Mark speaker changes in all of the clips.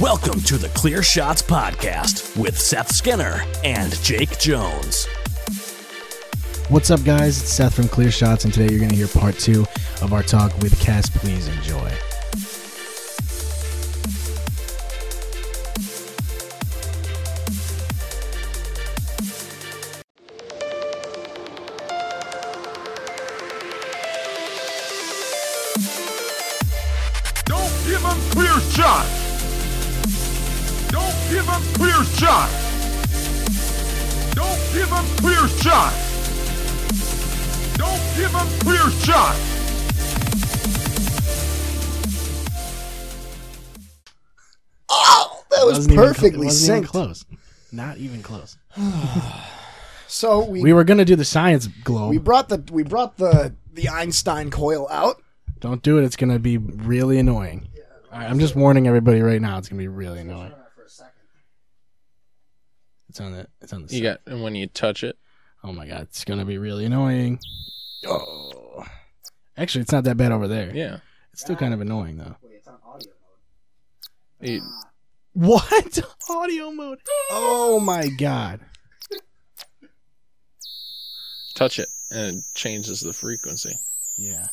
Speaker 1: Welcome to the Clear Shots Podcast with Seth Skinner and Jake Jones.
Speaker 2: What's up, guys? It's Seth from Clear Shots, and today you're going to hear part two of our talk with Cass. Please enjoy.
Speaker 3: Don't give him clear shot. Don't give him clear shot. Don't give him clear shot. Don't give him clear shot.
Speaker 4: That was
Speaker 2: Wasn't even cl-
Speaker 4: perfectly
Speaker 2: wasn't even
Speaker 4: synced.
Speaker 2: close. Not even close.
Speaker 4: So we
Speaker 2: We
Speaker 4: we,
Speaker 2: were going to do the science globe.
Speaker 4: brought the we brought the the Einstein coil out.
Speaker 2: Don't do it. It's going to be really annoying. All right, I'm just warning everybody right now. It's going to be really annoying. It's on the. It's on the.
Speaker 5: You got, and when you touch it,
Speaker 2: Oh my god, it's going to be really annoying. Oh. Actually, it's not that bad over there.
Speaker 5: yeah,
Speaker 2: It's still kind of annoying though.
Speaker 5: you,
Speaker 2: What? Audio mode. Oh my god.
Speaker 5: touch it, and it changes the frequency.
Speaker 2: Yeah.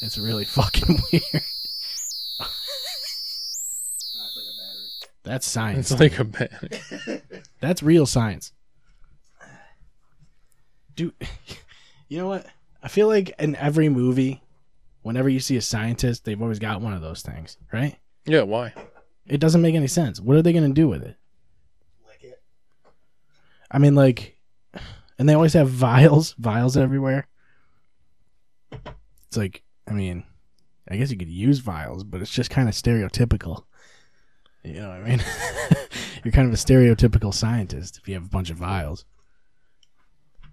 Speaker 2: It's really fucking weird. That's science.
Speaker 5: It's like a bad.
Speaker 2: That's real science. Dude, you know what? I feel like in every movie, whenever you see a scientist, they've always got one of those things, right?
Speaker 5: Yeah, why?
Speaker 2: It doesn't make any sense. What are they going to do with it? I mean, like, and they always have vials, vials everywhere. It's like, I mean, I guess you could use vials, but it's just kind of stereotypical. You know what I mean? You're kind of a stereotypical scientist if you have a bunch of vials.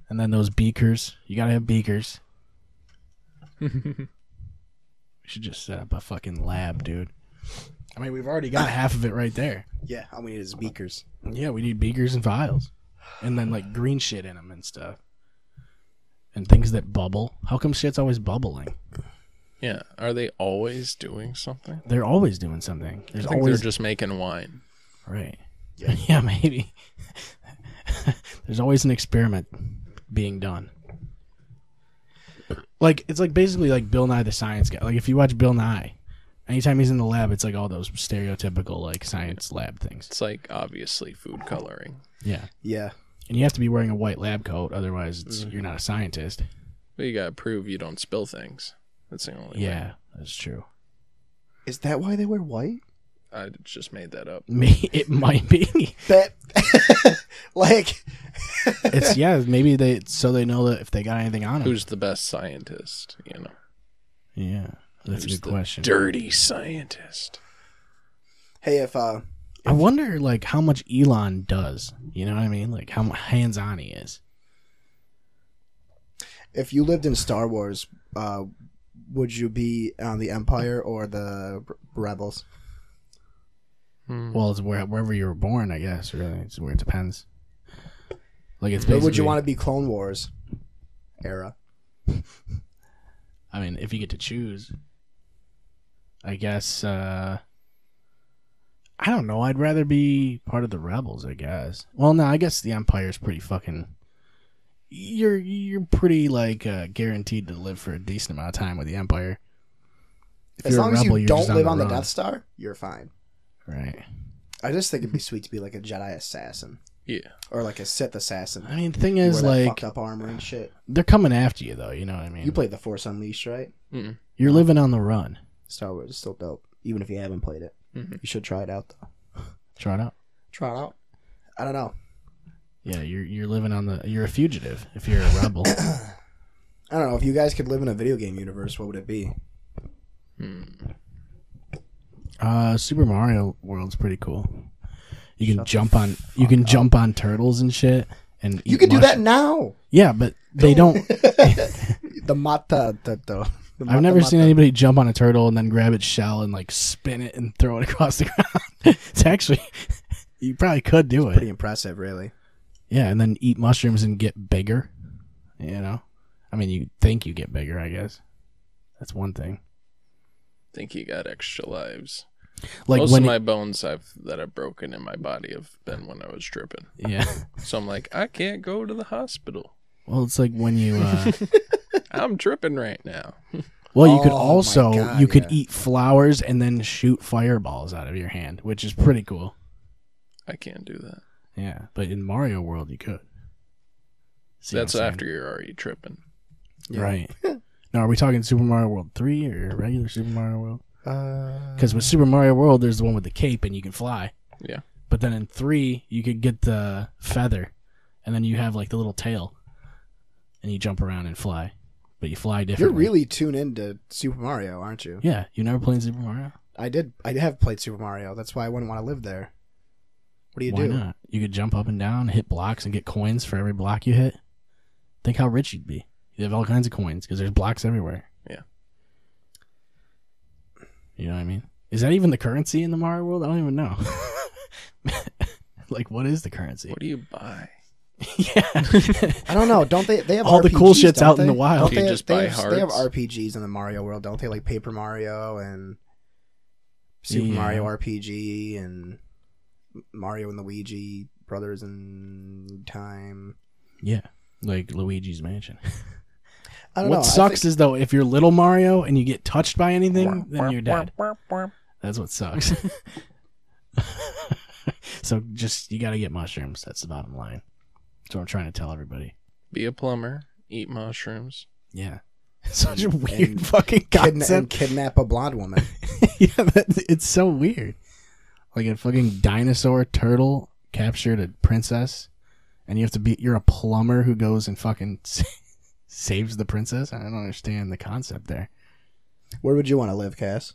Speaker 2: And then those beakers, you gotta have beakers. we should just set up a fucking lab, dude. I mean, we've already got half of it right there.
Speaker 4: Yeah, all we need is beakers.
Speaker 2: Yeah, we need beakers and vials, and then like green shit in them and stuff, and things that bubble. How come shit's always bubbling?
Speaker 5: Yeah, are they always doing something?
Speaker 2: They're always doing something. There's
Speaker 5: I think
Speaker 2: always
Speaker 5: they're just making wine.
Speaker 2: right. Yeah, maybe. There's always an experiment being done. Like it's like basically like Bill Nye the Science Guy. Like if you watch Bill Nye, anytime he's in the lab, it's like all those stereotypical like science lab things.
Speaker 5: It's like obviously food coloring.
Speaker 2: Yeah,
Speaker 4: Yeah,
Speaker 2: and you have to be wearing a white lab coat, otherwise
Speaker 5: Mm-hmm.
Speaker 2: it's, you're not a scientist.
Speaker 5: But you gotta prove you don't spill things. That's the only way.
Speaker 2: Yeah, that's true.
Speaker 4: is that why they wear white?
Speaker 5: I just made that up.
Speaker 2: May it might be.
Speaker 4: That like
Speaker 2: It's yeah. Maybe they so they know that if they got anything on them.
Speaker 5: Who's the best scientist? You know,
Speaker 2: yeah, that's a
Speaker 5: who's
Speaker 2: good
Speaker 5: the
Speaker 2: question.
Speaker 5: dirty scientist.
Speaker 4: hey, if uh
Speaker 2: I wonder like how much Elon does. You know what I mean? Like how hands on he is.
Speaker 4: if you lived in Star Wars, uh, would you be on the Empire or the Re- Rebels?
Speaker 2: Well, it's where, wherever you were born, I guess. Really, it's where it depends. Like it's
Speaker 4: Or
Speaker 2: basically.
Speaker 4: would you want to be Clone Wars era?
Speaker 2: I mean, if you get to choose, I guess. uh I don't know. I'd rather be part of the rebels. I guess. Well, no, I guess the empire's pretty fucking. You're you're pretty like uh, guaranteed to live for a decent amount of time with the empire. If
Speaker 4: As
Speaker 2: you're a
Speaker 4: long as
Speaker 2: rebel,
Speaker 4: you
Speaker 2: you're
Speaker 4: don't
Speaker 2: just
Speaker 4: live on the
Speaker 2: run.
Speaker 4: Death Star, you're fine.
Speaker 2: Right.
Speaker 4: I just think it'd be sweet to be like a Jedi assassin
Speaker 5: Yeah,
Speaker 4: or like a Sith assassin.
Speaker 2: I mean, thing
Speaker 4: You
Speaker 2: is,
Speaker 4: wear that
Speaker 2: like
Speaker 4: fucked up armor and shit.
Speaker 2: they're coming after you, though. You know what I mean?
Speaker 4: You played the Force Unleashed, right?
Speaker 2: You're living on the run.
Speaker 4: Star Wars is still dope, even if you haven't played it. You should try it out though.
Speaker 2: Try it out.
Speaker 4: Mm-hmm. Try it out. I don't know.
Speaker 2: Yeah, you're you're living on the. You're a fugitive if you're a rebel.
Speaker 4: I don't know if you guys could live in a video game universe, what would it be?
Speaker 2: Uh, Super Mario World's pretty cool. You can jump on you can jump on turtles and shit, and
Speaker 4: You
Speaker 2: eat
Speaker 4: could do
Speaker 2: mush-
Speaker 4: that now.
Speaker 2: Yeah, but they don't.
Speaker 4: The mata, the, the, the mata
Speaker 2: I've never seen
Speaker 4: mata.
Speaker 2: anybody jump on a turtle and then grab its shell and like spin it and throw it across the ground. it's actually you probably could do it.
Speaker 4: Pretty impressive, really.
Speaker 2: yeah, and then eat mushrooms and get bigger. You know, I mean, you think you get bigger, I guess. That's one thing.
Speaker 5: think you got extra lives.
Speaker 2: Like
Speaker 5: Most
Speaker 2: when
Speaker 5: of my bones I've that I've broken in my body have been when I was tripping.
Speaker 2: yeah.
Speaker 5: So I'm like, I can't go to the hospital.
Speaker 2: Well, it's like when you uh,
Speaker 5: I'm tripping right now.
Speaker 2: well, you could
Speaker 4: Oh, my
Speaker 2: also
Speaker 4: God,
Speaker 2: you could
Speaker 4: yeah.
Speaker 2: eat flowers and then shoot fireballs out of your hand, which is pretty cool.
Speaker 5: I can't do that.
Speaker 2: Yeah, but in Mario World you could. See what
Speaker 5: That's
Speaker 2: I'm saying?
Speaker 5: after you're already tripping.
Speaker 4: Yeah.
Speaker 2: right? now, are we talking Super Mario World three or regular Super Mario World?
Speaker 4: Uh,
Speaker 2: Because with Super Mario World, there's the one with the cape and you can fly.
Speaker 5: Yeah.
Speaker 2: But then in three, you could get the feather, and then you have like the little tail, and you jump around and fly. But you fly
Speaker 4: you're
Speaker 2: differently.
Speaker 4: really tuned into Super Mario, aren't you?
Speaker 2: yeah. You never played Super Mario?
Speaker 4: I did. I have played Super Mario. That's why I wouldn't want to live there. What do you
Speaker 2: Why
Speaker 4: do?
Speaker 2: not? You could jump up and down, hit blocks, and get coins for every block you hit. Think how rich you'd be. You have all kinds of coins because there's blocks everywhere.
Speaker 5: Yeah.
Speaker 2: You know what I mean? Is that even the currency in the Mario world? I don't even know. like, what is the currency?
Speaker 5: What do you buy?
Speaker 2: yeah.
Speaker 4: I don't know. Don't they? They have
Speaker 2: All the cool
Speaker 4: RPGs,
Speaker 2: shit's
Speaker 4: don't
Speaker 2: out in
Speaker 4: they?
Speaker 2: the wild.
Speaker 4: Don't
Speaker 5: You
Speaker 4: they,
Speaker 5: just
Speaker 4: they
Speaker 5: buy
Speaker 4: have, They have
Speaker 5: hearts.
Speaker 4: RPGs in the Mario world, don't they? Like Paper Mario and Super
Speaker 2: Yeah.
Speaker 4: Mario RPG and Mario and Luigi Brothers in Time.
Speaker 2: yeah. Like Luigi's Mansion.
Speaker 4: I don't
Speaker 2: What
Speaker 4: know. I
Speaker 2: sucks
Speaker 4: think-
Speaker 2: is though if you're little Mario and you get touched by anything, then you're dead. That's what sucks. so just you got to get mushrooms. That's the bottom line. That's what I'm trying to tell everybody.
Speaker 5: Be a plumber. Eat mushrooms.
Speaker 2: Yeah. Such a weird
Speaker 4: and
Speaker 2: fucking
Speaker 4: kidna- and
Speaker 2: concept.
Speaker 4: kidnap a blonde woman.
Speaker 2: yeah, that, it's so weird. Like a fucking dinosaur turtle captured a princess, and you have to be. You're a plumber who goes and fucking saves the princess. I don't understand the concept there.
Speaker 4: Where would you want to live, Cass?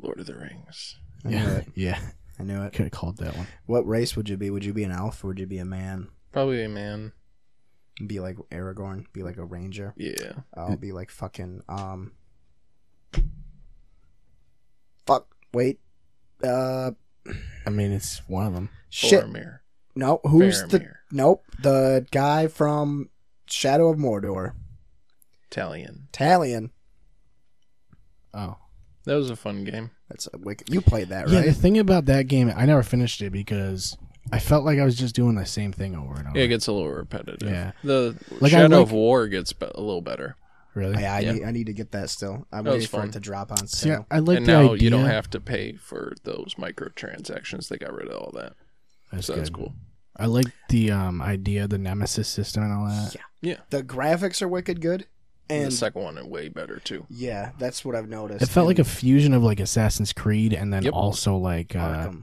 Speaker 5: Lord of the Rings.
Speaker 4: I knew
Speaker 2: Yeah,
Speaker 4: it.
Speaker 2: yeah.
Speaker 4: I knew it.
Speaker 2: Could have called that one.
Speaker 4: What race would you be? Would you be an elf or would you be a man?
Speaker 5: Probably a man.
Speaker 4: Be like Aragorn? Be like a ranger?
Speaker 5: Yeah.
Speaker 4: I'll be like fucking um. Fuck. Wait. Uh.
Speaker 2: I mean, it's one of them.
Speaker 4: Shit.
Speaker 5: Boromir.
Speaker 4: No. Who's the?
Speaker 5: Faramir.
Speaker 4: Nope. The guy from Shadow of Mordor.
Speaker 5: Italian.
Speaker 4: Talion.
Speaker 2: Oh,
Speaker 5: That was a fun game.
Speaker 4: That's a wicked. You played that
Speaker 2: yeah.
Speaker 4: right?
Speaker 2: The thing about that game, I never finished it because I felt like I was just doing the same thing over and over.
Speaker 5: Yeah, it gets a little repetitive.
Speaker 2: Oh. Yeah.
Speaker 5: The
Speaker 2: Like, I
Speaker 5: Shadow
Speaker 2: like-
Speaker 5: of War gets be- a little better.
Speaker 2: really.
Speaker 4: Yeah, I,
Speaker 5: Yeah.
Speaker 4: Need, I need to get that still. I'm
Speaker 5: That was
Speaker 4: waiting for
Speaker 5: fun.
Speaker 4: it to drop on
Speaker 2: See,
Speaker 4: sale.
Speaker 2: I, I like
Speaker 5: and
Speaker 2: the
Speaker 5: now
Speaker 2: idea.
Speaker 5: you don't have to pay for those microtransactions. They got rid of all that.
Speaker 2: That's
Speaker 5: so that's
Speaker 2: good.
Speaker 5: cool.
Speaker 2: I like the um idea, the nemesis system and all that.
Speaker 4: The graphics are wicked good,
Speaker 5: And the
Speaker 4: and
Speaker 5: second one is way better too.
Speaker 4: yeah, that's what I've noticed.
Speaker 2: It felt like
Speaker 4: And
Speaker 2: a fusion of like Assassin's Creed and then
Speaker 5: Yep.
Speaker 2: also like uh,
Speaker 4: Arkham,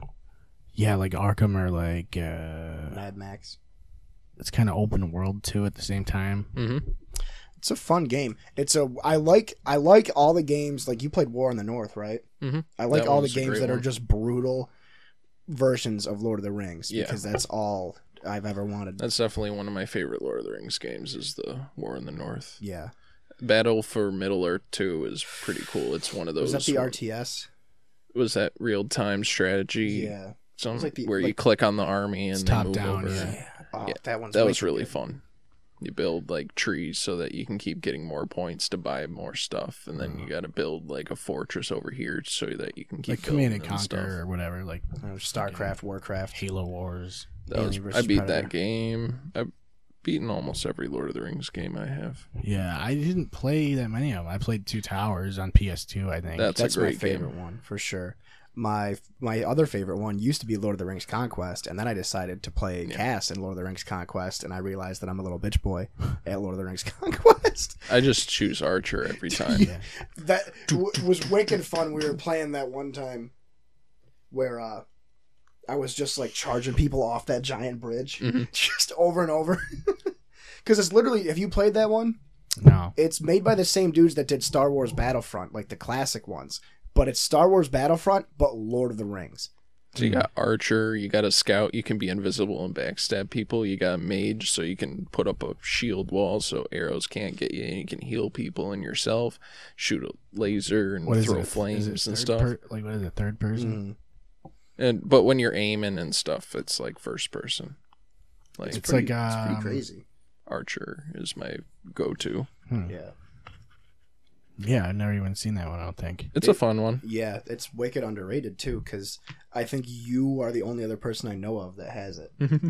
Speaker 2: yeah, like Arkham or like uh,
Speaker 4: Mad Max.
Speaker 2: it's kind of open world too at the same time.
Speaker 5: Mm-hmm.
Speaker 4: It's a fun game. It's a I like I like all the games like you played War in the North, right?
Speaker 5: Mhm.
Speaker 4: I like
Speaker 5: That
Speaker 4: all the
Speaker 5: one's a
Speaker 4: games
Speaker 5: great
Speaker 4: that are
Speaker 5: one.
Speaker 4: just brutal versions of Lord of the Rings
Speaker 5: Yeah.
Speaker 4: because that's all I've ever wanted.
Speaker 5: That's definitely one of my favorite Lord of the Rings games. Is the War in the North.
Speaker 4: yeah.
Speaker 5: Battle for Middle Earth Two is pretty cool. It's one of
Speaker 4: Was
Speaker 5: those.
Speaker 4: that the RTS?
Speaker 5: Was that real time strategy?
Speaker 4: Yeah.
Speaker 5: Something
Speaker 4: It's like the-
Speaker 5: where you
Speaker 4: like-
Speaker 5: click on the army and
Speaker 2: It's
Speaker 5: they
Speaker 2: top
Speaker 5: move
Speaker 2: down,
Speaker 5: over.
Speaker 2: yeah.
Speaker 4: Oh,
Speaker 5: Yeah,
Speaker 4: that one's
Speaker 5: That was
Speaker 4: wicked
Speaker 5: really
Speaker 4: good.
Speaker 5: fun. You build like trees so that you can keep getting more points to buy more stuff, and then you got to build like a fortress over here so that you can
Speaker 2: Uh.
Speaker 5: keep
Speaker 2: like Command and
Speaker 5: building
Speaker 2: Conquer
Speaker 5: stuff.
Speaker 2: or whatever, like
Speaker 4: You know, StarCraft, Warcraft.
Speaker 2: Halo Wars.
Speaker 5: That
Speaker 4: Alien
Speaker 5: was-
Speaker 4: versus
Speaker 5: I beat
Speaker 4: Predator.
Speaker 5: that game. I've beaten almost every Lord of the Rings game I have.
Speaker 2: Yeah, I didn't play that many of them. I played Two Towers on PS2, I think.
Speaker 5: That's,
Speaker 4: That's
Speaker 5: a
Speaker 4: my
Speaker 5: great
Speaker 4: favorite
Speaker 5: game.
Speaker 4: one for sure. My my other favorite one used to be Lord of the Rings Conquest, and then I decided to play Cass in Lord of the Rings Conquest, and I realized that I'm a little bitch boy at Lord of the Rings Conquest.
Speaker 5: I just choose Archer every time.
Speaker 4: that w- was wicked fun. We were playing that one time where uh, I was just like charging people off that giant bridge just over and over. Because it's literally, if you played that one,
Speaker 2: no,
Speaker 4: it's made by the same dudes that did Star Wars Battlefront, like the classic ones. But it's Star Wars Battlefront, but Lord of the Rings.
Speaker 5: So you
Speaker 2: Mm-hmm.
Speaker 5: got Archer, you got a scout, you can be invisible and backstab people. You got a mage, so you can put up a shield wall so arrows can't get you, and you can heal people and yourself. Shoot a laser and
Speaker 2: what is
Speaker 5: throw
Speaker 2: it?
Speaker 5: flames
Speaker 2: Is it
Speaker 5: and
Speaker 2: third
Speaker 5: stuff.
Speaker 2: per- like what is it? Third person?
Speaker 5: and but when you're aiming and stuff, it's like first person. Like
Speaker 2: It's like
Speaker 4: It's
Speaker 2: um,
Speaker 4: pretty crazy.
Speaker 5: Archer is my go-to.
Speaker 4: Yeah.
Speaker 2: Yeah, I've never even seen that one. I don't think.
Speaker 5: It's a fun one.
Speaker 4: Yeah, it's wicked underrated too, because I think you are the only other person I know of that has it. And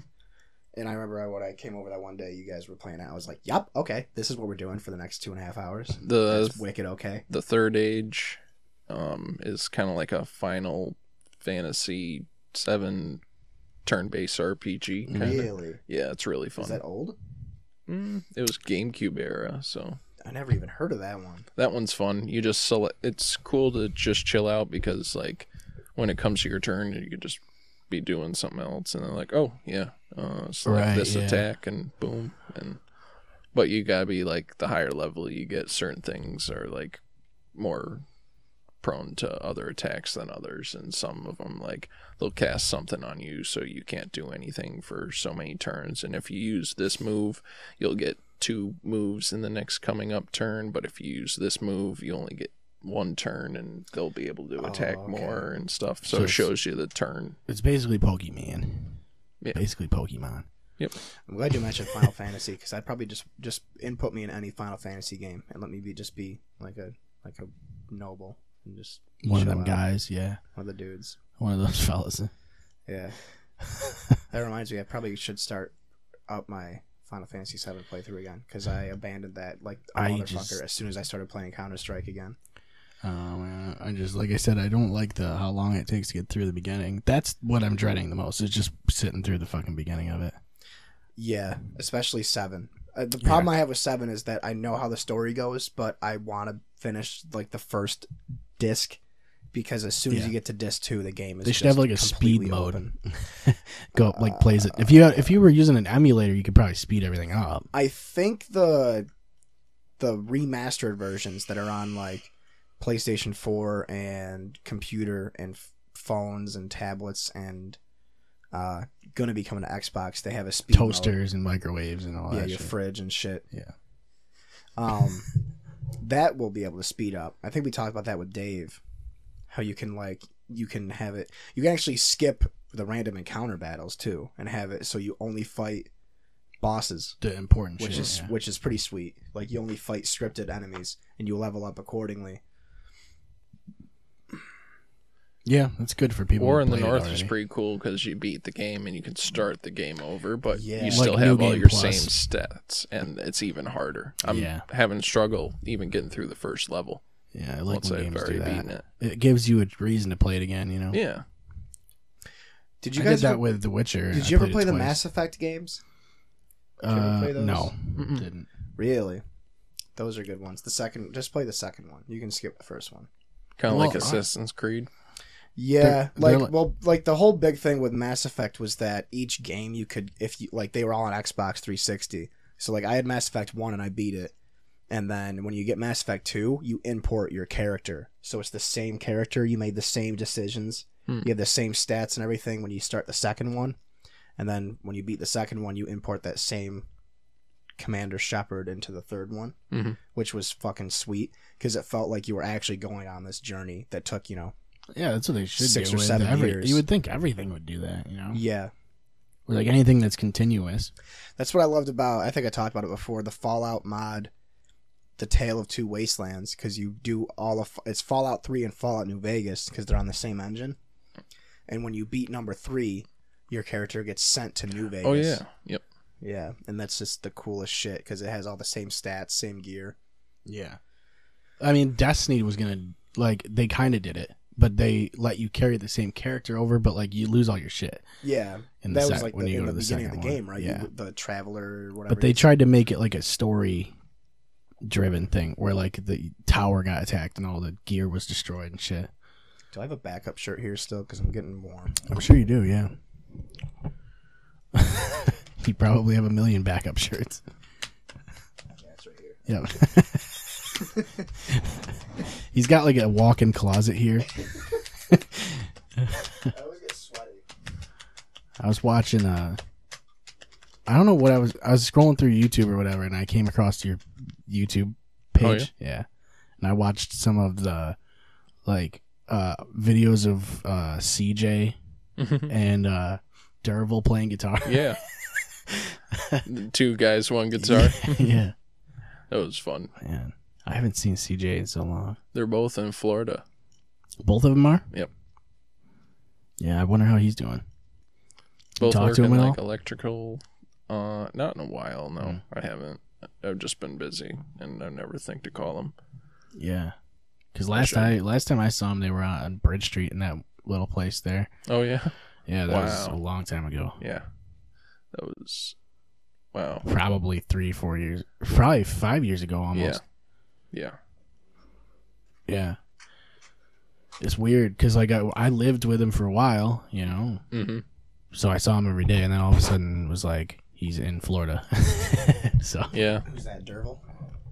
Speaker 4: I remember I, when I came over that one day, you guys were playing it. I was like, "Yup, okay, this is what we're doing for the next two and a half hours."
Speaker 5: The
Speaker 4: That's wicked. Okay,
Speaker 5: the third age um, is kind of like a Final Fantasy seven turn-based RPG. Kinda.
Speaker 4: really?
Speaker 5: Yeah, it's really fun.
Speaker 4: Is that old?
Speaker 5: Mm, it was GameCube era, so
Speaker 4: I never even heard of that one.
Speaker 5: that one's fun. You just select. It's cool to just chill out because like when it comes to your turn, you could just be doing something else, and then like, oh yeah, uh, select
Speaker 2: Right,
Speaker 5: this
Speaker 2: yeah.
Speaker 5: attack, and boom, and but you gotta be like the higher level you get, certain things are like more prone to other attacks than others and some of them like they'll cast something on you so you can't do anything for so many turns and if you use this move you'll get two moves in the next coming up turn but if you use this move you only get one turn and they'll be able to attack
Speaker 4: okay.
Speaker 5: more and stuff
Speaker 2: Oh, So
Speaker 5: so, it
Speaker 2: it's-
Speaker 5: shows you the turn
Speaker 2: It's basically Pokemon.
Speaker 5: Yeah.
Speaker 2: Basically Pokemon.
Speaker 4: I'm glad you mentioned Final Fantasy because I'd probably just just input me in any Final Fantasy game and let me be just be like a like a noble and just
Speaker 2: One of
Speaker 4: chill
Speaker 2: them
Speaker 4: out.
Speaker 2: guys. Yeah.
Speaker 4: one of the dudes.
Speaker 2: One of those fellas.
Speaker 4: Yeah. that reminds me, I probably should start up my Final Fantasy VII playthrough again because I abandoned that like a
Speaker 2: I
Speaker 4: motherfucker
Speaker 2: just-
Speaker 4: as soon as I started playing Counter Strike again.
Speaker 2: Um, I just like I said, I don't like the how long it takes to get through the beginning. That's what I'm dreading the most. Is just sitting through the fucking beginning of it.
Speaker 4: Yeah, especially seven. Uh, the problem I have with seven is that I know how the story goes, but I want to finish like the first disc because as soon as
Speaker 2: Yeah.
Speaker 4: you get to disc two, the game is
Speaker 2: They should
Speaker 4: just
Speaker 2: have like a speed
Speaker 4: completely
Speaker 2: mode.
Speaker 4: open.
Speaker 2: Go up, like plays it. If you if you were using an emulator, you could probably speed everything up.
Speaker 4: I think the the remastered versions that are on like PlayStation 4 and computer and f- phones and tablets and uh gonna be coming to Xbox, they have a speed mode.
Speaker 2: Toasters and microwaves and all
Speaker 4: yeah,
Speaker 2: that.
Speaker 4: your
Speaker 2: shit.
Speaker 4: fridge and shit.
Speaker 2: Oh, Yeah.
Speaker 4: Um, that will be able to speed up. I think we talked about that with Dave, how you can like you can have it. You can actually skip the random encounter battles too, and have it so you only fight bosses,
Speaker 2: the important
Speaker 4: which
Speaker 2: shit.
Speaker 4: is
Speaker 2: yeah.
Speaker 4: which is pretty sweet. Like you only fight scripted enemies, and you level up accordingly.
Speaker 2: Yeah, that's good for people.
Speaker 5: war
Speaker 2: who
Speaker 5: in the
Speaker 2: played it
Speaker 5: north is
Speaker 2: already.
Speaker 5: pretty cool because you beat the game and you can start the game over but
Speaker 4: Yeah.
Speaker 5: you
Speaker 4: Like
Speaker 5: still
Speaker 2: New
Speaker 5: have all
Speaker 2: Game
Speaker 5: your
Speaker 2: Plus.
Speaker 5: same stats and it's even harder i'm
Speaker 2: Yeah.
Speaker 5: having struggle even getting through the first level
Speaker 2: Yeah, I like
Speaker 5: once
Speaker 2: when
Speaker 5: I've
Speaker 2: games
Speaker 5: already
Speaker 2: do that.
Speaker 5: beaten it.
Speaker 2: It gives you a reason to play it again. You know.
Speaker 5: yeah
Speaker 4: Did you
Speaker 2: I
Speaker 4: guys
Speaker 2: did that
Speaker 4: ever-
Speaker 2: with The Witcher.
Speaker 4: Did
Speaker 2: I
Speaker 4: you ever
Speaker 2: played it
Speaker 4: play the
Speaker 2: twice.
Speaker 4: Mass Effect games? you ever
Speaker 2: Uh,
Speaker 4: play those?
Speaker 2: No,
Speaker 5: Mm-mm.
Speaker 2: didn't.
Speaker 4: Really, those are good ones. The second, just play the second one. You can skip the first one.
Speaker 5: kind of
Speaker 2: Well,
Speaker 5: like
Speaker 2: I-
Speaker 5: assassin's creed
Speaker 4: Yeah,
Speaker 2: They're- they're
Speaker 4: like
Speaker 2: like-
Speaker 4: well, like the whole big thing with Mass Effect was that each game you could, if you like, they were all on Xbox 360. So like, I had Mass Effect One and I beat it, and then when you get Mass Effect Two, you import your character, so it's the same character. You made the same decisions,
Speaker 5: Hmm.
Speaker 4: you have the same stats and everything when you start the second one, and then when you beat the second one, you import that same Commander Shepard into the third one,
Speaker 2: Mm-hmm.
Speaker 5: Mhm.
Speaker 4: which was fucking sweet because it felt like you were actually going on this journey that took you know
Speaker 2: Yeah, that's what they should
Speaker 4: Six
Speaker 2: do.
Speaker 4: or
Speaker 2: with
Speaker 4: seven
Speaker 2: every-
Speaker 4: years.
Speaker 2: You would think everything would do that. You know.
Speaker 4: Yeah.
Speaker 2: Or like anything that's continuous.
Speaker 4: That's what I loved about I think I talked about it before, the Fallout mod, the Tale of Two Wastelands, because you do all of it's Fallout three and Fallout New Vegas because they're on the same engine. And when you beat number three, your character gets sent to New Vegas.
Speaker 5: oh yeah yep
Speaker 4: Yeah. And that's just the coolest shit because it has all the same stats, same gear.
Speaker 2: Yeah. I mean, Destiny was gonna like they kind of did it, but they let you carry the same character over, but like you lose all your shit.
Speaker 4: Yeah.
Speaker 2: In the
Speaker 4: that
Speaker 2: sec-
Speaker 4: was like
Speaker 2: when
Speaker 4: the,
Speaker 2: you
Speaker 4: in
Speaker 2: go
Speaker 4: the,
Speaker 2: to the
Speaker 4: beginning of the
Speaker 2: second
Speaker 4: game,
Speaker 2: one.
Speaker 4: right? You-
Speaker 2: Yeah.
Speaker 4: the traveler or whatever.
Speaker 2: But they
Speaker 4: it's-
Speaker 2: tried to make it like a story driven thing where like the tower got attacked and all the gear was destroyed and shit.
Speaker 4: do I have a backup shirt here still? Because I'm getting warm.
Speaker 2: I'm sure you do, yeah. you probably have a million backup shirts.
Speaker 4: That's right here.
Speaker 2: Yeah. He's got like a walk-in closet here.
Speaker 4: I always get sweaty.
Speaker 2: I was watching uh I don't know what I was I was scrolling through YouTube or whatever and I came across your YouTube page.
Speaker 5: Oh,
Speaker 2: yeah? And I watched some of the like uh videos of uh CJ and uh Dervil playing guitar.
Speaker 5: yeah two guys one guitar
Speaker 2: yeah.
Speaker 5: that was fun
Speaker 2: Man. I haven't seen CJ in so long.
Speaker 5: They're both in Florida.
Speaker 2: Both of them are.
Speaker 5: Yep.
Speaker 2: Yeah, I wonder how he's doing.
Speaker 5: Both
Speaker 2: talk
Speaker 5: work
Speaker 2: to
Speaker 5: in
Speaker 2: him at
Speaker 5: like
Speaker 2: all? Hmm.
Speaker 5: electrical. Uh, not in a while. No, I haven't. I've just been busy, and I never think to call them.
Speaker 2: Yeah. Because last
Speaker 5: should.
Speaker 2: I last time I saw him, they were on Bridge Street in that little place there.
Speaker 5: Oh yeah,
Speaker 2: Yeah, that was
Speaker 5: Wow.
Speaker 2: a long time ago.
Speaker 5: yeah. That was wow.
Speaker 2: Probably three, four years, probably five years ago almost.
Speaker 5: Yeah,
Speaker 2: Yeah. It's weird because like I, I lived with him for a while, you know,
Speaker 5: yeah. Mm-hmm.
Speaker 2: so I saw him every day, and then all of a sudden it was like he's in Florida. so
Speaker 5: Yeah,
Speaker 4: Who's that, Dervil?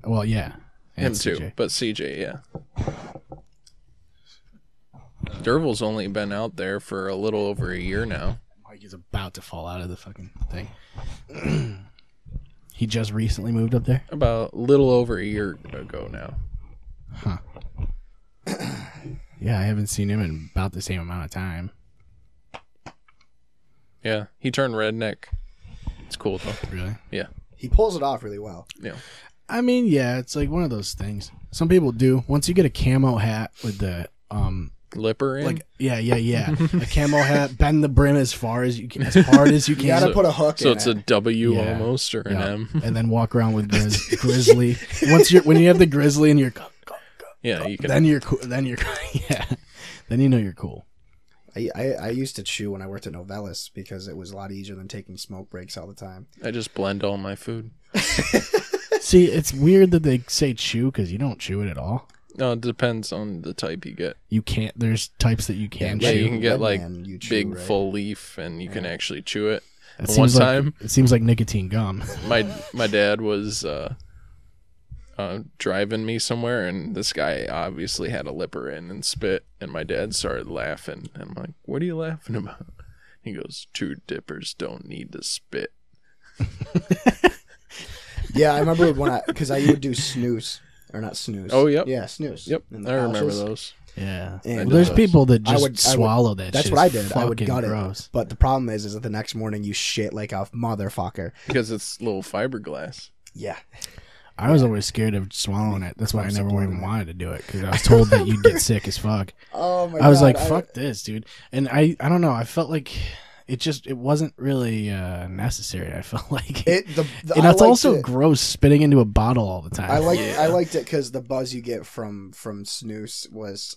Speaker 2: well, yeah, and
Speaker 5: him too.
Speaker 2: CJ.
Speaker 5: But CJ, yeah. Dervil's only been out there for a little over a year now.
Speaker 2: Mike is about to fall out of the fucking thing. he just recently moved up there.
Speaker 5: About a little over a year ago now.
Speaker 2: Yeah, I haven't seen him in about the same amount of time.
Speaker 5: Yeah, he turned redneck. It's cool though.
Speaker 2: Really?
Speaker 5: Yeah,
Speaker 4: He pulls it off really well.
Speaker 5: yeah.
Speaker 2: I mean, yeah, it's like one of those things. Some people do. Once you get a camo hat with the um
Speaker 5: Lipper in.
Speaker 2: like yeah, yeah, yeah. a camo hat, bend the brim as far as you can as hard as you
Speaker 4: You gotta
Speaker 2: can.
Speaker 4: put a hook
Speaker 5: so
Speaker 4: in
Speaker 5: it's
Speaker 4: it.
Speaker 5: a W
Speaker 2: Yeah.
Speaker 5: almost or an
Speaker 2: Yeah.
Speaker 5: M.
Speaker 2: and then walk around with grizz- grizzly. Once you're when you have the grizzly and you're co- co-
Speaker 5: Yeah, you can.
Speaker 2: then you're cool. Then you're cool. yeah. Then you know you're cool.
Speaker 4: I, I, I used to chew when I worked at Novellis because it was a lot easier than taking smoke breaks all the time.
Speaker 5: I just blend all my food.
Speaker 2: See, it's weird that they say chew because you don't chew it at all.
Speaker 5: No, it depends on the type you get.
Speaker 2: You can't. There's types that you can
Speaker 5: Yeah,
Speaker 2: chew.
Speaker 5: you can get
Speaker 4: Red
Speaker 5: like
Speaker 4: Man you chew,
Speaker 5: big
Speaker 4: right?
Speaker 5: full leaf, and you can actually chew it.
Speaker 2: It
Speaker 5: And one
Speaker 2: seems like-
Speaker 5: time,
Speaker 2: it seems like nicotine gum.
Speaker 5: my my dad was uh, uh, driving me somewhere, and this guy obviously had a lipper in and spit, and my dad started laughing, and I'm like, "What are you laughing about?" He goes, two dippers don't need to spit."
Speaker 4: Yeah, I remember when I because I would do snooze or not snooze.
Speaker 5: Oh, yep.
Speaker 4: yeah, snooze.
Speaker 5: Yep,
Speaker 4: In the
Speaker 5: I remember
Speaker 4: pouches.
Speaker 5: those.
Speaker 2: Yeah. well,
Speaker 4: And-
Speaker 2: there's
Speaker 5: those.
Speaker 2: people that
Speaker 4: I
Speaker 2: just
Speaker 4: would- I would-
Speaker 2: swallow that.
Speaker 4: That's
Speaker 2: shit.
Speaker 4: what I
Speaker 2: It's
Speaker 4: did. I would
Speaker 2: fucking
Speaker 4: gut
Speaker 2: gross.
Speaker 4: it. But the problem is, is that the next morning you shit like a motherfucker.
Speaker 5: because it's little fiberglass.
Speaker 4: Yeah,
Speaker 2: I was always scared of swallowing it. That's why I never even wanted to do it because I was told that you'd get sick as fuck.
Speaker 4: Oh my
Speaker 2: I was
Speaker 4: God,
Speaker 2: like,
Speaker 4: I-
Speaker 2: "Fuck this, dude!" And I, I don't know. I felt like it just it wasn't really uh, necessary. I felt like
Speaker 4: it. The, the,
Speaker 2: and
Speaker 4: I
Speaker 2: that's
Speaker 4: liked
Speaker 2: also
Speaker 4: it.
Speaker 2: gross spitting into a bottle all the time.
Speaker 4: I liked I liked it because the buzz you get from from snooze was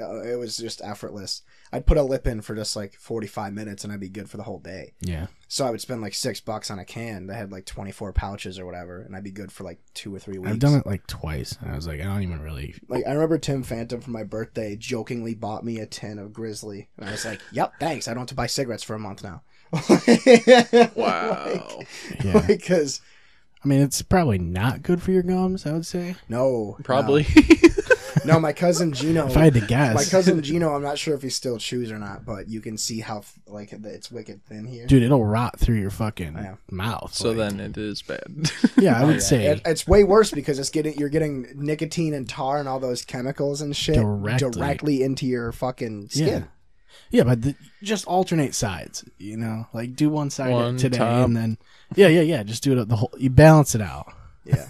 Speaker 4: uh, it was just effortless. I'd put a lip in for just like forty five minutes and I'd be good for the whole day.
Speaker 2: yeah.
Speaker 4: So I would spend like six bucks on a can that had like twenty four pouches or whatever, and I'd be good for like two or three weeks.
Speaker 2: I've done it like twice, and I was like, I don't even really.
Speaker 4: Like I remember Tim Phantom for my birthday jokingly bought me a tin of Grizzly, and I was like, "Yep, thanks. I don't have to buy cigarettes for a month now."
Speaker 5: Wow.
Speaker 2: Yeah,
Speaker 4: Because
Speaker 2: I mean, it's probably not good for your gums. I would say,
Speaker 4: no, no.
Speaker 5: Probably.
Speaker 4: no. My cousin Gino.
Speaker 2: if I had to guess.
Speaker 4: My cousin Gino, I'm not sure if he still chews or not, but you can see how like the- it's wicked thin here.
Speaker 2: Dude, it'll rot through your fucking
Speaker 4: know.
Speaker 2: mouth.
Speaker 5: so
Speaker 2: like-
Speaker 5: then it is bad.
Speaker 2: yeah, I would say
Speaker 4: It- it's way worse because it's getting you're getting nicotine and tar and all those chemicals and shit
Speaker 2: Directly.
Speaker 4: directly into your fucking skin.
Speaker 2: Yeah, but the, just alternate sides, you know? Like do one side
Speaker 5: One
Speaker 2: today
Speaker 5: top.
Speaker 2: and then Yeah, yeah, yeah, just do it the whole you balance it out.
Speaker 4: Yeah,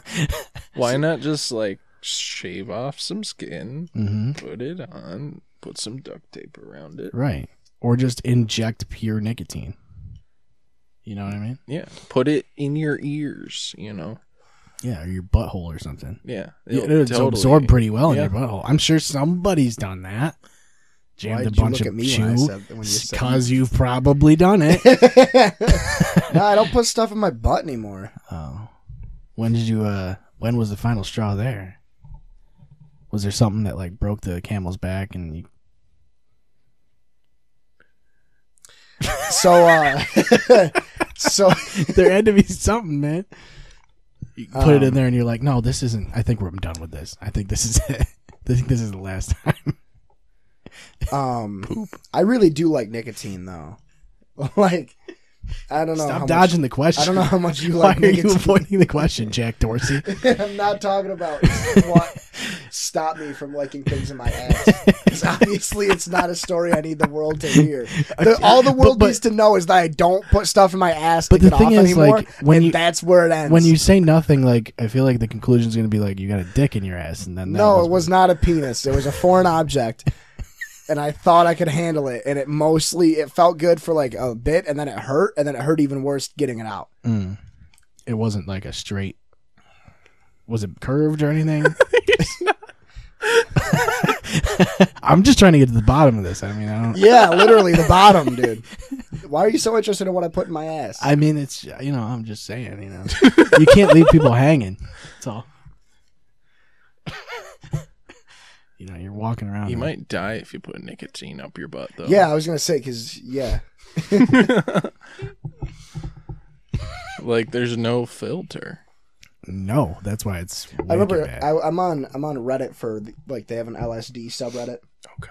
Speaker 5: Why not just like shave off some skin,
Speaker 2: Mhm.
Speaker 5: put it on, put some duct tape around it?
Speaker 2: Right. Or just inject pure nicotine. You know what I mean?
Speaker 5: Yeah, put it in your ears. You know.
Speaker 2: Yeah, or your butthole or something.
Speaker 5: Yeah,
Speaker 2: It'll,
Speaker 5: it'll
Speaker 2: absorb pretty well
Speaker 5: Yeah.
Speaker 2: in your butthole. I'm sure somebody's done that.
Speaker 4: Why'd
Speaker 2: Jammed a
Speaker 4: you
Speaker 2: bunch
Speaker 4: look
Speaker 2: of
Speaker 4: at me when I
Speaker 2: chew.
Speaker 4: said- when you said-
Speaker 2: Because you've probably done it.
Speaker 4: no, I don't put stuff in my butt anymore.
Speaker 2: Oh. When did you uh when was the final straw there? Was there something that like broke the camel's back and you
Speaker 4: So, uh, so
Speaker 2: there had to be something, man. You put it
Speaker 4: Um,
Speaker 2: in there and you're like, no, this isn't I think we're I'm done with this. I think this is it. I think this is the last time.
Speaker 4: um, I really do like nicotine though. Like, I don't know. how
Speaker 2: Stop
Speaker 4: much-
Speaker 2: dodging the question.
Speaker 4: I don't know how much you
Speaker 2: Why
Speaker 4: like.
Speaker 2: are you
Speaker 4: negativity.
Speaker 2: avoiding the question, Jack Dorsey?
Speaker 4: I'm not talking about what stopped me from liking things in my ass. Because obviously, it's not a story I need the world to hear. The- all the world
Speaker 2: But- but-
Speaker 4: needs to know is that I don't put stuff in my ass
Speaker 2: But the
Speaker 4: to get
Speaker 2: thing
Speaker 4: off
Speaker 2: is,
Speaker 4: anymore,
Speaker 2: like, when
Speaker 4: and
Speaker 2: you-
Speaker 4: that's where it ends.
Speaker 2: When you say nothing, like I feel like the conclusion's gonna be like you got a dick in your ass, and then that
Speaker 4: no,
Speaker 2: was
Speaker 4: it was not a penis. It was a foreign object, and I thought I could handle it. And it mostly it felt good for like a bit, and then it hurt, and then it hurt even worse getting it out.
Speaker 2: Mm. It wasn't like a straight. Was it curved or anything? I'm just trying to get to the bottom of this. I mean, I don't.
Speaker 4: Yeah, literally the bottom, dude. Why are you so interested in what I put in my ass?
Speaker 2: I mean, it's you know, I'm just saying, you know, you can't leave people hanging. That's all. you know, you're walking around.
Speaker 5: You
Speaker 2: like-
Speaker 5: might die if you put nicotine up your butt, though.
Speaker 4: yeah, I was gonna say because yeah.
Speaker 5: Like, there's no filter.
Speaker 2: No, that's why it's.
Speaker 4: I remember
Speaker 2: bad.
Speaker 4: I, I'm on I'm on Reddit for the, like they have an LSD subreddit
Speaker 5: Oh, God.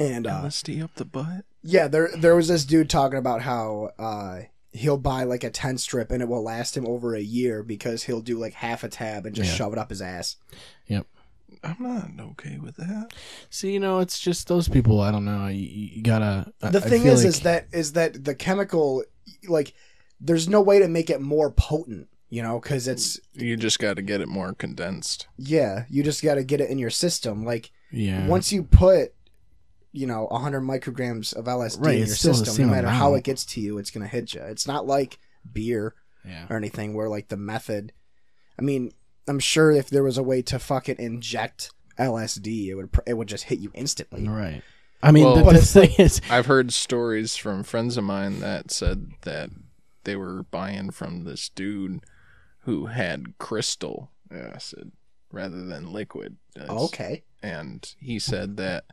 Speaker 4: and uh,
Speaker 5: LSD up the butt?
Speaker 4: yeah there there was this dude talking about how uh, he'll buy like a ten strip and it will last him over a year because he'll do like half a tab and just
Speaker 2: Yeah.
Speaker 4: shove it up his ass.
Speaker 5: I'm not okay with that.
Speaker 2: see, you know, it's just those people. I don't know. You, you gotta. I-
Speaker 4: The
Speaker 2: I
Speaker 4: thing
Speaker 2: feel
Speaker 4: is
Speaker 2: like-
Speaker 4: is that is that the chemical like there's no way to make it more potent you know because it's
Speaker 5: You just got to get it more condensed.
Speaker 4: yeah you just got to get it in your system like
Speaker 2: yeah.
Speaker 4: once you put you know 100 micrograms of LSD
Speaker 2: Right,
Speaker 4: in your
Speaker 2: it's still the
Speaker 4: system,
Speaker 2: same
Speaker 4: no matter how
Speaker 2: amount.
Speaker 4: it gets to you, it's gonna hit you. It's not like beer
Speaker 2: yeah.
Speaker 4: or anything where like the method. I mean, I'm sure if there was a way to fucking inject LSD, it would pr- it would just hit you instantly.
Speaker 2: Right. I mean,
Speaker 5: Well-
Speaker 2: the, the thing is,
Speaker 5: I've heard stories from friends of mine that said that they were buying from this dude who had crystal acid rather than liquid. That's-
Speaker 4: Oh, Okay,
Speaker 5: And he said that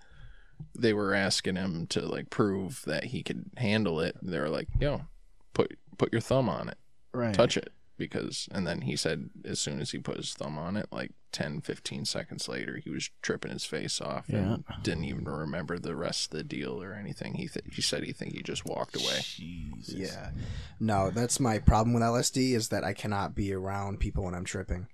Speaker 5: they were asking him to like prove that he could handle it. They were like, "Yo, put put your thumb on it,
Speaker 2: right.
Speaker 5: touch it." Because and then he said as soon as he put his thumb on it, like 10 15 seconds later, he was tripping his face off and didn't even remember the rest of the deal or anything. He th- he said he think he just walked away.
Speaker 4: yeah, no, that's my problem with LSD is that I cannot be around people when I'm tripping.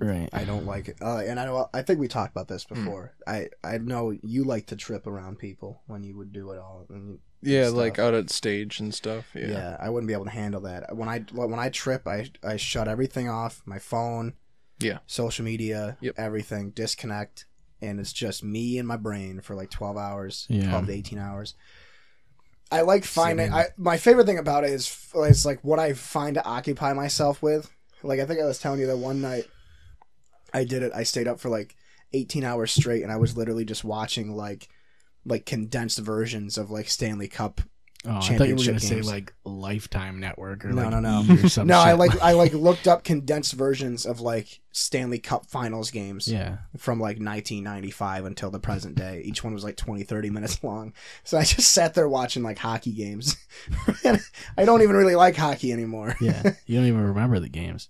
Speaker 2: Right.
Speaker 4: I don't like it, uh, and I know I think we talked about
Speaker 2: Hmm.
Speaker 4: this before. I I know you like to trip around people when you would do it all. And you,
Speaker 5: Yeah,
Speaker 4: Stuff.
Speaker 5: like out at stage and stuff. Yeah.
Speaker 4: Yeah. I wouldn't be able to handle that. When I like, when I trip, I I shut everything off, my phone,
Speaker 5: Yeah.
Speaker 4: social media,
Speaker 5: Yep.
Speaker 4: everything, disconnect, and it's just me and my brain for like 12 hours,
Speaker 2: Yeah.
Speaker 4: 12 to 18 hours. I like finding I my favorite thing about it is is like what I find to occupy myself with. Like I think I was telling you that one night I did it. I stayed up for like 18 hours straight and I was literally just watching like like condensed versions of like Stanley Cup
Speaker 2: Oh, I thought you were
Speaker 4: Championship
Speaker 2: gonna say
Speaker 4: games.
Speaker 2: like Lifetime Network or
Speaker 4: No,
Speaker 2: like
Speaker 4: no, no.
Speaker 2: E! or some
Speaker 4: No, I
Speaker 2: shit.
Speaker 4: like I like looked up condensed versions of like Stanley Cup Finals games
Speaker 2: yeah.
Speaker 4: from like 1995 until the present day. Each one was like 20, 30 minutes long. So I just sat there watching like hockey games. And I don't even really like hockey anymore.
Speaker 2: Yeah. you don't even remember the games.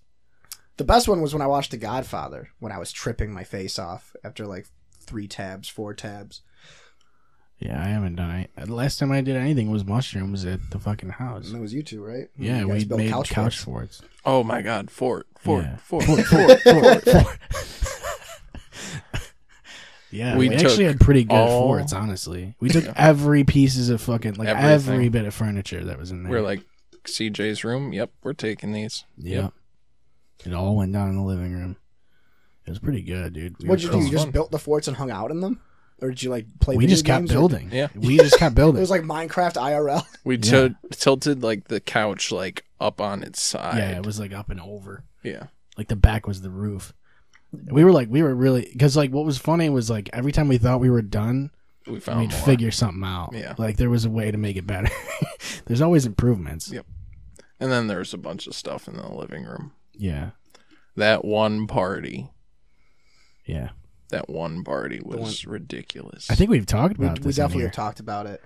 Speaker 4: The best one was when I watched The Godfather when I was tripping my face off after like three tabs, four tabs.
Speaker 2: Yeah, I haven't done it. The last time I did anything was mushrooms at the fucking house.
Speaker 4: And that was you two, right?
Speaker 2: Yeah,
Speaker 4: Mm-hmm. You
Speaker 2: we
Speaker 4: guys built
Speaker 2: made couch,
Speaker 4: forts.
Speaker 2: forts.
Speaker 5: Oh my God, Fort, Fort,
Speaker 2: Yeah.
Speaker 5: Fort,
Speaker 2: Fort,
Speaker 5: Fort.
Speaker 2: Fort, fort. Yeah, we,
Speaker 5: We took
Speaker 2: actually had pretty good
Speaker 5: all-
Speaker 2: forts. Honestly, we took every pieces of fucking like
Speaker 5: Everything.
Speaker 2: every bit of furniture that was in there.
Speaker 5: We're like CJ's room. Yep, we're taking these.
Speaker 2: Yep. It all went down in the living room. It was pretty good, dude. We
Speaker 4: What'd
Speaker 2: were
Speaker 4: you do? You
Speaker 2: chilling.
Speaker 4: just built the forts and hung out in them? Or did you like play
Speaker 2: we
Speaker 4: video
Speaker 2: just kept
Speaker 4: games or-
Speaker 2: building.
Speaker 5: Yeah.
Speaker 2: We just kept
Speaker 4: It
Speaker 2: building.
Speaker 4: was like Minecraft IRL.
Speaker 5: We
Speaker 2: Yeah.
Speaker 5: til- tilted like the couch like up on its side.
Speaker 2: yeah, it was like up and over.
Speaker 5: yeah.
Speaker 2: Like the back was the roof. We were like, we were really because like what was funny was like every time we thought we were done,
Speaker 5: We found
Speaker 2: we'd
Speaker 5: more.
Speaker 2: figure something out.
Speaker 5: Yeah.
Speaker 2: like there was a way to make it better. There's always improvements.
Speaker 5: Yeah. And then there's a bunch of stuff in the living room.
Speaker 2: Yeah,
Speaker 5: That one party,
Speaker 2: yeah.
Speaker 5: that one party was ridiculous.
Speaker 2: I think we've talked
Speaker 4: We,
Speaker 2: about
Speaker 4: we
Speaker 2: this. in
Speaker 4: definitely
Speaker 2: here.
Speaker 4: have talked about it.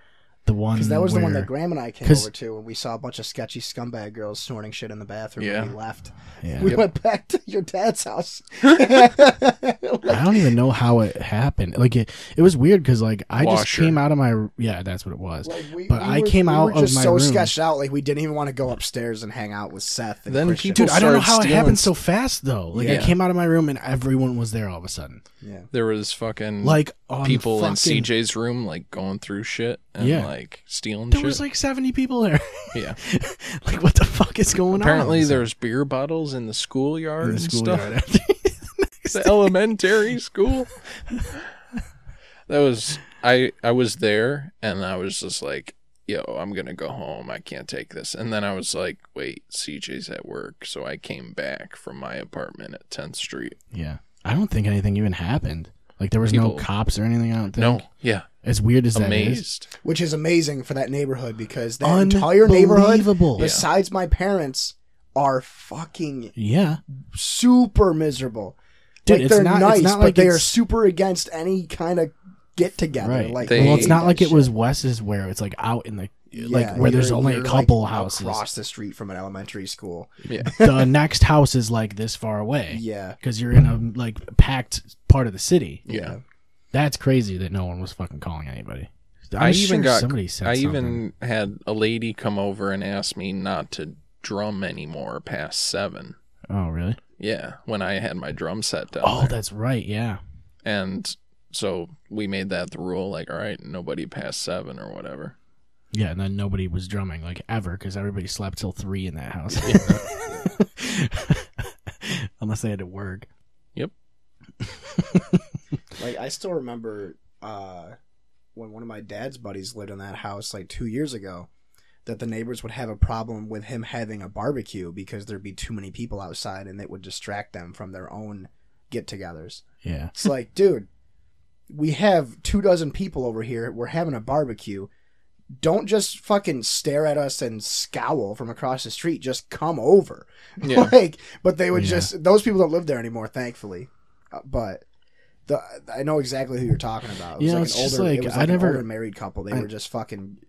Speaker 2: The one
Speaker 4: Because that was the one
Speaker 2: where-
Speaker 4: that Graham and I came
Speaker 2: 'Cause-
Speaker 4: over to, and we saw a bunch of sketchy scumbag girls snorting shit in the bathroom.
Speaker 5: Yeah.
Speaker 4: and we left.
Speaker 2: Yeah.
Speaker 4: We went back to your dad's house. Like,
Speaker 2: I don't even know how it happened. Like it, it was weird because like I just
Speaker 5: Washer.
Speaker 2: came out of my yeah, that's what it was.
Speaker 4: like, we-
Speaker 2: but
Speaker 4: we
Speaker 2: I
Speaker 4: were-
Speaker 2: came
Speaker 4: we
Speaker 2: out
Speaker 4: were
Speaker 2: of
Speaker 4: just
Speaker 2: my
Speaker 4: so
Speaker 2: room.
Speaker 4: sketched out, like we didn't even want to go upstairs and hang out with Seth. And
Speaker 5: Then
Speaker 4: Christian.
Speaker 5: people-
Speaker 2: Dude, I don't know
Speaker 5: started
Speaker 2: how it
Speaker 5: stealing
Speaker 2: happened so
Speaker 5: st-
Speaker 2: fast though. Like
Speaker 5: Yeah.
Speaker 2: I came out of my room and everyone was there all of a sudden.
Speaker 4: yeah,
Speaker 5: There was fucking
Speaker 2: Like on
Speaker 5: people
Speaker 2: fucking,
Speaker 5: in CJ's room, like going through shit and
Speaker 2: Yeah.
Speaker 5: like stealing
Speaker 2: There
Speaker 5: shit.
Speaker 2: was like seventy people there.
Speaker 5: yeah.
Speaker 2: like what the fuck is going on?
Speaker 5: Apparently, there's beer bottles in the schoolyard
Speaker 2: in the
Speaker 5: and
Speaker 2: schoolyard.
Speaker 5: stuff. the elementary school. that was I. I was there, and I was just like, "Yo, I'm gonna go home. I can't take this." And then I was like, "Wait, CJ's at work," so I came back from my apartment at 10th Street.
Speaker 2: yeah, I don't think anything even happened. Like there was no
Speaker 5: People-
Speaker 2: cops or anything. I don't think.
Speaker 5: No, yeah,
Speaker 2: as weird as that is.
Speaker 5: amazed.
Speaker 4: which is amazing for that neighborhood because that entire neighborhood,
Speaker 2: Unbelievable.
Speaker 4: besides my parents, are fucking
Speaker 2: Yeah,
Speaker 4: super miserable.
Speaker 2: Dude,
Speaker 4: like
Speaker 2: it's
Speaker 4: they're
Speaker 2: not- it's
Speaker 4: nice,
Speaker 2: not
Speaker 4: but
Speaker 2: like
Speaker 4: they are
Speaker 2: it's-
Speaker 4: super against any kind of get together.
Speaker 2: right.
Speaker 4: Like,
Speaker 5: They-
Speaker 2: well, it's not
Speaker 4: that
Speaker 2: like it
Speaker 4: shit.
Speaker 2: was Wes's where it's like out in the like
Speaker 4: Yeah,
Speaker 2: where there's
Speaker 4: you're-
Speaker 2: only a
Speaker 4: you're,
Speaker 2: couple
Speaker 4: like,
Speaker 2: houses.
Speaker 4: across the street from an elementary school.
Speaker 2: the next house is like this far away.
Speaker 4: Yeah,
Speaker 2: because you're in a like packed part of the city.
Speaker 5: Yeah,
Speaker 2: That's crazy that no one was fucking calling anybody. I'm
Speaker 5: I
Speaker 2: sure
Speaker 5: even got.
Speaker 2: somebody said
Speaker 5: I
Speaker 2: something.
Speaker 5: even had a lady come over and ask me not to drum anymore past seven.
Speaker 2: Oh really?
Speaker 5: Yeah, when I had my drum set down.
Speaker 2: Oh,
Speaker 5: there.
Speaker 2: that's right. Yeah.
Speaker 5: And so we made that the rule, like, all right, nobody past seven or whatever.
Speaker 2: Yeah, and then nobody was drumming like ever because everybody slept till three in that house. Unless they had to work.
Speaker 4: like I still remember uh, when one of my dad's buddies lived in that house like two years ago. That the neighbors would have a problem with him having a barbecue because there'd be too many people outside and it would distract them from their own get-togethers.
Speaker 2: Yeah.
Speaker 4: It's like, dude, we have two dozen people over here. We're having a barbecue. Don't just fucking stare at us and scowl from across the street. Just come over.
Speaker 5: Yeah.
Speaker 4: like, but they would
Speaker 2: Yeah.
Speaker 4: just. Those people don't live there anymore, thankfully. Uh, but the I know exactly who you're talking about. It was
Speaker 2: Yeah,
Speaker 4: like
Speaker 2: it's
Speaker 4: an
Speaker 2: just
Speaker 4: older,
Speaker 2: like,
Speaker 4: it was
Speaker 2: I
Speaker 4: like
Speaker 2: never-
Speaker 4: an older married couple. They
Speaker 2: I-
Speaker 4: were just fucking.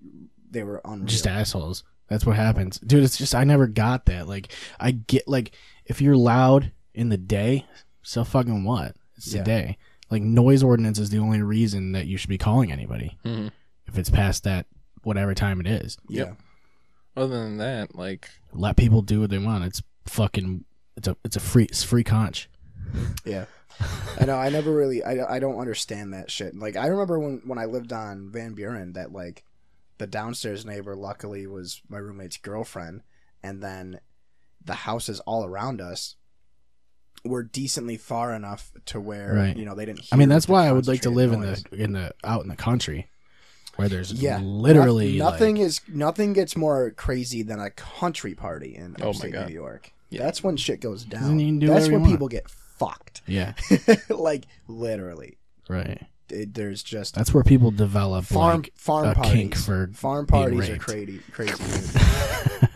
Speaker 4: They were unreal.
Speaker 2: just assholes. That's what happens, dude. It's just I never got that. Like I get like if you're loud in the day, so fucking what? It's the
Speaker 4: Yeah.
Speaker 2: day. Like noise ordinance is the only reason that you should be calling anybody
Speaker 5: Mhm.
Speaker 2: if it's past that whatever time it is.
Speaker 4: yeah.
Speaker 5: Other than that, like,
Speaker 2: Let people do what they want. It's fucking it's a it's a free it's free conch.
Speaker 4: Yeah. I know. I never really. I, I don't understand that shit. Like I remember when when I lived on Van Buren, that like the downstairs neighbor luckily was my roommate's girlfriend, and then the houses all around us were decently far enough to where
Speaker 2: Right.
Speaker 4: you know they didn't.
Speaker 2: I mean
Speaker 4: hear
Speaker 2: that's
Speaker 4: the
Speaker 2: why I would like to live
Speaker 4: concentrated
Speaker 2: in the
Speaker 4: noise.
Speaker 2: in the out in the country where there's
Speaker 4: Yeah.
Speaker 2: literally
Speaker 4: Noth- nothing
Speaker 2: like-
Speaker 4: is nothing gets more crazy than a country party in
Speaker 5: Oh my
Speaker 4: upstate
Speaker 5: God.
Speaker 4: New York.
Speaker 5: Yeah.
Speaker 4: That's when shit goes
Speaker 2: then
Speaker 4: down.
Speaker 2: you can do
Speaker 4: that's
Speaker 2: whatever you
Speaker 4: when
Speaker 2: want.
Speaker 4: people get fucked.
Speaker 2: yeah
Speaker 4: like literally.
Speaker 2: right.
Speaker 4: it, there's just
Speaker 2: That's where people develop
Speaker 4: farm
Speaker 2: like,
Speaker 4: farm
Speaker 2: a
Speaker 4: parties.
Speaker 2: kink for
Speaker 4: farm
Speaker 2: being
Speaker 4: parties are
Speaker 2: raped.
Speaker 4: crazy, crazy. dude.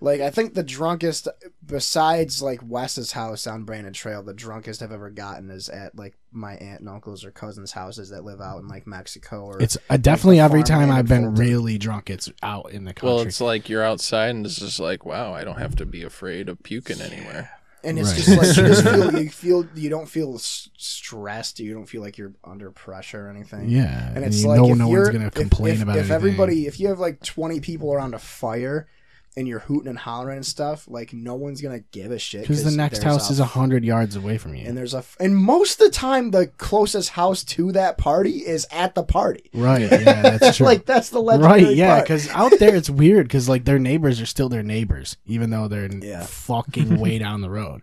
Speaker 4: like I think the drunkest, besides like Wes's house on Brandon Trail, the drunkest I've ever gotten is at like my aunt and uncle's or cousins' houses that live out in like Mexico or
Speaker 2: It's uh, definitely
Speaker 4: the
Speaker 2: every
Speaker 4: farm
Speaker 2: time
Speaker 4: man
Speaker 2: I've been
Speaker 4: involved in-
Speaker 2: really drunk, it's out in the country.
Speaker 5: well, it's like you're outside and it's just like, wow, I don't have to be afraid of puking anywhere.
Speaker 4: and it's
Speaker 2: Right.
Speaker 4: just like you just feel you feel you don't feel s- stressed. You don't feel like you're under pressure or anything.
Speaker 2: yeah,
Speaker 4: and it's
Speaker 2: you
Speaker 4: like
Speaker 2: know
Speaker 4: if
Speaker 2: no
Speaker 4: you're,
Speaker 2: one's gonna
Speaker 4: if-
Speaker 2: complain
Speaker 4: if,
Speaker 2: about
Speaker 4: if
Speaker 2: anything.
Speaker 4: everybody if you have like 20 people around a fire and you're hooting and hollering and stuff like no one's gonna give a shit
Speaker 2: because the next
Speaker 4: there's
Speaker 2: house is
Speaker 4: a
Speaker 2: a hundred yards away from you.
Speaker 4: and there's a f- and most of the time the closest house to that party is at the party
Speaker 2: right? Yeah, that's true.
Speaker 4: like that's the legendary
Speaker 2: right? Yeah,
Speaker 4: part.
Speaker 2: because out there it's weird because like their neighbors are still their neighbors, even though they're in
Speaker 4: Yeah.
Speaker 2: fucking way down the road.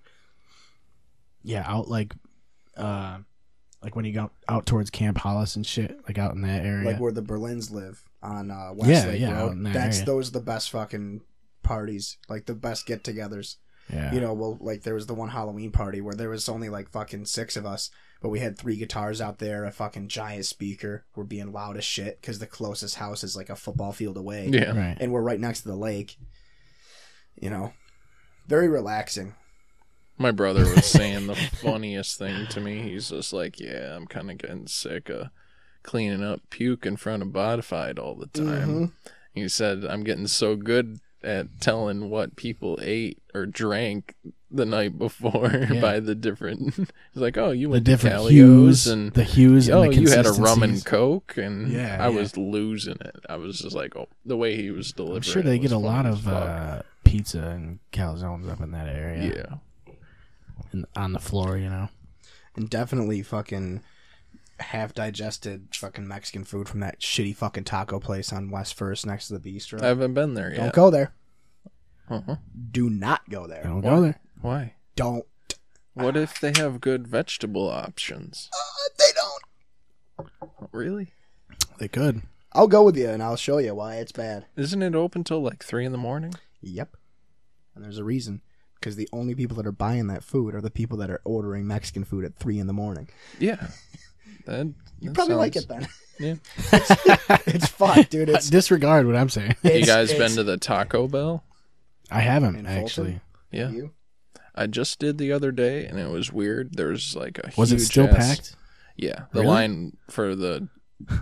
Speaker 2: Yeah, out like, uh, like when you go out towards Camp Hollis and shit, like out in that area.
Speaker 4: like where the Berlins live on uh, West
Speaker 2: Yeah,
Speaker 4: Lake
Speaker 2: yeah, out in
Speaker 4: Road
Speaker 2: that
Speaker 4: that's
Speaker 2: area.
Speaker 4: those are the best fucking parties like the best get-togethers
Speaker 2: yeah,
Speaker 4: you know well like there was the one halloween party where there was only like fucking six of us but we had three guitars out there a fucking giant speaker we're being loud as shit because the closest house is like a football field away
Speaker 5: Yeah.
Speaker 2: right.
Speaker 4: and we're right next to the lake you know very relaxing
Speaker 5: My brother was saying the funniest thing to me. He's just like, yeah, I'm kind of getting sick of cleaning up puke in front of Modified all the time.
Speaker 2: Mm-hmm.
Speaker 5: He said, I'm getting so good at telling what people ate or drank the night before
Speaker 2: Yeah.
Speaker 5: by the different. He's like, oh, you
Speaker 2: The
Speaker 5: went to
Speaker 2: different
Speaker 5: Callio's
Speaker 2: hues
Speaker 5: and.
Speaker 2: the hues.
Speaker 5: Oh,
Speaker 2: and the
Speaker 5: you had a rum and
Speaker 2: consistencies.
Speaker 5: coke, and
Speaker 2: Yeah,
Speaker 5: I
Speaker 2: yeah.
Speaker 5: was losing it. I was just like, oh, the way he was delivering.
Speaker 2: I'm sure they
Speaker 5: it
Speaker 2: get
Speaker 5: was
Speaker 2: a
Speaker 5: funny
Speaker 2: lot
Speaker 5: as
Speaker 2: of
Speaker 5: fuck.
Speaker 2: uh, pizza and calzones up in that area.
Speaker 5: yeah.
Speaker 2: And on the floor, you know.
Speaker 4: and definitely fucking half digested fucking Mexican food from that shitty fucking taco place on West First next to the bistro.
Speaker 2: Uh,
Speaker 5: I haven't been there
Speaker 4: Don't
Speaker 5: yet.
Speaker 4: go there.
Speaker 5: Uh-huh.
Speaker 4: Do not go there.
Speaker 2: Don't go there.
Speaker 5: Why?
Speaker 4: Don't.
Speaker 5: What if they have good vegetable options?
Speaker 4: Uh, they don't.
Speaker 5: Really?
Speaker 2: They could.
Speaker 4: I'll go with you and I'll show you why it's bad.
Speaker 5: Isn't it open till like three in the morning?
Speaker 4: Yep. And there's a reason. Because the only people that are buying that food are the people that are ordering Mexican food at three in the morning.
Speaker 5: Yeah. That,
Speaker 4: You
Speaker 5: that
Speaker 4: probably like
Speaker 5: sounds-
Speaker 4: it then.
Speaker 5: Yeah.
Speaker 4: it's fun, dude. It's,
Speaker 2: Disregard what I'm saying.
Speaker 5: You
Speaker 4: it's-
Speaker 5: guys
Speaker 4: it's-
Speaker 5: been to the Taco Bell?
Speaker 2: I haven't
Speaker 4: In Fulton?
Speaker 2: actually.
Speaker 5: Yeah.
Speaker 4: You?
Speaker 5: I just did the other day, and it was weird. There was like a
Speaker 2: Was it
Speaker 5: huge
Speaker 2: still
Speaker 5: ass-
Speaker 2: packed?
Speaker 5: Yeah, the
Speaker 2: Really?
Speaker 5: line for the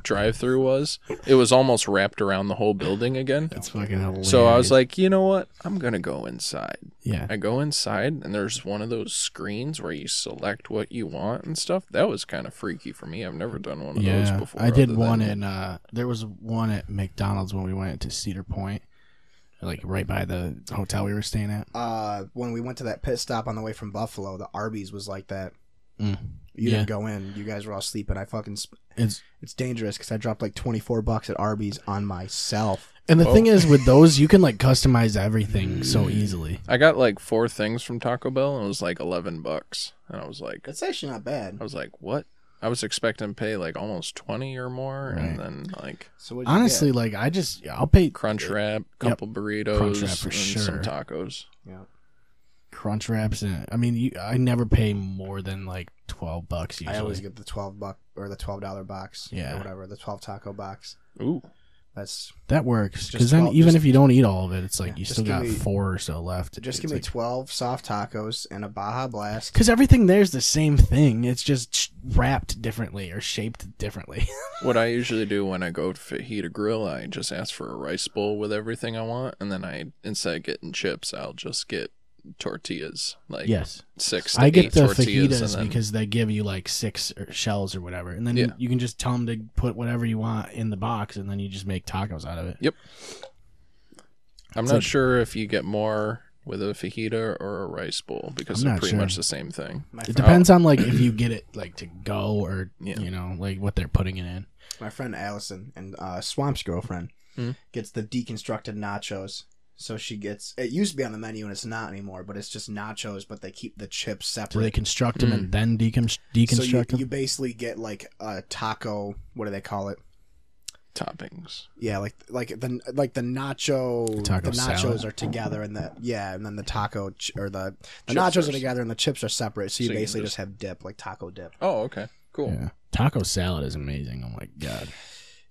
Speaker 5: drive-through was it was almost wrapped around the whole building again.
Speaker 2: That's fucking hilarious.
Speaker 5: So I was like, you know what? I'm gonna go inside.
Speaker 2: yeah.
Speaker 5: I go inside and there's one of those screens where you select what you want and stuff. That was kind of freaky for me. I've never done one of those
Speaker 2: Yeah,
Speaker 5: before.
Speaker 2: I did
Speaker 5: other
Speaker 2: one
Speaker 5: than-
Speaker 2: in. Uh, there was one at McDonald's when we went to Cedar Point, like right by the hotel we were staying at.
Speaker 4: Uh, when we went to that pit stop on the way from Buffalo, the Arby's was like that.
Speaker 2: Mm.
Speaker 4: You
Speaker 2: Yeah.
Speaker 4: didn't go in. You guys were all sleeping. I fucking. Sp-
Speaker 2: It's
Speaker 4: it's dangerous because I dropped like twenty four bucks at Arby's on myself.
Speaker 2: and the
Speaker 5: Well-
Speaker 2: thing is with those, you can like customize everything
Speaker 5: Mm.
Speaker 2: so easily.
Speaker 5: I got like four things from Taco Bell and it was like eleven bucks, and I was like,
Speaker 4: That's actually not bad.
Speaker 5: I was like, what? I was expecting to pay like almost twenty or more,
Speaker 2: Right.
Speaker 5: and then like
Speaker 4: So what'd you
Speaker 2: Honestly, like I just I'll pay
Speaker 5: crunch wrap, couple burritos,
Speaker 2: Crunch Wrap for
Speaker 5: and
Speaker 2: sure.
Speaker 5: some tacos.
Speaker 4: get? Yeah.
Speaker 2: crunch wraps and I mean you, I never pay more than like twelve bucks usually.
Speaker 4: I always get the twelve buck or the twelve dollar box.
Speaker 2: Yeah.
Speaker 4: Or whatever the twelve taco box.
Speaker 5: Ooh,
Speaker 4: That's
Speaker 2: that works
Speaker 4: Just
Speaker 2: because then
Speaker 4: 12
Speaker 2: even
Speaker 4: just-
Speaker 2: if you don't eat all of it, it's like
Speaker 4: Yeah,
Speaker 2: you
Speaker 4: just
Speaker 2: still
Speaker 4: give
Speaker 2: got
Speaker 4: me-
Speaker 2: four or so left.
Speaker 4: just give me twelve soft tacos and a Baja Blast.
Speaker 2: because everything there's the same thing. It's just sh- wrapped differently or shaped differently.
Speaker 5: What I usually do when I go to fajita grill, I just ask for a rice bowl with everything I want, and then I instead of getting chips, I'll just get tortillas, like
Speaker 2: yes,
Speaker 5: six. To
Speaker 2: I get
Speaker 5: eight
Speaker 2: the
Speaker 5: tortillas and
Speaker 2: fajitas
Speaker 5: then,
Speaker 2: because they give you like six or shells or whatever, and then
Speaker 5: Yeah.
Speaker 2: you, you can just tell them to put whatever you want in the box, and then you just make tacos out of it.
Speaker 5: Yep. I'm
Speaker 2: it's
Speaker 5: not
Speaker 2: like-
Speaker 5: sure if you get more with a fajita or a rice bowl because
Speaker 2: I'm
Speaker 5: they're
Speaker 2: not
Speaker 5: pretty
Speaker 2: sure.
Speaker 5: much the same thing.
Speaker 4: My,
Speaker 2: It
Speaker 4: friend,
Speaker 2: depends on like if you get it like to go or
Speaker 5: Yeah.
Speaker 2: you know like what they're putting it in.
Speaker 4: my friend Allison and uh, Swamp's girlfriend
Speaker 5: Hmm.
Speaker 4: gets the deconstructed nachos. So she gets it used to be on the menu and it's not anymore, but it's just nachos, but they keep the chips
Speaker 2: Do
Speaker 4: separate.
Speaker 2: they construct them and then decon- deconstruct
Speaker 4: so you,
Speaker 2: them?
Speaker 4: you basically get like a taco. What do they call it?
Speaker 5: Toppings.
Speaker 4: Yeah, like like the like the nacho
Speaker 2: Taco
Speaker 4: the nachos
Speaker 2: salad.
Speaker 4: are together and the yeah, and then the taco ch- or the the
Speaker 5: Chips
Speaker 4: nachos
Speaker 5: are
Speaker 4: are together and the chips are separate. So you
Speaker 5: So you can
Speaker 4: basically
Speaker 5: just-
Speaker 4: just have dip like taco dip.
Speaker 5: Oh, okay, cool.
Speaker 2: Yeah. Taco salad is amazing. Oh my god.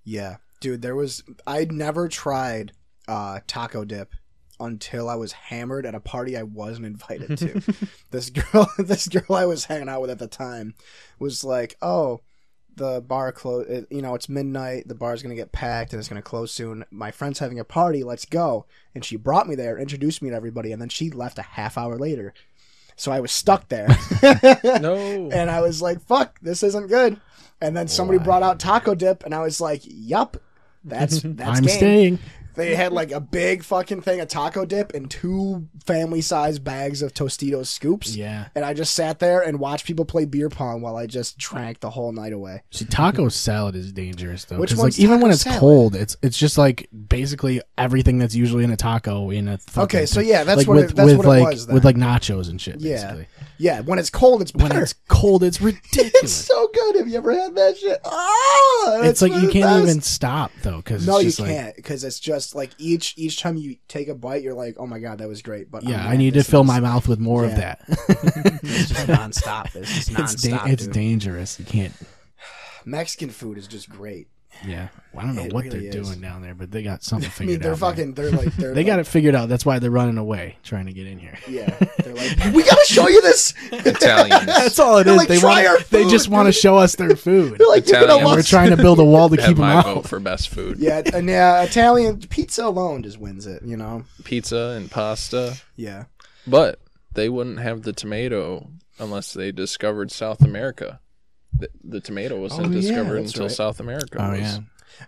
Speaker 4: Yeah, dude, there was I'd never tried uh, taco dip until I was hammered at a party I wasn't invited to. this girl, this girl I was hanging out with at the time, was like, "Oh, the bar close. You know, it's midnight. The bar's gonna get packed and it's gonna close soon. My friend's having a party. Let's go." And she brought me there, introduced me to everybody, and then she left a half hour later. So I was stuck there.
Speaker 5: No,
Speaker 4: and I was like, "Fuck, this isn't good." And then somebody brought out taco dip, and I was like, "Yup, that's that's
Speaker 2: I'm
Speaker 4: game."
Speaker 2: staying.
Speaker 4: They had like a big fucking thing of taco dip and two family-sized bags of Tostitos scoops.
Speaker 2: Yeah.
Speaker 4: And I just sat there and watched people play beer pong while I just drank the whole night away.
Speaker 2: See, taco salad is dangerous though.
Speaker 4: Which
Speaker 2: 'cause,
Speaker 4: one's
Speaker 2: like even
Speaker 4: taco
Speaker 2: when it's
Speaker 4: salad?
Speaker 2: cold, it's it's just like basically everything that's usually in a taco in a. fucking-
Speaker 4: Okay, so yeah, that's
Speaker 2: like,
Speaker 4: what
Speaker 2: with,
Speaker 4: it, that's
Speaker 2: with
Speaker 4: what
Speaker 2: like
Speaker 4: it was. Then.
Speaker 2: with like nachos and shit.
Speaker 4: Yeah.
Speaker 2: Basically.
Speaker 4: yeah, when it's cold, it's
Speaker 2: When
Speaker 4: better.
Speaker 2: it's cold, it's
Speaker 4: it's
Speaker 2: ridiculous.
Speaker 4: so good. Have you ever had that shit? Ah,
Speaker 2: it's like you
Speaker 4: the
Speaker 2: can't
Speaker 4: best.
Speaker 2: even stop though because
Speaker 4: No,
Speaker 2: it's
Speaker 4: you
Speaker 2: just like,
Speaker 4: can't because it's just like each each time you take a bite, you're like, "Oh my god, that was great!" But
Speaker 2: Yeah,
Speaker 4: I'm
Speaker 2: I
Speaker 4: mad
Speaker 2: need to
Speaker 4: Oh, this
Speaker 2: fill
Speaker 4: is-
Speaker 2: my mouth with more of
Speaker 4: Yeah.
Speaker 2: that.
Speaker 4: It's just nonstop. It's just
Speaker 2: it's
Speaker 4: nonstop.
Speaker 2: da- it's
Speaker 4: dude.
Speaker 2: dangerous. You can't.
Speaker 4: Mexican food is just great.
Speaker 2: Yeah. Well, I don't know
Speaker 4: It
Speaker 2: what
Speaker 4: really
Speaker 2: they're
Speaker 4: is.
Speaker 2: doing down there, but they got something
Speaker 4: I mean,
Speaker 2: figured
Speaker 4: they're
Speaker 2: out. man.
Speaker 4: fucking. They're like. They're
Speaker 2: They got
Speaker 4: like,
Speaker 2: it figured out. That's why they're running away, trying to get in here.
Speaker 4: Yeah. They're like, we gotta show you this.
Speaker 5: Italians
Speaker 2: That's all it
Speaker 4: They're
Speaker 2: is.
Speaker 4: like,
Speaker 2: they
Speaker 4: "Try
Speaker 2: want.
Speaker 4: our
Speaker 2: They
Speaker 4: food,
Speaker 2: just want to show us their food.
Speaker 4: They're like, you're gonna
Speaker 5: Italian.
Speaker 2: and
Speaker 4: love.
Speaker 2: we're trying to build a wall to keep
Speaker 5: have
Speaker 2: them
Speaker 5: my
Speaker 2: out.
Speaker 5: vote for best food.
Speaker 4: Yeah, and yeah, Italian pizza alone just wins it. You know.
Speaker 5: Pizza and pasta,
Speaker 4: Yeah.
Speaker 5: but they wouldn't have the tomato unless they discovered South America. The, the tomato wasn't
Speaker 4: Oh, yeah,
Speaker 5: discovered
Speaker 4: that's
Speaker 5: until
Speaker 4: right.
Speaker 5: South America.
Speaker 2: Oh
Speaker 5: was.
Speaker 2: yeah.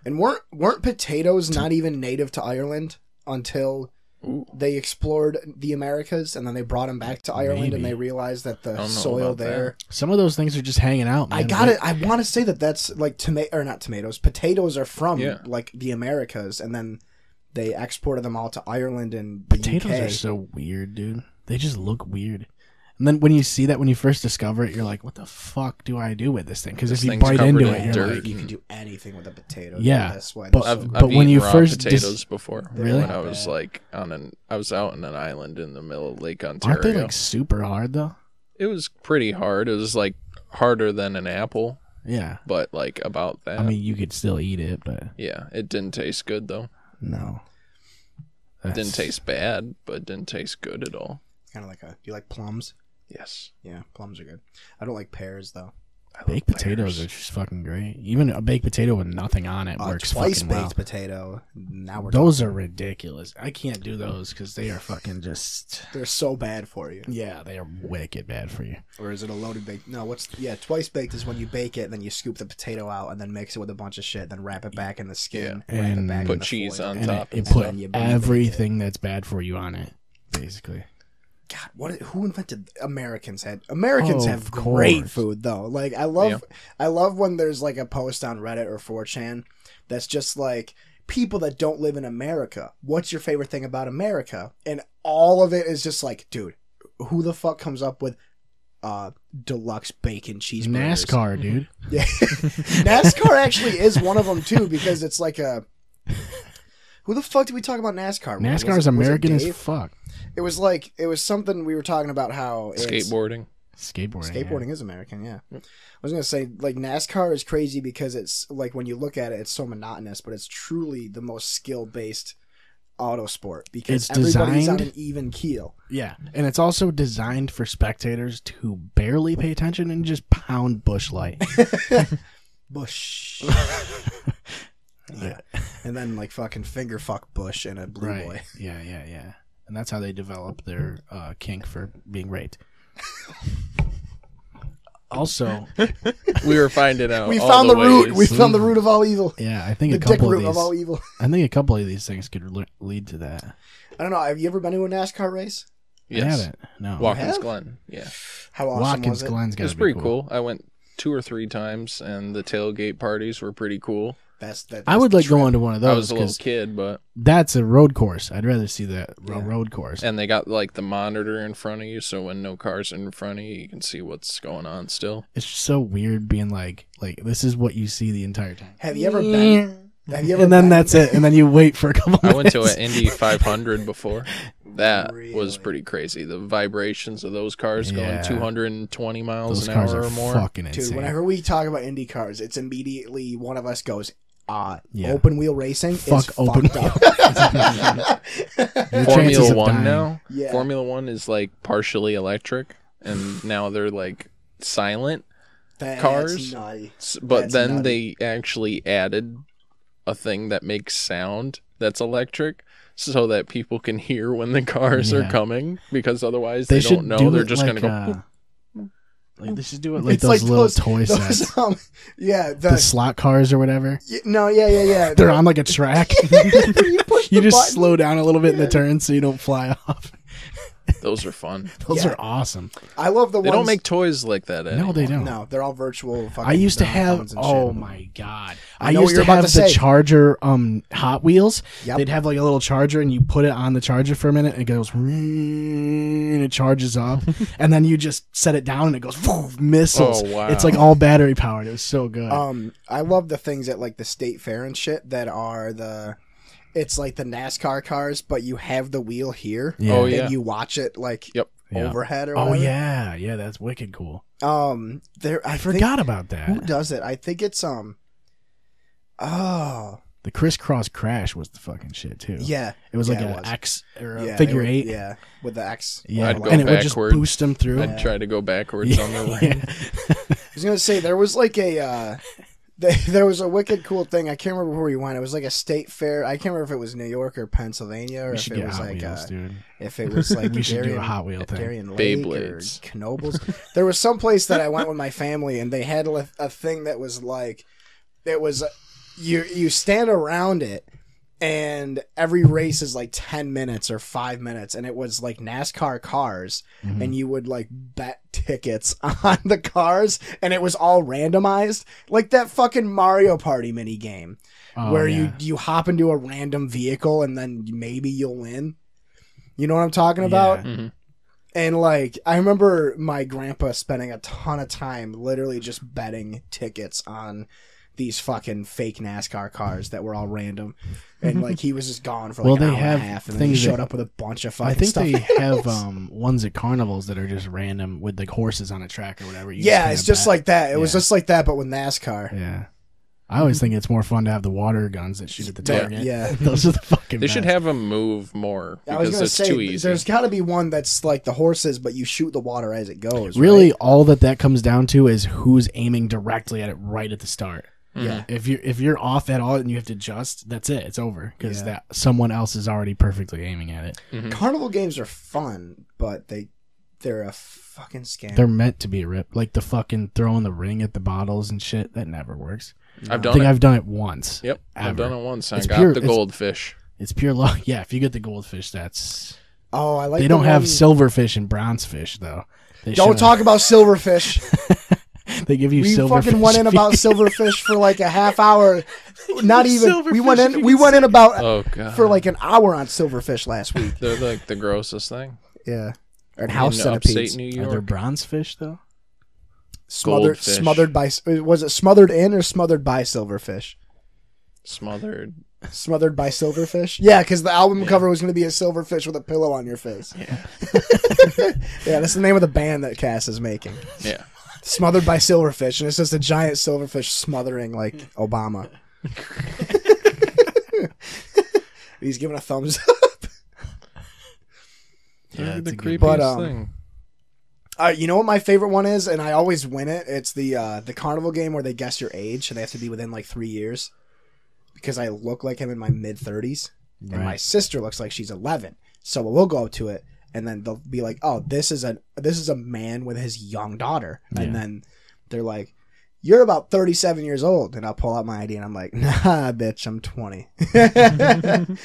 Speaker 4: And weren't weren't potatoes not even native to Ireland until
Speaker 5: Ooh.
Speaker 4: they explored the Americas and then they brought them back to Ireland and
Speaker 2: Maybe.
Speaker 4: they realized that
Speaker 5: don't know
Speaker 4: the soil
Speaker 5: about
Speaker 4: there.
Speaker 2: Some of those things are just hanging out. Man.
Speaker 4: I got
Speaker 2: Like,
Speaker 4: it. I want to say that that's like tomato or not tomatoes. Potatoes are from
Speaker 5: Yeah.
Speaker 4: like the Americas and then they exported them all to Ireland and the
Speaker 2: Potatoes
Speaker 4: UK.
Speaker 2: are so weird, dude. They just look weird. And then when you see that, when you first discover it, you're like, "What the fuck do I do with this thing?" Because
Speaker 5: This
Speaker 2: if you
Speaker 5: thing's
Speaker 2: bite
Speaker 5: covered
Speaker 2: into
Speaker 5: in
Speaker 2: it, you're
Speaker 5: dirt.
Speaker 2: like,
Speaker 4: you can do anything with a potato.
Speaker 2: Yeah,
Speaker 4: that's why.
Speaker 2: but-
Speaker 4: they're
Speaker 5: I've,
Speaker 4: so-
Speaker 5: I've
Speaker 2: But when
Speaker 5: eaten
Speaker 2: you
Speaker 5: raw
Speaker 2: first dis-
Speaker 5: potatoes before,
Speaker 2: Really?
Speaker 5: when I was like on an, I was out on an island in the middle of Lake Ontario.
Speaker 2: "Aren't they like super hard though?"
Speaker 5: it was pretty hard. It was like harder than an apple,
Speaker 2: Yeah.
Speaker 5: but like about that.
Speaker 2: I mean, you could still eat it, but
Speaker 5: yeah, it didn't taste good though.
Speaker 2: no.
Speaker 5: Didn't
Speaker 2: That's-
Speaker 5: taste bad, but didn't taste good at all.
Speaker 4: kind of like a. You like plums?
Speaker 5: Yes,
Speaker 4: Yeah, plums are good. I don't like pears though.
Speaker 5: I love
Speaker 2: Baked potatoes
Speaker 5: pears.
Speaker 2: are just fucking great. Even a baked potato with nothing on it
Speaker 4: Uh,
Speaker 2: works
Speaker 4: twice
Speaker 2: fucking
Speaker 4: baked
Speaker 2: well.
Speaker 4: potato. Now we're
Speaker 2: Those are ridiculous. I can't do those because they are fucking just.
Speaker 4: They're so bad for you.
Speaker 2: Yeah, they are wicked bad for you.
Speaker 4: Or is it a loaded baked? No, what's yeah? Twice baked is when you bake it, then you scoop the potato out, and then mix it with a bunch of shit, then wrap it back in the skin,
Speaker 2: Yeah.
Speaker 4: wrap it
Speaker 2: And
Speaker 4: back in
Speaker 5: put
Speaker 4: the
Speaker 5: cheese
Speaker 4: foil.
Speaker 5: on
Speaker 2: And it,
Speaker 5: top.
Speaker 2: it
Speaker 5: and
Speaker 2: put
Speaker 5: stuff.
Speaker 4: then you bake it.
Speaker 2: everything that's bad for you on it, basically.
Speaker 4: God, what? Who invented Americans had Americans
Speaker 2: Oh,
Speaker 4: have
Speaker 2: of
Speaker 4: great
Speaker 2: course.
Speaker 4: food though. Like I love,
Speaker 5: Yeah.
Speaker 4: I love when there's like a post on Reddit or 4chan that's just like people that don't live in America. What's your favorite thing about America? And all of it is just like, dude, who the fuck comes up with uh deluxe bacon cheeseburgers? Mm-hmm.
Speaker 2: NASCAR, dude.
Speaker 4: Yeah. NASCAR actually is one of them too because it's like a. Who the fuck did we talk about NASCAR? with? Was it-
Speaker 2: NASCAR
Speaker 4: was
Speaker 2: is
Speaker 4: it
Speaker 2: American as
Speaker 4: Dave?
Speaker 2: fuck.
Speaker 4: it was like it was something we were talking about how it's-
Speaker 5: skateboarding.
Speaker 2: Skateboarding. yeah.
Speaker 4: Skateboarding is American, yeah. I was gonna say like NASCAR is crazy because it's like when you look at it, it's so monotonous, but it's truly the most skill based auto sport
Speaker 2: It's
Speaker 4: because everybody's on
Speaker 2: designed-
Speaker 4: an even keel.
Speaker 2: Yeah, and it's also designed for spectators to barely pay attention and just pound bush light.
Speaker 4: Oh, Bush. yeah. And then like fucking finger fuck Bush and a blue boy.
Speaker 2: Yeah, yeah, yeah. And that's how they develop their uh, kink for being raped. also,
Speaker 5: We were finding out.
Speaker 4: We
Speaker 5: all
Speaker 4: found the, root.
Speaker 5: ways. Mm-hmm.
Speaker 4: We found the root of all evil.
Speaker 2: yeah, I think
Speaker 4: The
Speaker 2: a
Speaker 4: dick
Speaker 2: couple of
Speaker 4: root
Speaker 2: these.
Speaker 4: of all evil.
Speaker 2: I think a couple of these things could le- lead to that.
Speaker 4: I don't know. Have you ever been to a NASCAR race?
Speaker 2: I
Speaker 5: yes.
Speaker 2: haven't. No.
Speaker 5: Watkins
Speaker 4: have?
Speaker 5: Glen. Yeah,
Speaker 4: How awesome
Speaker 2: Watkins
Speaker 4: was it?
Speaker 2: Glen's
Speaker 5: it
Speaker 2: got
Speaker 5: was pretty cool. I went two or three times, and the tailgate parties were pretty cool.
Speaker 4: That's that.
Speaker 2: I would like going to one of
Speaker 5: I
Speaker 2: those
Speaker 5: was a little
Speaker 2: because
Speaker 5: kid, but
Speaker 2: that's a road course. I'd rather see that ro-
Speaker 4: Yeah.
Speaker 2: road course.
Speaker 5: and they got like the monitor in front of you, so when no cars in front of you, you can see what's going on still.
Speaker 2: It's just so weird being like, like this is what you see the entire time.
Speaker 4: Have you ever been? Have you ever?
Speaker 2: and then
Speaker 4: been-
Speaker 2: that's it. And then you wait for a couple.
Speaker 5: I went to
Speaker 2: minutes.
Speaker 5: an Indy 500 before. That was
Speaker 4: Really?
Speaker 5: pretty crazy. The vibrations of those cars
Speaker 2: Yeah.
Speaker 5: going 220 miles
Speaker 2: Those
Speaker 5: an
Speaker 2: cars
Speaker 5: hour
Speaker 2: are
Speaker 5: or more.
Speaker 2: fucking
Speaker 4: Dude,
Speaker 2: insane.
Speaker 4: whenever we talk about Indy cars, it's immediately one of us goes, uh,
Speaker 2: Yeah.
Speaker 4: open wheel racing
Speaker 2: Fuck
Speaker 4: is
Speaker 2: open
Speaker 4: fucked up.
Speaker 2: Your chances
Speaker 5: Formula
Speaker 2: of
Speaker 5: One
Speaker 2: dying.
Speaker 5: now.
Speaker 4: Yeah.
Speaker 5: Formula One is like partially electric, and now they're like silent.
Speaker 4: That's
Speaker 5: Cars?
Speaker 4: nutty.
Speaker 5: S- But
Speaker 4: That's e-,
Speaker 5: then they actually added a thing that makes sound that's electric. So that people can hear when the cars
Speaker 2: Yeah.
Speaker 5: are coming, because otherwise
Speaker 2: They
Speaker 5: they,
Speaker 2: should
Speaker 5: don't know.
Speaker 2: do
Speaker 5: They're
Speaker 2: it
Speaker 5: just
Speaker 2: like,
Speaker 5: going to go.
Speaker 2: uh,
Speaker 5: "Boop."
Speaker 2: like they should do it like
Speaker 4: It's
Speaker 2: those
Speaker 4: like
Speaker 2: little
Speaker 4: those-
Speaker 2: toy
Speaker 4: Those,
Speaker 2: sets,
Speaker 4: um, yeah, the,
Speaker 2: the slot cars or whatever.
Speaker 4: y- no, yeah, yeah, yeah.
Speaker 2: They're on like a track.
Speaker 4: you push
Speaker 2: you
Speaker 4: the
Speaker 2: just
Speaker 4: button.
Speaker 2: slow down a little bit in the turn so you don't fly off. uh,
Speaker 5: Those are fun.
Speaker 2: Those
Speaker 4: Yeah.
Speaker 2: are awesome.
Speaker 4: I love the
Speaker 5: They
Speaker 4: ones.
Speaker 5: don't make toys like that anymore.
Speaker 2: No, they don't.
Speaker 4: No, they're all virtual. Fucking
Speaker 2: I used to
Speaker 4: dom-coms
Speaker 2: have.
Speaker 4: and
Speaker 2: Oh
Speaker 4: shit.
Speaker 2: my god!
Speaker 4: I
Speaker 2: I,
Speaker 4: know what
Speaker 2: used
Speaker 4: you're
Speaker 2: to
Speaker 4: about
Speaker 2: have
Speaker 4: to
Speaker 2: the
Speaker 4: say.
Speaker 2: Charger um Hot Wheels.
Speaker 4: Yep.
Speaker 2: They'd have like a little charger, and you put it on the charger for a minute, and it goes, and it charges up, and then you just set it down, and it goes missiles.
Speaker 5: Oh, wow.
Speaker 2: It's like all battery powered. It was so good.
Speaker 4: Um, I love the things at like the state fair and shit that are the. It's like the NASCAR cars, but you have the wheel here.
Speaker 2: Yeah.
Speaker 5: Oh, yeah.
Speaker 4: And you watch it like
Speaker 5: Yep.
Speaker 2: Yeah.
Speaker 4: overhead or
Speaker 2: Oh
Speaker 4: whatever.
Speaker 2: yeah, yeah, that's wicked cool.
Speaker 4: Um, there. I,
Speaker 2: I
Speaker 4: forgot.
Speaker 2: forgot about
Speaker 4: Who
Speaker 2: that.
Speaker 4: does it? I think it's um Oh,
Speaker 2: The crisscross crash was the fucking shit too.
Speaker 4: yeah.
Speaker 2: it was like
Speaker 4: yeah,
Speaker 2: an
Speaker 4: it was.
Speaker 2: X or a
Speaker 4: Yeah,
Speaker 2: figure
Speaker 4: they were-
Speaker 2: eight.
Speaker 4: Yeah, with the X.
Speaker 2: Yeah,
Speaker 5: I'd go
Speaker 2: and it would just
Speaker 5: backwards.
Speaker 2: boost them through.
Speaker 5: I'd try to go backwards on the
Speaker 2: yeah.
Speaker 5: ring.
Speaker 4: I was gonna say there was like a uh, th- there was a wicked cool thing. I can't remember where we went. It was like a state fair. I can't remember if it was New York or Pennsylvania or
Speaker 2: We
Speaker 4: if
Speaker 2: should
Speaker 4: it
Speaker 2: get
Speaker 4: was
Speaker 2: Hot
Speaker 4: like
Speaker 2: Wheels,
Speaker 4: uh,
Speaker 2: dude.
Speaker 4: if it was like
Speaker 2: We should do a
Speaker 4: Darien-
Speaker 2: Hot Wheel thing.
Speaker 4: Darien Lake or
Speaker 5: Beyblades.
Speaker 4: Knobles. There was some place that I went with my family and they had a, a thing that was like it was uh, you you stand around it and every race is like 10 minutes or 5 minutes and it was like NASCAR cars
Speaker 2: Mm-hmm.
Speaker 4: and you would like bet tickets on the cars and it was all randomized like that fucking Mario Party mini game
Speaker 2: Oh,
Speaker 4: where you
Speaker 2: yeah.
Speaker 4: you hop into a random vehicle and then maybe you'll win. You know what I'm talking about?
Speaker 2: Yeah.
Speaker 5: Mhm.
Speaker 4: And like I remember my grandpa spending a ton of time literally just betting tickets on these fucking fake NASCAR cars that were all random. And like he was just gone for like
Speaker 2: Well,
Speaker 4: an
Speaker 2: they
Speaker 4: hour
Speaker 2: have
Speaker 4: and a half and then he
Speaker 2: things
Speaker 4: showed
Speaker 2: that-
Speaker 4: up with a bunch of fucking
Speaker 2: I think
Speaker 4: stuff.
Speaker 2: they have um, ones at carnivals that are just random with like horses on a track or whatever. You
Speaker 4: yeah,
Speaker 2: kinda
Speaker 4: it's just
Speaker 2: bet.
Speaker 4: like that. It was
Speaker 2: Yeah.
Speaker 4: just like that, but with NASCAR.
Speaker 2: yeah. I always think it's more fun to have the water guns that shoot at the
Speaker 4: Yeah,
Speaker 2: target.
Speaker 4: yeah.
Speaker 2: those are the fucking.
Speaker 5: They should
Speaker 2: best.
Speaker 5: have them move more
Speaker 4: I was
Speaker 5: because
Speaker 4: gonna
Speaker 5: it's
Speaker 4: say
Speaker 5: too
Speaker 4: th-
Speaker 5: easy.
Speaker 4: there's got to be one that's like the horses, but you shoot the water as it goes.
Speaker 2: Really,
Speaker 4: right?
Speaker 2: all that that comes down to is who's aiming directly at it right at the start.
Speaker 5: Mm-hmm.
Speaker 4: Yeah.
Speaker 2: If you're if you're off at all and you have to adjust, that's it. It's over because
Speaker 4: Yeah.
Speaker 2: that someone else is already perfectly aiming at it.
Speaker 4: Carnival games are fun, but they they're a fucking scam.
Speaker 2: They're meant to be ripped. Like the fucking throwing the ring at the bottles and shit. That never works.
Speaker 5: I've
Speaker 2: I
Speaker 5: done
Speaker 2: think
Speaker 5: it.
Speaker 2: I've done it once.
Speaker 5: yep, I've
Speaker 2: ever.
Speaker 5: done it once. I
Speaker 2: It's
Speaker 5: got
Speaker 2: pure-
Speaker 5: the
Speaker 2: it's-
Speaker 5: goldfish.
Speaker 2: It's pure luck. Yeah, if you get the goldfish, that's
Speaker 4: oh, I like.
Speaker 2: they
Speaker 4: the
Speaker 2: don't have
Speaker 4: one-
Speaker 2: silverfish and bronzefish though. They
Speaker 4: Don't
Speaker 2: should've-
Speaker 4: talk about silverfish.
Speaker 2: They give you
Speaker 4: we
Speaker 2: silverfish.
Speaker 4: fucking went in about silverfish for like a half hour. Not even. We went
Speaker 2: Silverfish, if
Speaker 4: in.
Speaker 2: you
Speaker 4: We
Speaker 2: can
Speaker 4: went in about
Speaker 5: Oh god,
Speaker 4: for like an hour on silverfish last week.
Speaker 5: they're like the grossest thing
Speaker 4: Yeah. And house
Speaker 5: in upstate
Speaker 4: centipedes
Speaker 5: New
Speaker 2: Are there
Speaker 5: York.
Speaker 2: bronzefish though?
Speaker 4: smothered,
Speaker 5: Goldfish.
Speaker 4: smothered by was it smothered in or smothered by silverfish?
Speaker 5: Smothered.
Speaker 4: Smothered by silverfish. Yeah, because the album cover was going to be a silverfish with a pillow on your face. Yeah, yeah, that's the name of the band that Cass is making.
Speaker 5: Yeah.
Speaker 4: Smothered by silverfish, and it's just a giant silverfish smothering like Obama. He's giving a thumbs up.
Speaker 5: They're
Speaker 2: it's
Speaker 5: the
Speaker 2: a good-
Speaker 5: creepiest
Speaker 4: But, um,
Speaker 5: thing.
Speaker 4: All right, you know what my favorite one is, and I always win it. It's the uh, the carnival game where they guess your age, and they have to be within like three years. Because I look like I'm in my mid thirties. and my
Speaker 2: Right.
Speaker 4: sister looks like she's 11 so we'll go up to it and then they'll be like oh this is a this is a man with his young daughter and
Speaker 2: Yeah.
Speaker 4: then they're like you're about 37 years old and i'll pull out my id and i'm like nah bitch i'm 20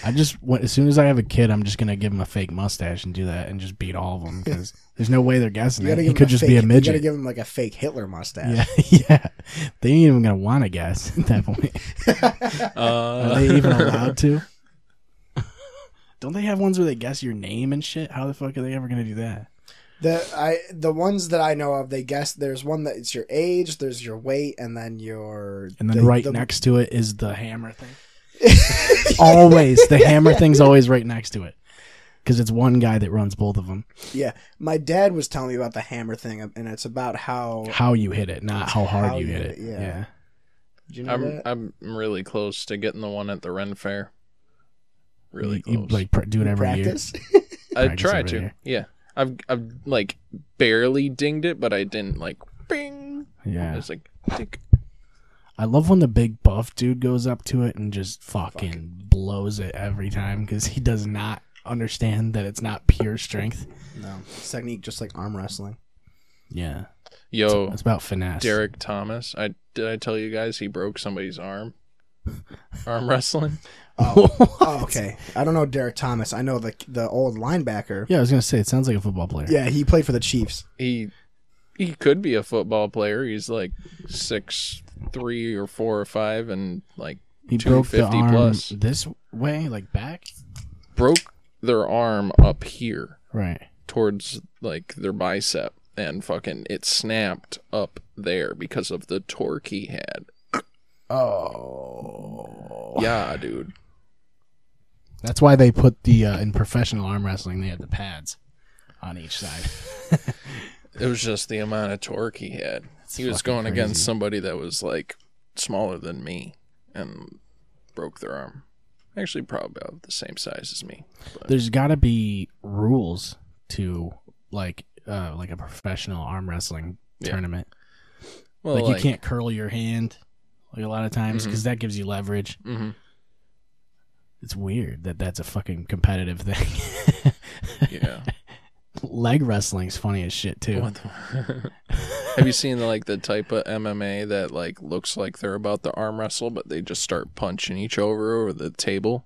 Speaker 2: I just want- as soon as I have a kid, I'm just gonna give him a fake mustache and do that and just beat all of them because there's no way they're guessing it. He
Speaker 4: him
Speaker 2: could just
Speaker 4: fake,
Speaker 2: be a
Speaker 4: you
Speaker 2: midget.
Speaker 4: gotta give him like a fake hitler mustache
Speaker 2: yeah, yeah. They ain't even gonna want to guess at that point. Are
Speaker 5: Uh,
Speaker 2: they even allowed to? Don't they have ones where they guess your name and shit? How the fuck are they ever gonna do that?
Speaker 4: The I the ones that I know of, they guess there's one that it's your age, there's your weight, and then your
Speaker 2: And then
Speaker 4: the-
Speaker 2: right
Speaker 4: the-
Speaker 2: next to it is the hammer thing. always the hammer thing's always right next to it because it's one guy that runs both of them.
Speaker 4: Yeah, my dad was telling me about the hammer thing, and it's about how
Speaker 2: How you hit it, not how hard
Speaker 4: How
Speaker 2: you hit it. Yeah.
Speaker 4: Did you know
Speaker 5: I'm
Speaker 4: that?
Speaker 5: I'm really close to getting the one at the Ren Fair. Really
Speaker 2: You- you,
Speaker 5: close.
Speaker 2: like pr- do it every year.
Speaker 4: practice.
Speaker 5: I
Speaker 2: practice
Speaker 5: try
Speaker 2: over
Speaker 5: to.
Speaker 2: here.
Speaker 5: Yeah. I've I've like barely dinged it, but I didn't like bing.
Speaker 2: Yeah.
Speaker 5: It's like tick.
Speaker 2: I love when the big buff dude goes up to it and just fucking blows it every time because he does not understand that it's not pure strength.
Speaker 4: No, it's technique just like arm wrestling.
Speaker 2: Yeah.
Speaker 5: Yo,
Speaker 2: It's about finesse.
Speaker 5: Derek Thomas. I did I tell you guys he broke somebody's arm? Arm wrestling?
Speaker 4: Oh, okay. I don't know Derek Thomas. I know the the old linebacker.
Speaker 2: Yeah, I was going to say, it sounds like a football player.
Speaker 4: Yeah, he played for the Chiefs.
Speaker 5: He he could be a football player. He's like six three or four or five and like
Speaker 2: He broke the
Speaker 5: 250
Speaker 2: arm
Speaker 5: plus.
Speaker 2: this way, like back?
Speaker 5: broke their arm up here.
Speaker 2: Right.
Speaker 5: towards like their bicep and fucking it snapped up there because of the torque he had.
Speaker 2: Oh.
Speaker 5: Yeah, dude.
Speaker 2: That's why they put the, uh, in professional arm wrestling, they had the pads on each side.
Speaker 5: It was just the amount of torque he had. he was
Speaker 2: fucking
Speaker 5: going
Speaker 2: crazy.
Speaker 5: against somebody that was like smaller than me. and broke their arm. Actually, probably about the same size as me. But
Speaker 2: There's got to be rules to like uh like a professional arm wrestling
Speaker 5: Yeah.
Speaker 2: tournament.
Speaker 5: well, Mm-hmm.
Speaker 2: like, you can't curl your hand like a lot of times because that gives you leverage.
Speaker 5: Mhm.
Speaker 2: It's weird that that's a fucking competitive thing.
Speaker 5: Yeah.
Speaker 2: Leg wrestling's funny as shit too.
Speaker 5: What the- Have you seen the, like the type of MMA that like looks like they're about to arm wrestle, but they just start punching each over over the table?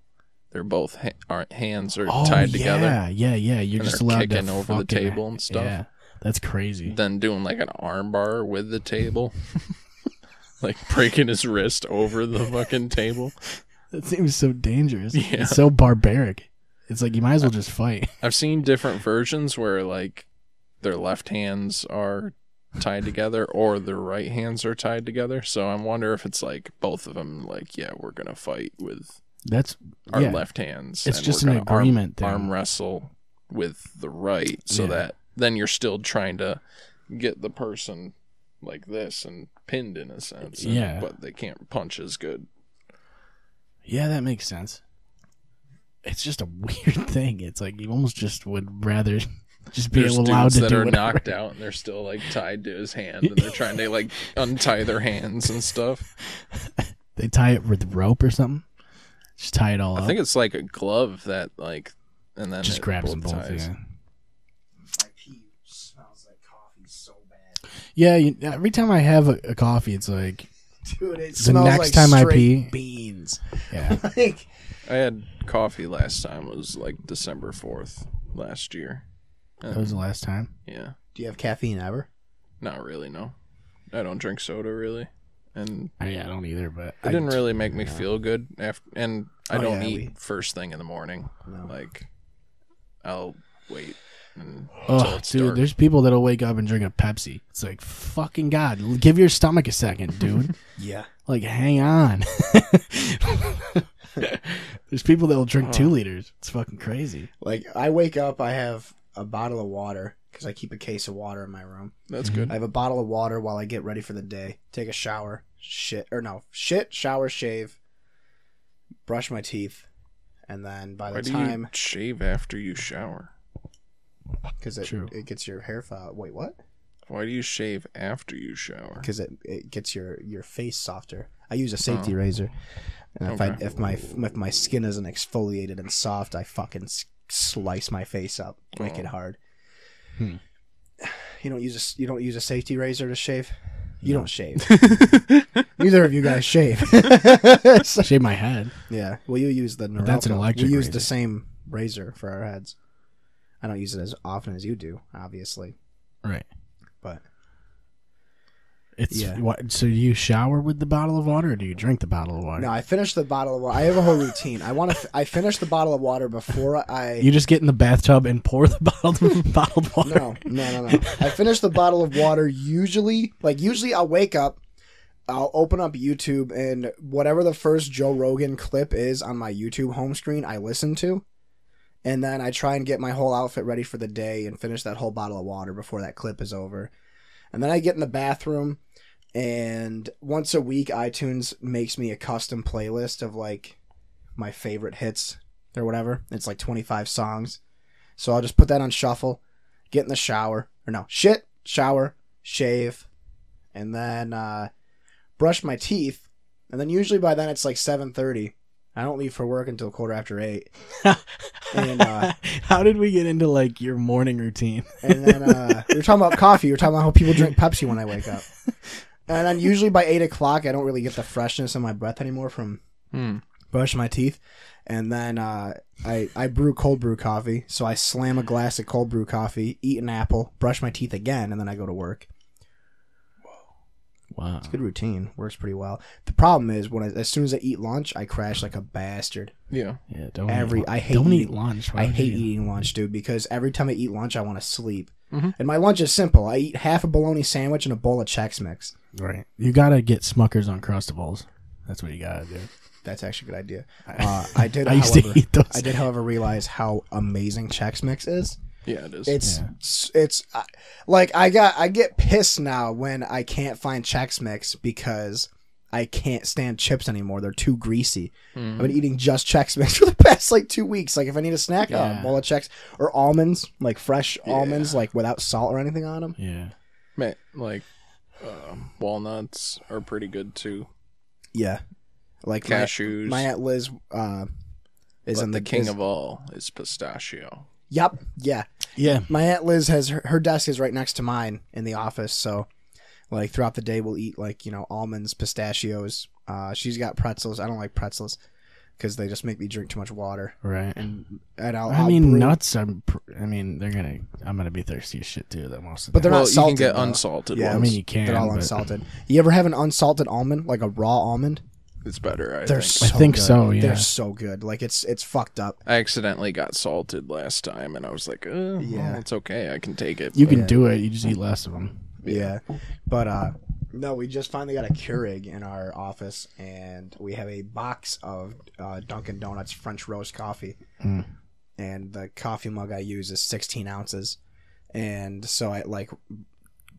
Speaker 5: They're both ha- are hands are
Speaker 2: Oh,
Speaker 5: tied
Speaker 2: yeah,
Speaker 5: together,
Speaker 2: Yeah, yeah, You're
Speaker 5: and
Speaker 2: just
Speaker 5: they're
Speaker 2: allowed to
Speaker 5: kicking over the
Speaker 2: fucking-
Speaker 5: table and stuff.
Speaker 2: Yeah, that's crazy.
Speaker 5: then doing like an arm bar with the table, like breaking his wrist over the fucking table.
Speaker 2: That seems so dangerous.
Speaker 5: Yeah.
Speaker 2: It's so barbaric. It's like you might as well just fight.
Speaker 5: I've seen different versions where like their left hands are tied together or their right hands are tied together. So I wonder if it's like both of them like yeah, we're going to fight with
Speaker 2: That's
Speaker 5: our
Speaker 2: yeah.
Speaker 5: left hands.
Speaker 2: It's
Speaker 5: and
Speaker 2: just
Speaker 5: we're
Speaker 2: an
Speaker 5: gonna arm-
Speaker 2: agreement thing.
Speaker 5: Arm, wrestle with the right so
Speaker 2: Yeah.
Speaker 5: that then you're still trying to get the person like this and pinned in a sense. and-
Speaker 2: Yeah.
Speaker 5: But they can't punch as good.
Speaker 2: Yeah, that makes sense. It's just a weird thing. It's like you almost just would rather just be
Speaker 5: There's
Speaker 2: allowed
Speaker 5: dudes
Speaker 2: to
Speaker 5: that
Speaker 2: do
Speaker 5: are
Speaker 2: whatever.
Speaker 5: knocked out and they're still like tied to his hand and they're trying to like untie their hands and stuff.
Speaker 2: They tie it with rope or something. Just tie it all
Speaker 5: I
Speaker 2: up.
Speaker 5: think it's like a glove that like and then
Speaker 2: just
Speaker 5: it
Speaker 2: grabs them both.
Speaker 5: ties.
Speaker 2: Yeah.
Speaker 4: My pee smells like coffee so bad.
Speaker 2: Yeah. You, every time I have a, a coffee, it's like
Speaker 4: Dude, it
Speaker 2: The
Speaker 4: smells
Speaker 2: next
Speaker 4: like
Speaker 2: time I
Speaker 4: straight
Speaker 2: pee-
Speaker 4: beans.
Speaker 2: yeah.
Speaker 4: Like
Speaker 5: I had coffee last time it was like December fourth last year.
Speaker 2: that was the last time.
Speaker 5: Yeah.
Speaker 4: do you have caffeine ever?
Speaker 5: Not really, no. I don't drink soda really, and
Speaker 2: I mean, I don't either, but
Speaker 5: it didn't really make me feel good. After and I
Speaker 4: Oh,
Speaker 5: don't
Speaker 4: yeah,
Speaker 5: eat
Speaker 4: we-
Speaker 5: first thing in the morning. Like, I'll wait. And until
Speaker 2: Oh,
Speaker 5: it's
Speaker 2: dude,
Speaker 5: dark.
Speaker 2: there's people that'll wake up and drink a Pepsi. It's like fucking god, l- give your stomach a second, dude.
Speaker 4: Yeah.
Speaker 2: like, hang on. there's people that'll drink two liters. It's fucking crazy.
Speaker 4: Like I wake up, I have a bottle of water because I keep a case of water in my room.
Speaker 5: that's good.
Speaker 4: I have a bottle of water while I get ready for the day. Take a shower, shit, or no, shit, shower, shave, brush my teeth, and then by
Speaker 5: Why
Speaker 4: the
Speaker 5: do you
Speaker 4: time
Speaker 5: shave after you shower?
Speaker 4: because it,
Speaker 2: True.
Speaker 4: it gets your hair file. Wait, what?
Speaker 5: Why do you shave after you shower?
Speaker 4: Because it, it gets your your face softer. I use a safety razor, and if I
Speaker 5: Okay.
Speaker 4: if my if my skin isn't exfoliated and soft, I fucking s- slice my face up wicked hard.
Speaker 2: Hmm.
Speaker 4: You don't use a s- you don't use a safety razor to shave. You don't shave. Neither of you guys shave. So-
Speaker 2: Mm-hmm. Shave my head.
Speaker 4: Yeah. Well, you use the Norelco.
Speaker 2: that's an electric
Speaker 4: We use
Speaker 2: razor.
Speaker 4: the same razor for our heads. I don't use it as often as you do, obviously.
Speaker 2: Right.
Speaker 4: But
Speaker 2: It's
Speaker 4: Yeah.
Speaker 2: what, so you shower with the bottle of water, or do you drink the bottle of water?
Speaker 4: no, I finish the bottle of water. I have a whole routine. I want to. F- I finish the bottle of water before I.
Speaker 2: You just get in the bathtub and pour the bottled bottled water.
Speaker 4: no, no, no, no. I finish the bottle of water usually. Like usually, I'll wake up. I'll open up YouTube and whatever the first Joe Rogan clip is on my YouTube home screen, I listen to. And then I try and get my whole outfit ready for the day and finish that whole bottle of water before that clip is over. And then I get in the bathroom and once a week iTunes makes me a custom playlist of like my favorite hits or whatever. It's like 25 songs. So I'll just put that on shuffle, get in the shower, or no, shit, shower, shave, and then uh brush my teeth. And then usually by then it's like 7:30. I don't leave for work until quarter after 8. and uh
Speaker 2: How did we get into like your morning routine?
Speaker 4: and then uh, we were talking about coffee. We were talking about how people drink Pepsi when I wake up. And then usually by eight o'clock, I don't really get the freshness in my breath anymore from
Speaker 5: Hmm.
Speaker 4: brushing my teeth. And then uh, I I brew cold brew coffee, so I slam a glass of cold brew coffee, eat an apple, brush my teeth again, and then I go to work.
Speaker 2: Wow.
Speaker 4: Good routine, works pretty well. The problem is when I, as soon as I eat lunch, I crash like a bastard.
Speaker 5: Yeah.
Speaker 2: Yeah, don't
Speaker 4: Every-
Speaker 2: eat, lu-
Speaker 4: I hate
Speaker 2: don't eat
Speaker 4: eating-
Speaker 2: lunch. Why
Speaker 4: I
Speaker 2: would
Speaker 4: hate
Speaker 2: you?
Speaker 4: eating lunch, dude, because every time I eat lunch, I want to sleep.
Speaker 5: Mhm.
Speaker 4: And my lunch is simple. I eat half a bologna sandwich and a bowl of Chex Mix.
Speaker 2: Right. You gotta get Smuckers on Crustables. That's what you gotta do.
Speaker 4: That's actually a good idea. Uh, I did,
Speaker 2: I used to
Speaker 4: however,
Speaker 2: eat those.
Speaker 4: I did, however, realize how amazing Chex Mix is.
Speaker 5: Yeah, it is.
Speaker 4: It's it's, it's I like I got I get pissed now when I can't find Chex Mix because I can't stand chips anymore. They're too greasy. I've been eating just Chex Mix for the past like two weeks. Like if I need a snack,
Speaker 2: Yeah.
Speaker 4: a bowl of Chex or almonds, like fresh almonds, like without salt or anything on them.
Speaker 2: Yeah.
Speaker 5: Man, like uh, walnuts are pretty good too.
Speaker 4: Yeah, like my-
Speaker 5: Cashews.
Speaker 4: My, aunt Liz uh, is
Speaker 5: but
Speaker 4: in
Speaker 5: the, king
Speaker 4: is-
Speaker 5: of all is pistachio.
Speaker 4: Yep. Yeah.
Speaker 2: Yeah.
Speaker 4: My aunt Liz has her, her desk is right next to mine in the office, so like throughout the day we'll eat like you know almonds, pistachios. Uh, she's got pretzels. I don't like pretzels because they just make me drink too much water.
Speaker 2: Right.
Speaker 4: And and I'll,
Speaker 2: I
Speaker 4: I'll
Speaker 2: mean,
Speaker 4: brew-
Speaker 2: nuts. I'm. Pr- I mean, they're gonna. I'm gonna be thirsty as shit too. That most of
Speaker 4: But
Speaker 2: the
Speaker 4: they're
Speaker 5: well,
Speaker 4: not salted.
Speaker 5: you can get
Speaker 4: though.
Speaker 5: unsalted
Speaker 4: Yeah,
Speaker 2: I
Speaker 5: ones.
Speaker 2: mean, you can.
Speaker 4: They're all
Speaker 2: but-
Speaker 4: unsalted. You ever have an unsalted almond, like a raw almond?
Speaker 5: it's better. I
Speaker 4: They're
Speaker 5: think.
Speaker 4: so
Speaker 2: think
Speaker 4: good.
Speaker 2: so, yeah.
Speaker 4: They're so good. Like it's it's fucked up.
Speaker 5: I accidentally got salted last time, and I was like, uh
Speaker 4: Yeah.
Speaker 5: well, it's okay. I can take it.
Speaker 2: You
Speaker 5: but-
Speaker 2: can do it. You just eat less of them.
Speaker 4: Yeah. But uh no, we just finally got a Keurig in our office and we have a box of uh, Dunkin' Donuts French roast coffee.
Speaker 2: Mm.
Speaker 4: And the coffee mug I use is 16 ounces. And so at like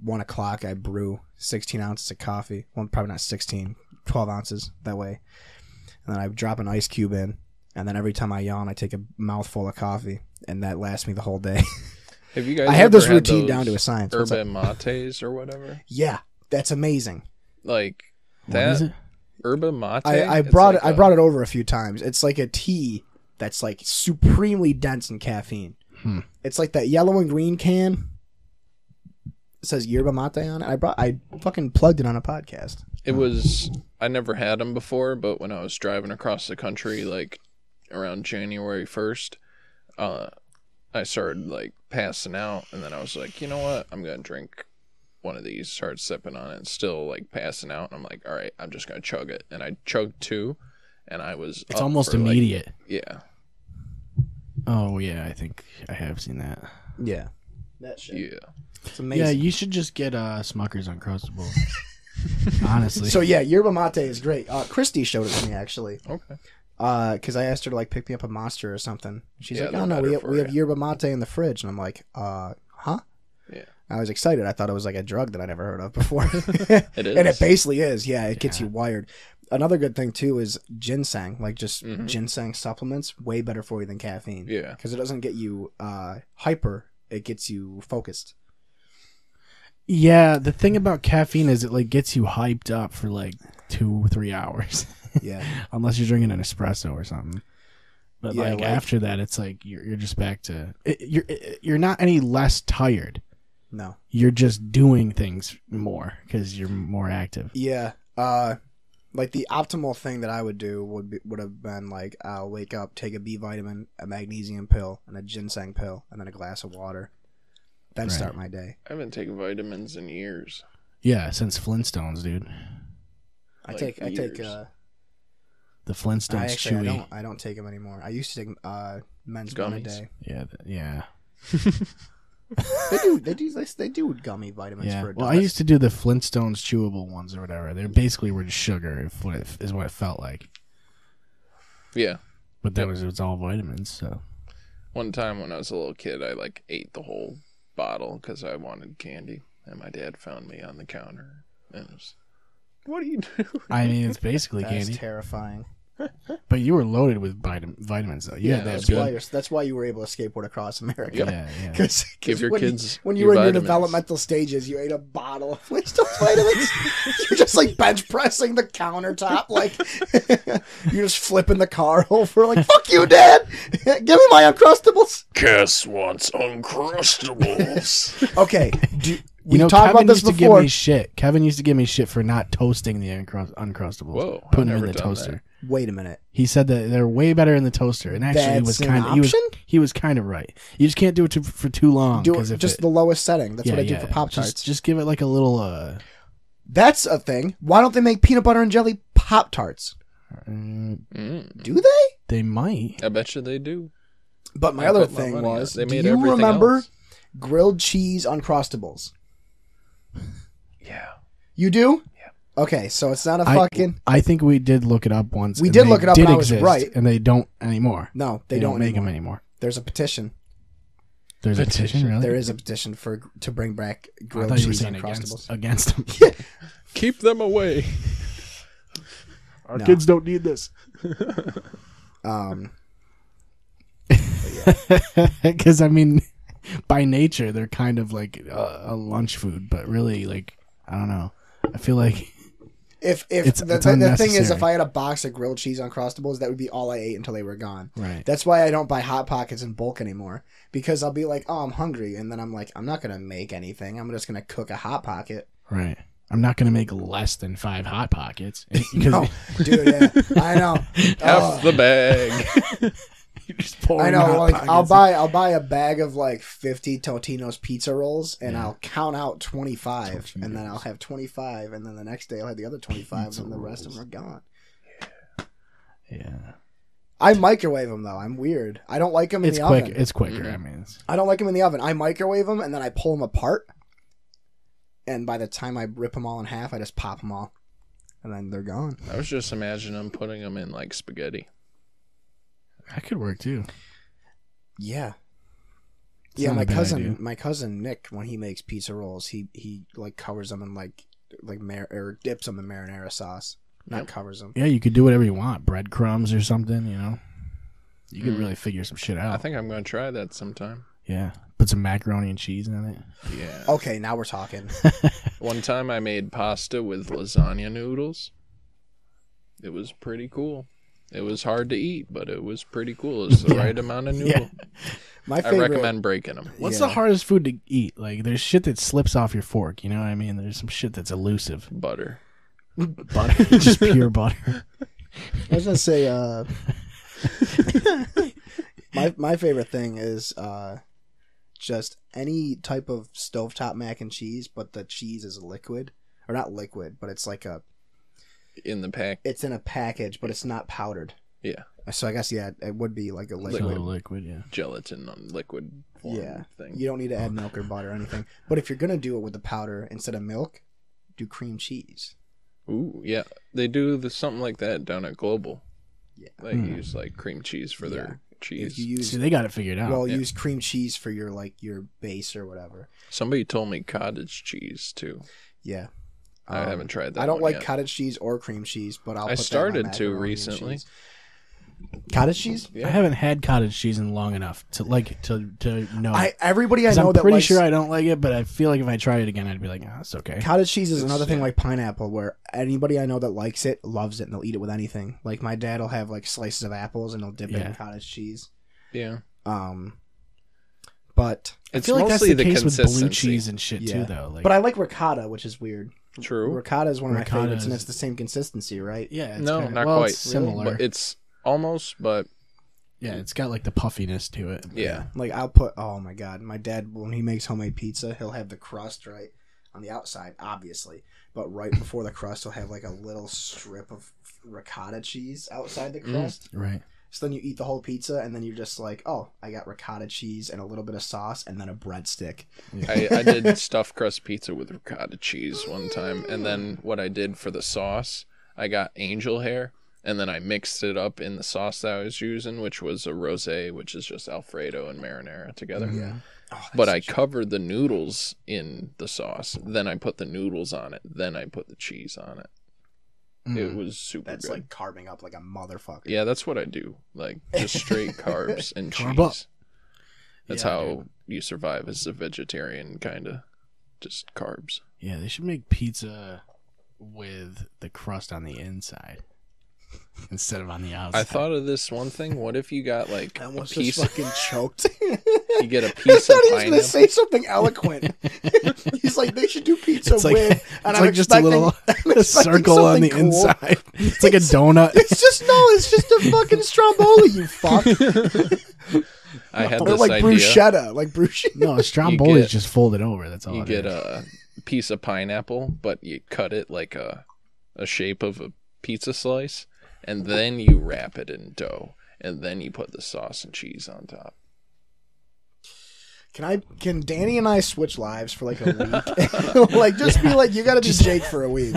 Speaker 4: one o'clock, I brew 16 ounces of coffee. Well, probably not 16, 12 ounces that way. And then I drop an ice cube in. And then every time I yawn, I take a mouthful of coffee. And that lasts me the whole day.
Speaker 5: Have you guys?
Speaker 4: I have this
Speaker 5: ever had
Speaker 4: routine
Speaker 5: those
Speaker 4: down to a science. What's up?
Speaker 5: Urban mates or whatever.
Speaker 4: Yeah, that's amazing.
Speaker 5: Like
Speaker 2: What is
Speaker 5: that
Speaker 2: it?
Speaker 5: urban mate.
Speaker 4: I, I
Speaker 5: it's
Speaker 4: brought
Speaker 5: like
Speaker 4: it. I
Speaker 5: a-
Speaker 4: brought it over a few times. It's like a tea that's like supremely dense in caffeine.
Speaker 2: Hmm.
Speaker 4: It's like that yellow and green can. It says yerba mate on it. I brought. I fucking plugged it on a podcast.
Speaker 5: It was I never had them before, but when I was driving across the country, like around January first, uh, I started like passing out, and then I was like, you know what, I'm gonna drink one of these. Started sipping on it, still like passing out, and I'm like, all right, I'm just gonna chug it, and I chugged two, and I was
Speaker 2: It's
Speaker 5: up
Speaker 2: almost
Speaker 5: for, like-
Speaker 2: immediate.
Speaker 5: yeah,
Speaker 2: oh yeah, I think I have seen that.
Speaker 4: Yeah, that shit.
Speaker 5: yeah.
Speaker 4: It's amazing.
Speaker 2: Yeah, you should just get uh, Smucker's Uncrustable. Honestly.
Speaker 4: so yeah, yerba mate is great. Uh, Christy showed it to me actually,
Speaker 5: Okay.
Speaker 4: because I asked her to like pick me up a monster or something. She's
Speaker 5: Yeah,
Speaker 4: like,
Speaker 5: they're
Speaker 4: "Oh no, we
Speaker 5: better
Speaker 4: have,
Speaker 5: for
Speaker 4: we have
Speaker 5: you."
Speaker 4: yerba mate in the fridge," and I'm like, "Uh, huh."
Speaker 5: Yeah.
Speaker 4: I was excited. I thought it was like a drug that I never heard of before.
Speaker 5: It
Speaker 4: And it
Speaker 5: is.
Speaker 4: basically is, yeah. It gets you wired. Another good thing too is ginseng, like just
Speaker 5: Mhm.
Speaker 4: ginseng supplements, way better for you than caffeine.
Speaker 5: Yeah.
Speaker 4: because it doesn't get you uh, hyper; it gets you focused.
Speaker 2: yeah, the thing about caffeine is it like gets you hyped up for like two, three hours,
Speaker 4: Yeah,
Speaker 2: unless you're drinking an espresso or something. But
Speaker 4: Yeah,
Speaker 2: like,
Speaker 4: like-
Speaker 2: after that, it's like you're you're just back to it, you're it, you're not any less tired.
Speaker 4: no,
Speaker 2: You're just doing things more because you're more active.
Speaker 4: yeah. Uh, like the optimal thing that I would do would be, would have been like I'll wake up, take a B vitamin, a magnesium pill, and a ginseng pill, and then a glass of water. Then
Speaker 2: Right.
Speaker 4: start my day.
Speaker 5: I haven't taken vitamins in years.
Speaker 2: Yeah, since Flintstones, dude.
Speaker 4: I
Speaker 5: Like
Speaker 4: take I take
Speaker 5: years.
Speaker 4: uh,
Speaker 2: The Flintstones
Speaker 4: I actually I
Speaker 2: chewy.
Speaker 4: don't I don't take them anymore. I used to take uh, men's one a
Speaker 5: Gummies.
Speaker 4: day.
Speaker 2: Yeah, th- yeah,
Speaker 4: they do they do they, they do gummy vitamins
Speaker 2: yeah.
Speaker 4: for
Speaker 2: Well,
Speaker 4: adults.
Speaker 2: I used to do the Flintstones chewable ones or whatever. They basically were just sugar, if what it, is what it felt like.
Speaker 5: Yeah.
Speaker 2: But that was it was all vitamins. So
Speaker 5: One time when I was a little kid, I like ate the whole bottle because I wanted candy, and my dad found me on the counter and was, "What do you do?"
Speaker 2: I mean, it's basically
Speaker 4: That's
Speaker 2: candy.
Speaker 4: terrifying.
Speaker 2: but you were loaded with vitam- vitamins though. Yeah,
Speaker 5: Yeah,
Speaker 2: that's
Speaker 5: that's
Speaker 4: That's why,
Speaker 2: good.
Speaker 4: you're, that's why you were able to skateboard across America.
Speaker 5: Yep.
Speaker 2: Yeah, yeah.
Speaker 4: Cause, 'cause
Speaker 5: Give your
Speaker 4: when you-
Speaker 5: kids
Speaker 4: when you
Speaker 5: your
Speaker 4: were in your
Speaker 5: vitamins.
Speaker 4: developmental stages, you ate a bottle of Flintstones vitamins. You're just like bench pressing the countertop, like you're just flipping the car over, like "fuck you, dad, give me my uncrustables."
Speaker 5: Cass wants uncrustables.
Speaker 4: Okay, do, we
Speaker 2: You know,
Speaker 4: talked
Speaker 2: Kevin
Speaker 4: about this
Speaker 2: used to
Speaker 4: before.
Speaker 2: give me shit. Kevin used to give me shit for not toasting the uncrust- uncrustables.
Speaker 5: Whoa, I've
Speaker 2: putting them
Speaker 5: never
Speaker 2: in the
Speaker 5: done
Speaker 2: toaster.
Speaker 5: that.
Speaker 4: Wait a minute.
Speaker 2: He said that they're way better in the toaster, and actually, he was
Speaker 4: That's an
Speaker 2: kind of he was
Speaker 4: option?
Speaker 2: he was kind of right. You just can't do it to, for too long.
Speaker 4: Do
Speaker 2: 'cause
Speaker 4: it
Speaker 2: if
Speaker 4: just
Speaker 2: it-
Speaker 4: the lowest setting. That's
Speaker 2: yeah,
Speaker 4: what I do
Speaker 2: yeah,
Speaker 4: for pop tarts.
Speaker 2: Just, just give it like a little. uh
Speaker 4: That's a thing. Why don't they make peanut butter and jelly Pop Tarts?
Speaker 2: mm,
Speaker 5: mm,
Speaker 4: Do they?
Speaker 2: They might.
Speaker 5: I bet you they do.
Speaker 4: But my
Speaker 5: I
Speaker 4: other
Speaker 5: put my
Speaker 4: thing
Speaker 5: money on it.
Speaker 4: was,
Speaker 5: They made
Speaker 4: do you
Speaker 5: everything
Speaker 4: remember
Speaker 5: else.
Speaker 4: grilled cheese Uncrustables?
Speaker 5: Yeah,
Speaker 4: You do? Yeah. Okay, so it's not a
Speaker 2: I,
Speaker 4: fucking.
Speaker 2: I think we did look it up once.
Speaker 4: We
Speaker 2: and
Speaker 4: did
Speaker 2: they
Speaker 4: look it up, and I was
Speaker 2: exist,
Speaker 4: right.
Speaker 2: And they don't anymore.
Speaker 4: No, they, don't,
Speaker 2: make
Speaker 4: anymore.
Speaker 2: them anymore.
Speaker 4: There's a petition.
Speaker 2: There's a petition, really.
Speaker 4: There is a petition for to bring back
Speaker 2: I
Speaker 4: grilled
Speaker 2: thought you were
Speaker 4: cheese
Speaker 2: saying
Speaker 4: Uncrustables.
Speaker 2: against, against them.
Speaker 5: keep them away.
Speaker 6: Our
Speaker 4: No.
Speaker 6: kids don't need this.
Speaker 4: Um,
Speaker 2: Because I mean, by nature they're kind of like uh, a, a lunch food, but really, like I don't know. I feel like
Speaker 4: if if
Speaker 2: It's-
Speaker 4: the,
Speaker 2: it's
Speaker 4: the, the thing is,
Speaker 2: unnecessary.
Speaker 4: if I had a box of grilled cheese uncrustables, that would be all I ate until they were gone.
Speaker 2: right.
Speaker 4: That's why I don't buy hot pockets in bulk anymore because I'll be like, oh, I'm hungry, and then I'm like, I'm not gonna make anything. I'm just gonna cook a hot pocket.
Speaker 2: Right. I'm not going to make less than five hot pockets because
Speaker 4: No, dude, yeah, I know.
Speaker 2: Ah.
Speaker 5: Half
Speaker 4: Ugh.
Speaker 5: the bag.
Speaker 2: you just pour.
Speaker 4: I
Speaker 2: in
Speaker 4: know.
Speaker 2: Hot
Speaker 4: Like, I'll
Speaker 2: Pockets.
Speaker 4: buy I'll buy a bag of like fifty Totino's pizza rolls, and I'll count out twenty five, and then I'll have twenty five, and then the next day I'll have the other twenty five, and the rest of them are gone.
Speaker 2: Yeah,
Speaker 4: I microwave them though. I'm weird. I don't like them in
Speaker 2: it's
Speaker 4: the
Speaker 2: quick.
Speaker 4: oven.
Speaker 2: It's quicker. I
Speaker 4: Mm-hmm.
Speaker 2: mean, it's,
Speaker 4: I don't like them in the oven. I microwave them and then I pull them apart, and by the time I rip them all in half, I just pop them all, and then they're gone.
Speaker 5: I was just imagining I'm putting them in like spaghetti.
Speaker 2: I could work too.
Speaker 4: Yeah.
Speaker 2: It's
Speaker 4: yeah,
Speaker 2: not a
Speaker 4: my
Speaker 2: bad
Speaker 4: cousin,
Speaker 2: idea.
Speaker 4: my cousin Nick, when he makes pizza rolls, he he like covers them in like like mar- or dips them in marinara sauce, not covers them.
Speaker 2: Yeah, you could do whatever you want. Breadcrumbs or something. You know, you
Speaker 4: Mm.
Speaker 2: could really figure some shit out.
Speaker 5: I think I'm going to try that sometime.
Speaker 2: yeah, put some macaroni and cheese in it.
Speaker 5: Yeah.
Speaker 4: Okay, now we're talking.
Speaker 5: One time I made pasta with lasagna noodles. It was pretty cool. It was hard to eat, but it was pretty cool. It's the right amount of noodle.
Speaker 4: My
Speaker 5: I
Speaker 4: favorite.
Speaker 5: recommend breaking them.
Speaker 2: What's
Speaker 4: Yeah.
Speaker 2: the hardest food to eat? Like, there's shit that slips off your fork. You know what I mean? There's some shit that's elusive.
Speaker 5: Butter.
Speaker 2: Butter, just pure butter.
Speaker 4: I was gonna say, uh, my my favorite thing is uh, just any type of stovetop mac and cheese, but the cheese is liquid or not liquid, but it's like a
Speaker 5: in the pack.
Speaker 4: it's in a package, but it's not powdered.
Speaker 5: Yeah,
Speaker 4: So I guess yeah, it would be like a
Speaker 2: It's a
Speaker 4: liquid.
Speaker 2: little liquid, yeah.
Speaker 5: gelatin on liquid form
Speaker 4: Yeah,
Speaker 5: thing.
Speaker 4: you don't need to add milk or butter or anything. But if you're gonna do it with the powder instead of milk, do cream cheese.
Speaker 5: Ooh, yeah, they do the, something like that down at Global.
Speaker 4: Yeah.
Speaker 5: they
Speaker 2: Hmm.
Speaker 5: use like cream cheese for their
Speaker 4: If
Speaker 5: cheese.
Speaker 4: you use
Speaker 2: See, they got it figured out.
Speaker 4: well,
Speaker 5: yeah.
Speaker 4: use cream cheese for your like your base or whatever.
Speaker 5: Somebody told me cottage cheese too.
Speaker 4: Yeah.
Speaker 5: I
Speaker 4: Um,
Speaker 5: haven't tried that.
Speaker 4: I don't
Speaker 5: one
Speaker 4: like
Speaker 5: yet.
Speaker 4: cottage cheese or cream cheese, but I'll. put that
Speaker 5: I
Speaker 4: in my
Speaker 5: started to
Speaker 4: macaroni and
Speaker 5: recently.
Speaker 4: cheese. Cottage cheese?
Speaker 2: I haven't had cottage cheese in long enough to like to to know.
Speaker 4: I everybody I
Speaker 2: 'Cause
Speaker 4: know
Speaker 2: I'm
Speaker 4: that
Speaker 2: pretty
Speaker 4: likes
Speaker 2: sure I don't like it, but I feel like if I tried it again, I'd be like, ah, it's okay.
Speaker 4: cottage cheese is another thing
Speaker 5: yeah.
Speaker 4: like pineapple, where anybody I know that likes it loves it and they'll eat it with anything. Like my dad will have like slices of apples and he'll dip it
Speaker 2: Yeah.
Speaker 4: in cottage cheese.
Speaker 5: Yeah,
Speaker 4: Um, but
Speaker 2: I
Speaker 5: it's
Speaker 2: feel like that's
Speaker 5: mostly
Speaker 2: the,
Speaker 5: the,
Speaker 2: case with
Speaker 5: consistency.
Speaker 2: blue cheese and shit
Speaker 4: Yeah.
Speaker 2: too, though. Like,
Speaker 4: but I like ricotta, which is weird.
Speaker 5: True,
Speaker 4: Ricotta is one of
Speaker 2: Ricotta
Speaker 4: my favorites, and
Speaker 2: is-
Speaker 4: it's the same consistency, right?
Speaker 2: yeah, it's
Speaker 5: No,
Speaker 2: kinda-
Speaker 5: not
Speaker 2: well,
Speaker 5: quite.
Speaker 2: It's similar.
Speaker 5: but it's almost. But
Speaker 2: yeah, it's got like the puffiness to it.
Speaker 5: yeah,
Speaker 4: Like I'll put oh my god, my dad when he makes homemade pizza, he'll have the crust right on the outside, obviously, but right before the crust, he'll have like a little strip of ricotta cheese outside
Speaker 5: Mm.
Speaker 4: the crust.
Speaker 2: Right.
Speaker 4: So then you eat the whole pizza, and then you're just like, oh, I got ricotta cheese and a little bit of sauce, and then a breadstick.
Speaker 5: I, I did stuffed crust pizza with ricotta cheese one time, and then what I did for the sauce, I got angel hair, and then I mixed it up in the sauce that I was using, which was a rosé, which is just Alfredo and marinara together. Yeah.
Speaker 4: Oh,
Speaker 5: but I covered the noodles in the sauce. Then I put the noodles on it. Then I put the cheese on it.
Speaker 2: Mm.
Speaker 5: It was super
Speaker 4: That's
Speaker 5: good.
Speaker 4: like carving up like a motherfucker.
Speaker 5: yeah, that's what I do. Like just straight carbs and
Speaker 2: Carb
Speaker 5: cheese.
Speaker 2: up.
Speaker 5: That's
Speaker 2: Yeah,
Speaker 5: how you survive as a vegetarian, kind of. Just carbs.
Speaker 2: Yeah, they should make pizza with the crust on the inside instead of on the outside.
Speaker 5: I thought of this one thing. What if you got like
Speaker 4: I
Speaker 5: a
Speaker 4: almost
Speaker 5: piece?
Speaker 4: just
Speaker 5: Of,
Speaker 4: fucking choked.
Speaker 5: you get a
Speaker 4: I
Speaker 5: piece of
Speaker 4: thought he was
Speaker 5: pineapple.
Speaker 4: gonna say something eloquent. He's like, they should do pizza
Speaker 2: it's like,
Speaker 4: with, and
Speaker 2: it's
Speaker 4: I'm
Speaker 2: like just a
Speaker 4: expecting-
Speaker 2: little
Speaker 4: I'm
Speaker 2: a
Speaker 4: expecting
Speaker 2: circle on the
Speaker 4: something cool.
Speaker 2: inside. It's like a donut.
Speaker 4: It's just no, it's just a fucking stromboli, you fuck.
Speaker 5: I had
Speaker 4: Or
Speaker 5: this
Speaker 4: like
Speaker 5: idea.
Speaker 4: bruschetta, like bruschetta.
Speaker 2: No, a stromboli is
Speaker 5: get-
Speaker 2: just folded over. That's all.
Speaker 5: you
Speaker 2: it
Speaker 5: get uh,
Speaker 2: is.
Speaker 5: a piece of pineapple, but you cut it like a a shape of a pizza slice, and then you wrap it in dough, and then you put the sauce and cheese on top.
Speaker 4: Can I? Can Danny and I switch lives for like a week? like just be like, you got to be Jake for a week.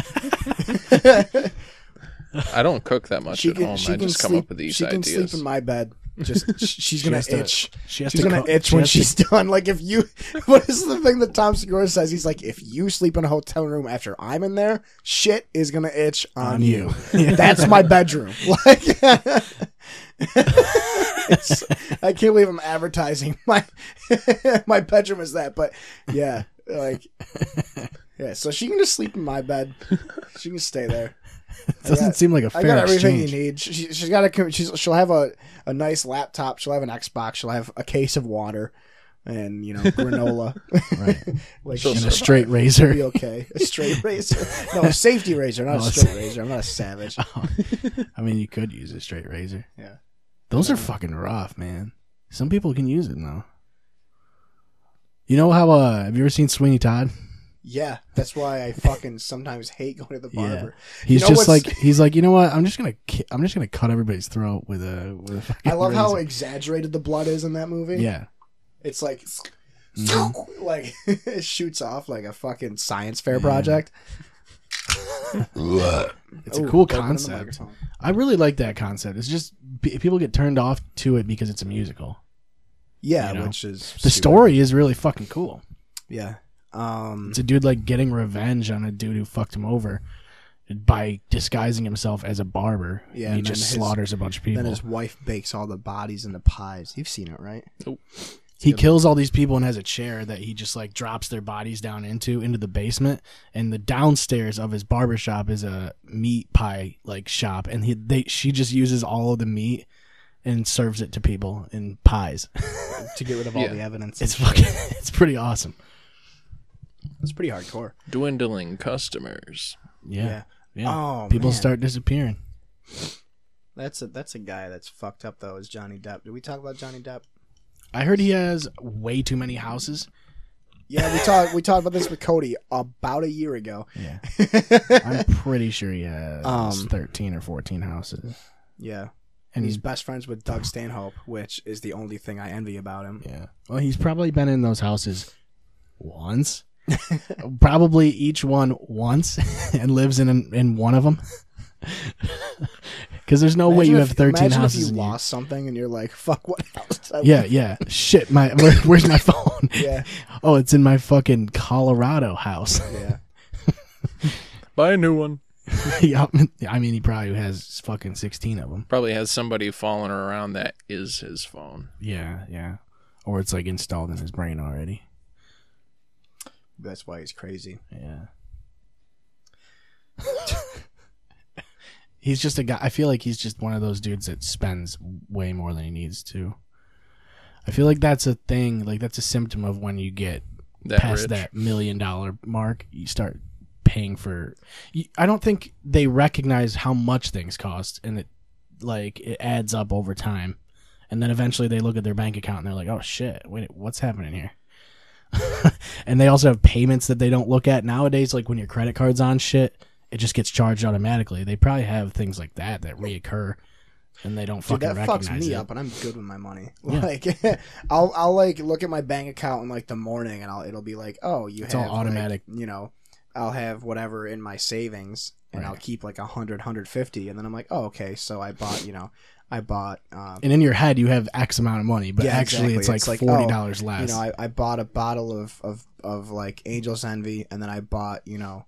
Speaker 5: I don't cook that much
Speaker 4: She
Speaker 5: at
Speaker 4: can,
Speaker 5: home.
Speaker 4: she
Speaker 5: I
Speaker 4: can
Speaker 5: just
Speaker 4: sleep.
Speaker 5: come up with these
Speaker 4: she can
Speaker 5: ideas.
Speaker 4: sleep in my bed. Just sh- she's gonna
Speaker 2: has to-
Speaker 4: itch.
Speaker 2: she has
Speaker 4: she's
Speaker 2: to
Speaker 4: gonna
Speaker 2: co-
Speaker 4: itch
Speaker 2: she
Speaker 4: when
Speaker 2: has to-
Speaker 4: she's done. Like if you, what is the thing that Tom Segura says? He's like, if you sleep in a hotel room after I'm in there, shit is gonna itch on,
Speaker 2: On
Speaker 4: you.
Speaker 2: you.
Speaker 4: That's my bedroom. Like, it's- I can't believe I'm advertising my my bedroom is that. But yeah, like yeah. So she can just sleep in my bed. She can stay there. I
Speaker 2: Doesn't
Speaker 4: got-
Speaker 2: seem like a
Speaker 4: I
Speaker 2: fair
Speaker 4: got everything
Speaker 2: exchange.
Speaker 4: you need. She, she's got a. com- She's, she'll have a, a nice laptop. She'll have an Xbox. She'll have a case of water, and you know granola.
Speaker 2: Right.
Speaker 4: like
Speaker 5: She'll
Speaker 4: she'll
Speaker 2: And a
Speaker 5: survive.
Speaker 2: straight
Speaker 4: be
Speaker 2: razor.
Speaker 4: okay. A straight razor. No, a safety razor, not
Speaker 2: No,
Speaker 4: a
Speaker 2: a
Speaker 4: straight
Speaker 2: sa-
Speaker 4: razor. I'm not a savage.
Speaker 2: Oh, I mean, you could use a straight razor.
Speaker 4: Yeah.
Speaker 2: Those are fucking rough, man. Some people can use it though. You know how? uh Have you ever seen Sweeney Todd?
Speaker 4: Yeah, that's why I fucking sometimes hate going to the
Speaker 2: Yeah.
Speaker 4: barber.
Speaker 2: He's
Speaker 4: know
Speaker 2: just
Speaker 4: what's-
Speaker 2: like he's like you know what? I'm just gonna ki- I'm just gonna cut everybody's throat with a with a fucking.
Speaker 4: I love how
Speaker 2: razor.
Speaker 4: exaggerated the blood is in that movie.
Speaker 2: yeah.
Speaker 4: it's like
Speaker 2: Mhm.
Speaker 4: like it shoots off like a fucking science fair
Speaker 2: Yeah.
Speaker 4: project.
Speaker 2: It's a
Speaker 4: Ooh,
Speaker 2: cool
Speaker 4: open the
Speaker 2: concept.
Speaker 4: microphone.
Speaker 2: I really like that concept. It's just p- people get turned off to it because it's a musical.
Speaker 4: Yeah,
Speaker 2: You know.
Speaker 4: which is
Speaker 2: The
Speaker 4: stupid.
Speaker 2: story is really fucking cool.
Speaker 4: Yeah. Um,
Speaker 2: It's a dude like getting revenge on a dude who fucked him over by disguising himself as a barber.
Speaker 4: Yeah,
Speaker 2: and he
Speaker 4: and
Speaker 2: just
Speaker 4: then his-
Speaker 2: slaughters a bunch of
Speaker 4: Then
Speaker 2: people.
Speaker 4: his wife bakes all the bodies and the pies. You've seen it, right?
Speaker 2: He kills all these people and has a chair that he just like drops their bodies down into into the basement. And the downstairs of his barber shop is a meat pie like shop, and he they she just uses all of the meat and serves it to people in pies.
Speaker 4: To get rid of all
Speaker 5: Yeah.
Speaker 4: the evidence.
Speaker 2: It's fucking it's pretty awesome.
Speaker 4: it's pretty hardcore.
Speaker 5: Dwindling customers.
Speaker 2: Yeah, yeah.
Speaker 4: Oh,
Speaker 2: people
Speaker 4: man.
Speaker 2: start disappearing.
Speaker 4: That's a that's a guy that's fucked up though. Is Johnny Depp? Did we talk about Johnny Depp?
Speaker 2: I heard he has way too many houses.
Speaker 4: Yeah, we talked we talked about this with Cody about a year ago.
Speaker 2: Yeah. I'm pretty sure he has
Speaker 4: Um,
Speaker 2: 13 or 14 houses.
Speaker 4: Yeah,
Speaker 2: And
Speaker 4: he's
Speaker 2: he's,
Speaker 4: best friends with Doug Stanhope, which is the only thing I envy about him.
Speaker 2: yeah. Well, he's probably been in those houses once. probably each one once and lives in in one of them. Cuz there's no way
Speaker 4: Imagine
Speaker 2: you
Speaker 4: if-
Speaker 2: have 13
Speaker 4: imagine
Speaker 2: houses
Speaker 4: If you
Speaker 2: in your-
Speaker 4: lost something and you're like, "Fuck, what house?" did I
Speaker 2: Yeah, yeah. Shit, my where, where's my phone?
Speaker 4: Yeah.
Speaker 2: Oh, it's in my fucking Colorado house.
Speaker 4: live?" yeah.
Speaker 5: Buy a new one.
Speaker 2: yeah, I mean he probably has fucking 16 of them.
Speaker 5: Probably has somebody following around that is his phone.
Speaker 2: Yeah, yeah. Or it's like installed in his brain already.
Speaker 4: That's why he's crazy.
Speaker 2: Yeah. he's just a guy. I feel like he's just one of those dudes that spends way more than he needs to. I feel like that's a thing. Like that's a symptom of when you get
Speaker 5: That
Speaker 2: past
Speaker 5: rich.
Speaker 2: that million dollar mark, you start paying for. you- I don't think they recognize how much things cost, and it like it adds up over time. And then eventually they look at their bank account and they're like, "Oh shit, wait, what's happening here?" and they also have payments that they don't look at nowadays. Like when your credit card's on shit, it just gets charged automatically. They probably have things like that that reoccur, and they don't
Speaker 4: Dude,
Speaker 2: fucking
Speaker 4: that fucks
Speaker 2: recognize
Speaker 4: me
Speaker 2: it.
Speaker 4: up, and I'm good with my money.
Speaker 2: Yeah.
Speaker 4: Like, I'll I'll like look at my bank account in like the morning, and I'll it'll be like, oh, you
Speaker 2: It's all
Speaker 4: have like,
Speaker 2: automatic.
Speaker 4: you know, I'll have whatever in my savings, and
Speaker 2: Right.
Speaker 4: I'll keep like a hundred, hundred fifty, and then I'm like, oh, okay, so I bought, you know, I bought, um,
Speaker 2: And in your head, you have X amount of money, but
Speaker 4: Yeah,
Speaker 2: actually,
Speaker 4: exactly.
Speaker 2: it's
Speaker 4: It's
Speaker 2: like
Speaker 4: like, oh,
Speaker 2: forty dollars less.
Speaker 4: you know, I, I bought a bottle of of of like Angel's Envy, and then I bought, you know.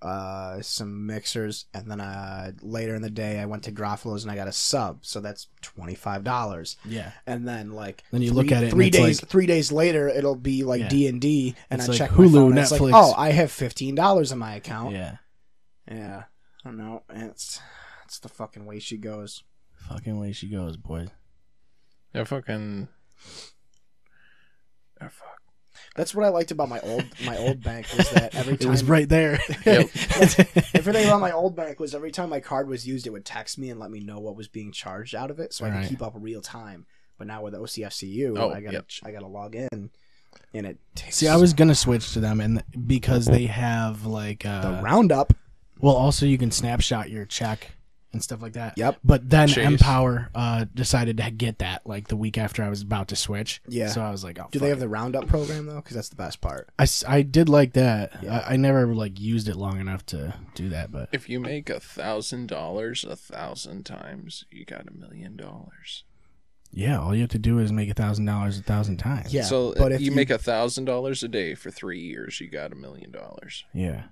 Speaker 4: Uh, some mixers, and then uh, later in the day, I went to Groffalo's and I got a sub, so that's twenty five dollars.
Speaker 2: yeah.
Speaker 4: and then like
Speaker 2: Then you
Speaker 4: three-
Speaker 2: look at it and
Speaker 4: three
Speaker 2: it's
Speaker 4: days
Speaker 2: like-
Speaker 4: three days later it'll be
Speaker 2: Yeah.
Speaker 4: like D and D and
Speaker 2: It's
Speaker 4: I
Speaker 2: like
Speaker 4: check
Speaker 2: Hulu,
Speaker 4: my phone and it's like
Speaker 2: Netflix.
Speaker 4: oh I have fifteen dollars in my account yeah,
Speaker 2: Yeah.
Speaker 4: I don't know it's it's the fucking way she goes
Speaker 2: Fucking way she goes, boy.
Speaker 5: I fucking. I fuck.
Speaker 4: that's what I liked about my old my old bank was that e-, every
Speaker 2: It
Speaker 4: time
Speaker 2: was right there.
Speaker 5: Yep.
Speaker 4: everything about my old bank was every time my card was used it would text me and let me know what was being charged out of it so I
Speaker 2: Right.
Speaker 4: could keep up real time but now with OCFCU
Speaker 5: Oh,
Speaker 4: I gotta
Speaker 5: yep.
Speaker 4: I gotta log in and it takes
Speaker 2: See, I was gonna switch to them, and because they have like,
Speaker 4: the
Speaker 2: uh,
Speaker 4: roundup
Speaker 2: well, also you can snapshot your check and stuff like that.
Speaker 4: Yep.
Speaker 2: But then
Speaker 5: Chase.
Speaker 2: Empower uh, decided to get that like the week after I was about to switch.
Speaker 4: Yeah.
Speaker 2: So I was like, oh,
Speaker 4: do
Speaker 2: fuck
Speaker 4: they have
Speaker 2: it.
Speaker 4: the roundup program though because that's the best part
Speaker 2: I, s- I did like that.
Speaker 4: Yeah.
Speaker 2: I, I never like used it long enough to do that, but
Speaker 5: If you make a thousand dollars a thousand times, you got a million dollars.
Speaker 2: Yeah, all you have to do is make a thousand dollars a thousand times.
Speaker 4: Yeah,
Speaker 5: so
Speaker 4: but
Speaker 5: if
Speaker 4: if
Speaker 5: you
Speaker 4: you-
Speaker 5: make a thousand dollars a day for three years, you got a million dollars.
Speaker 2: Yeah.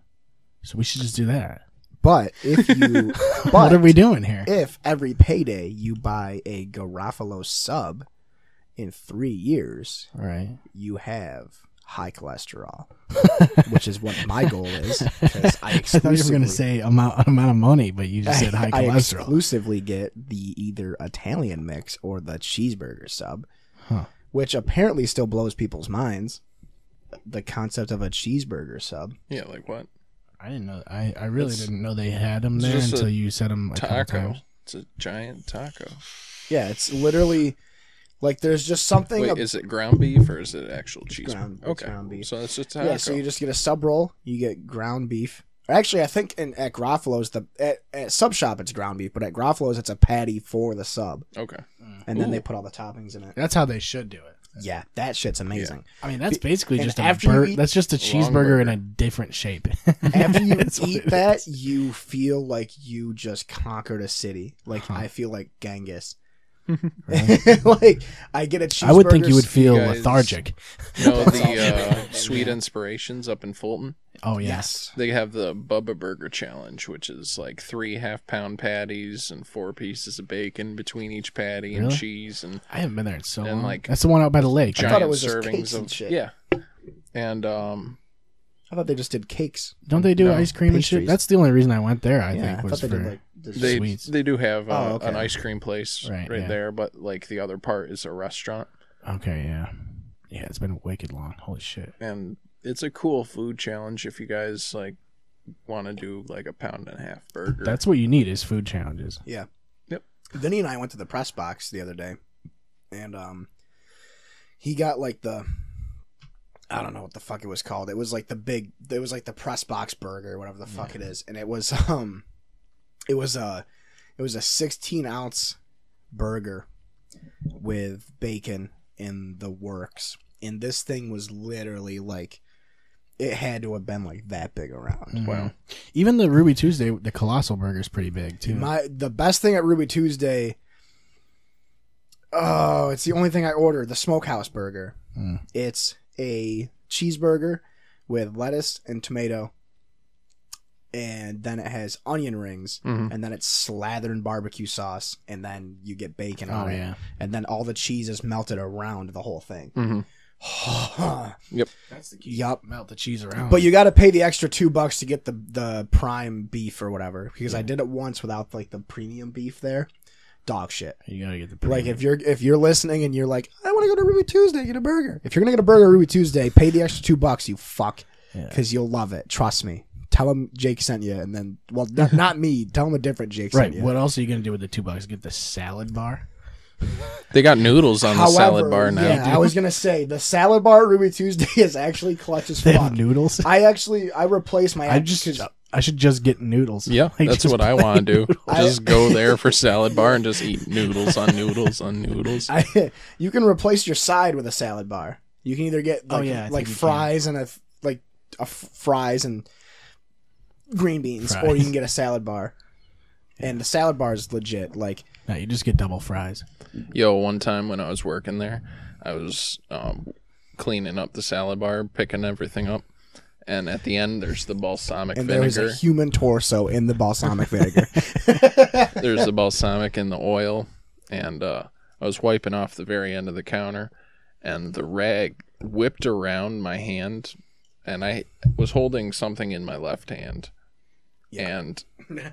Speaker 2: So we should just do that.
Speaker 4: But if you, but
Speaker 2: what are we doing here?
Speaker 4: if every payday you buy a Garofalo sub, in three years
Speaker 2: All right.
Speaker 4: you have high cholesterol, which is what my goal is. Because I,
Speaker 2: I thought you were going
Speaker 4: exclusively-
Speaker 2: to say amount amount of money, but you just said high
Speaker 4: I
Speaker 2: cholesterol.
Speaker 4: exclusively get the either Italian mix or the cheeseburger sub,
Speaker 2: Huh.
Speaker 4: which apparently still blows people's minds. The concept of a cheeseburger sub.
Speaker 5: Yeah, like what?
Speaker 2: I didn't know. I, I really
Speaker 5: It's-
Speaker 2: didn't know they had them
Speaker 5: it's
Speaker 2: there
Speaker 5: just a
Speaker 2: until you said them a couple
Speaker 5: Taco.
Speaker 2: times.
Speaker 5: It's a giant taco.
Speaker 4: Yeah, it's literally like there's just something.
Speaker 5: Wait,
Speaker 4: ab-
Speaker 5: is it ground beef or is it actual cheese?
Speaker 4: ground- it's
Speaker 5: okay,
Speaker 4: ground beef.
Speaker 5: so it's a taco.
Speaker 4: yeah, so you just get a sub roll, you get ground beef. Or Actually, I think in, at Garofalo's, the at, at Sub Shop it's ground beef, but at Garofalo's it's a patty for the sub,
Speaker 5: okay,
Speaker 4: and then
Speaker 5: Ooh.
Speaker 4: they put all the toppings in it.
Speaker 2: Mm. That's how they should do it.
Speaker 4: Yeah, that shit's amazing.
Speaker 2: I mean, that's basically
Speaker 4: and
Speaker 2: just a
Speaker 4: after you
Speaker 2: bur-
Speaker 4: eat-
Speaker 2: that's just a cheeseburger in
Speaker 5: burger.
Speaker 2: a different shape.
Speaker 4: After you
Speaker 2: That's what
Speaker 4: eat
Speaker 2: it
Speaker 4: that,
Speaker 2: is.
Speaker 4: you feel like you just conquered a city. Like I feel like Genghis. like I get a cheeseburger.
Speaker 2: I would think you would feel
Speaker 5: guys-
Speaker 2: lethargic.
Speaker 5: you know the uh, Sweet Inspirations up in Fulton.
Speaker 2: Oh yes.
Speaker 4: yes.
Speaker 5: They have the Bubba Burger Challenge, which is like three half pound patties and four pieces of bacon between each patty and
Speaker 2: Really?
Speaker 5: cheese and
Speaker 2: I haven't been there in so
Speaker 5: And,
Speaker 2: long.
Speaker 5: like,
Speaker 2: that's the one out by the lake.
Speaker 5: giant
Speaker 4: it was just
Speaker 5: servings
Speaker 4: cakes
Speaker 5: of
Speaker 4: and shit.
Speaker 5: yeah. And um,
Speaker 4: I thought they just did cakes.
Speaker 2: Don't they do
Speaker 5: No,
Speaker 2: ice cream and
Speaker 4: pastries.
Speaker 2: shit? That's the only reason I went there. I
Speaker 4: yeah,
Speaker 2: think
Speaker 4: I
Speaker 2: was
Speaker 4: thought they
Speaker 2: for
Speaker 4: did like dessert.
Speaker 5: they
Speaker 2: Sweets.
Speaker 5: they do have uh,
Speaker 4: Oh, okay.
Speaker 5: an ice cream place right,
Speaker 2: Right, yeah.
Speaker 5: there, but like the other part is a restaurant,
Speaker 2: okay, yeah, yeah. It's been wicked long. Holy shit.
Speaker 5: and it's a cool food challenge if you guys like want to do like a pound and a half burger.
Speaker 2: That's what you need is food challenges.
Speaker 4: Yeah.
Speaker 5: Yep.
Speaker 4: Vinny and I went to the press box the other day, and um, he got like the, I don't know what the fuck it was called. It was like the big. It was like the press box burger, whatever the fuck it is, and it was um, it was a, it was a sixteen ounce burger with bacon in the works, and this thing was literally like, it had to have been like that big around.
Speaker 5: Wow.
Speaker 2: Even the Ruby Tuesday, the colossal burger is pretty big too. Oh,
Speaker 4: My the best thing at Ruby Tuesday. Oh, it's the only thing I ordered: the smokehouse burger.
Speaker 2: Mm.
Speaker 4: It's a cheeseburger with lettuce and tomato, and then it has onion rings,
Speaker 2: Hmm.
Speaker 5: Mhm.
Speaker 4: and then it's slathered in barbecue sauce, and then you get bacon
Speaker 2: oh
Speaker 4: on it,
Speaker 2: yeah.
Speaker 4: and then all the cheese is melted around the whole thing.
Speaker 5: Mhm.
Speaker 2: That's the
Speaker 4: key. Yup.
Speaker 2: Melt the cheese around.
Speaker 4: But you got to pay the extra two bucks to get the the prime beef or whatever. Because I did it once without like the premium beef there. Dog shit.
Speaker 2: you gotta get the
Speaker 4: Like
Speaker 2: premium.
Speaker 4: if you're if you're listening and you're like, I want to go to Ruby Tuesday, get a burger. If you're gonna get a burger at Ruby Tuesday, pay the extra two bucks, you fuck,
Speaker 2: Yeah.
Speaker 4: because you'll love it. Trust me. Tell them Jake sent you, and then well, not, not me. Tell them a different Jake
Speaker 2: right.
Speaker 4: sent you.
Speaker 2: What else are you gonna do with the two bucks? Get the salad bar.
Speaker 5: They got noodles on the salad bar now.
Speaker 4: Yeah, I was gonna say the salad bar at Ruby Tuesday is actually clutch as
Speaker 2: They
Speaker 4: fuck.
Speaker 2: have noodles.
Speaker 4: I actually I replaced my
Speaker 2: I just I should just get noodles.
Speaker 5: Yeah,
Speaker 2: Like,
Speaker 5: that's
Speaker 2: just
Speaker 5: what I
Speaker 2: plain
Speaker 5: want to do.
Speaker 4: I-
Speaker 5: Just go there for salad bar and just eat noodles on noodles on noodles.
Speaker 4: I, you can replace your side with a salad bar. You can either get
Speaker 2: Oh,
Speaker 4: like,
Speaker 2: yeah, I
Speaker 4: like
Speaker 2: think you
Speaker 4: fries and a f- like a f- fries and green beans, or you
Speaker 2: Fries.
Speaker 4: can get a salad bar. And the salad bar is legit. Like
Speaker 2: No, you just get double fries.
Speaker 5: Yo, one time when I was working there, I was um, cleaning up the salad bar, picking everything up, and at the end there's the balsamic
Speaker 4: and there is
Speaker 5: vinegar.
Speaker 4: a human torso in the balsamic vinegar.
Speaker 5: there's the balsamic and the oil, and uh, I was wiping off the very end of the counter, and the rag whipped around my hand, and I was holding something in my left hand, and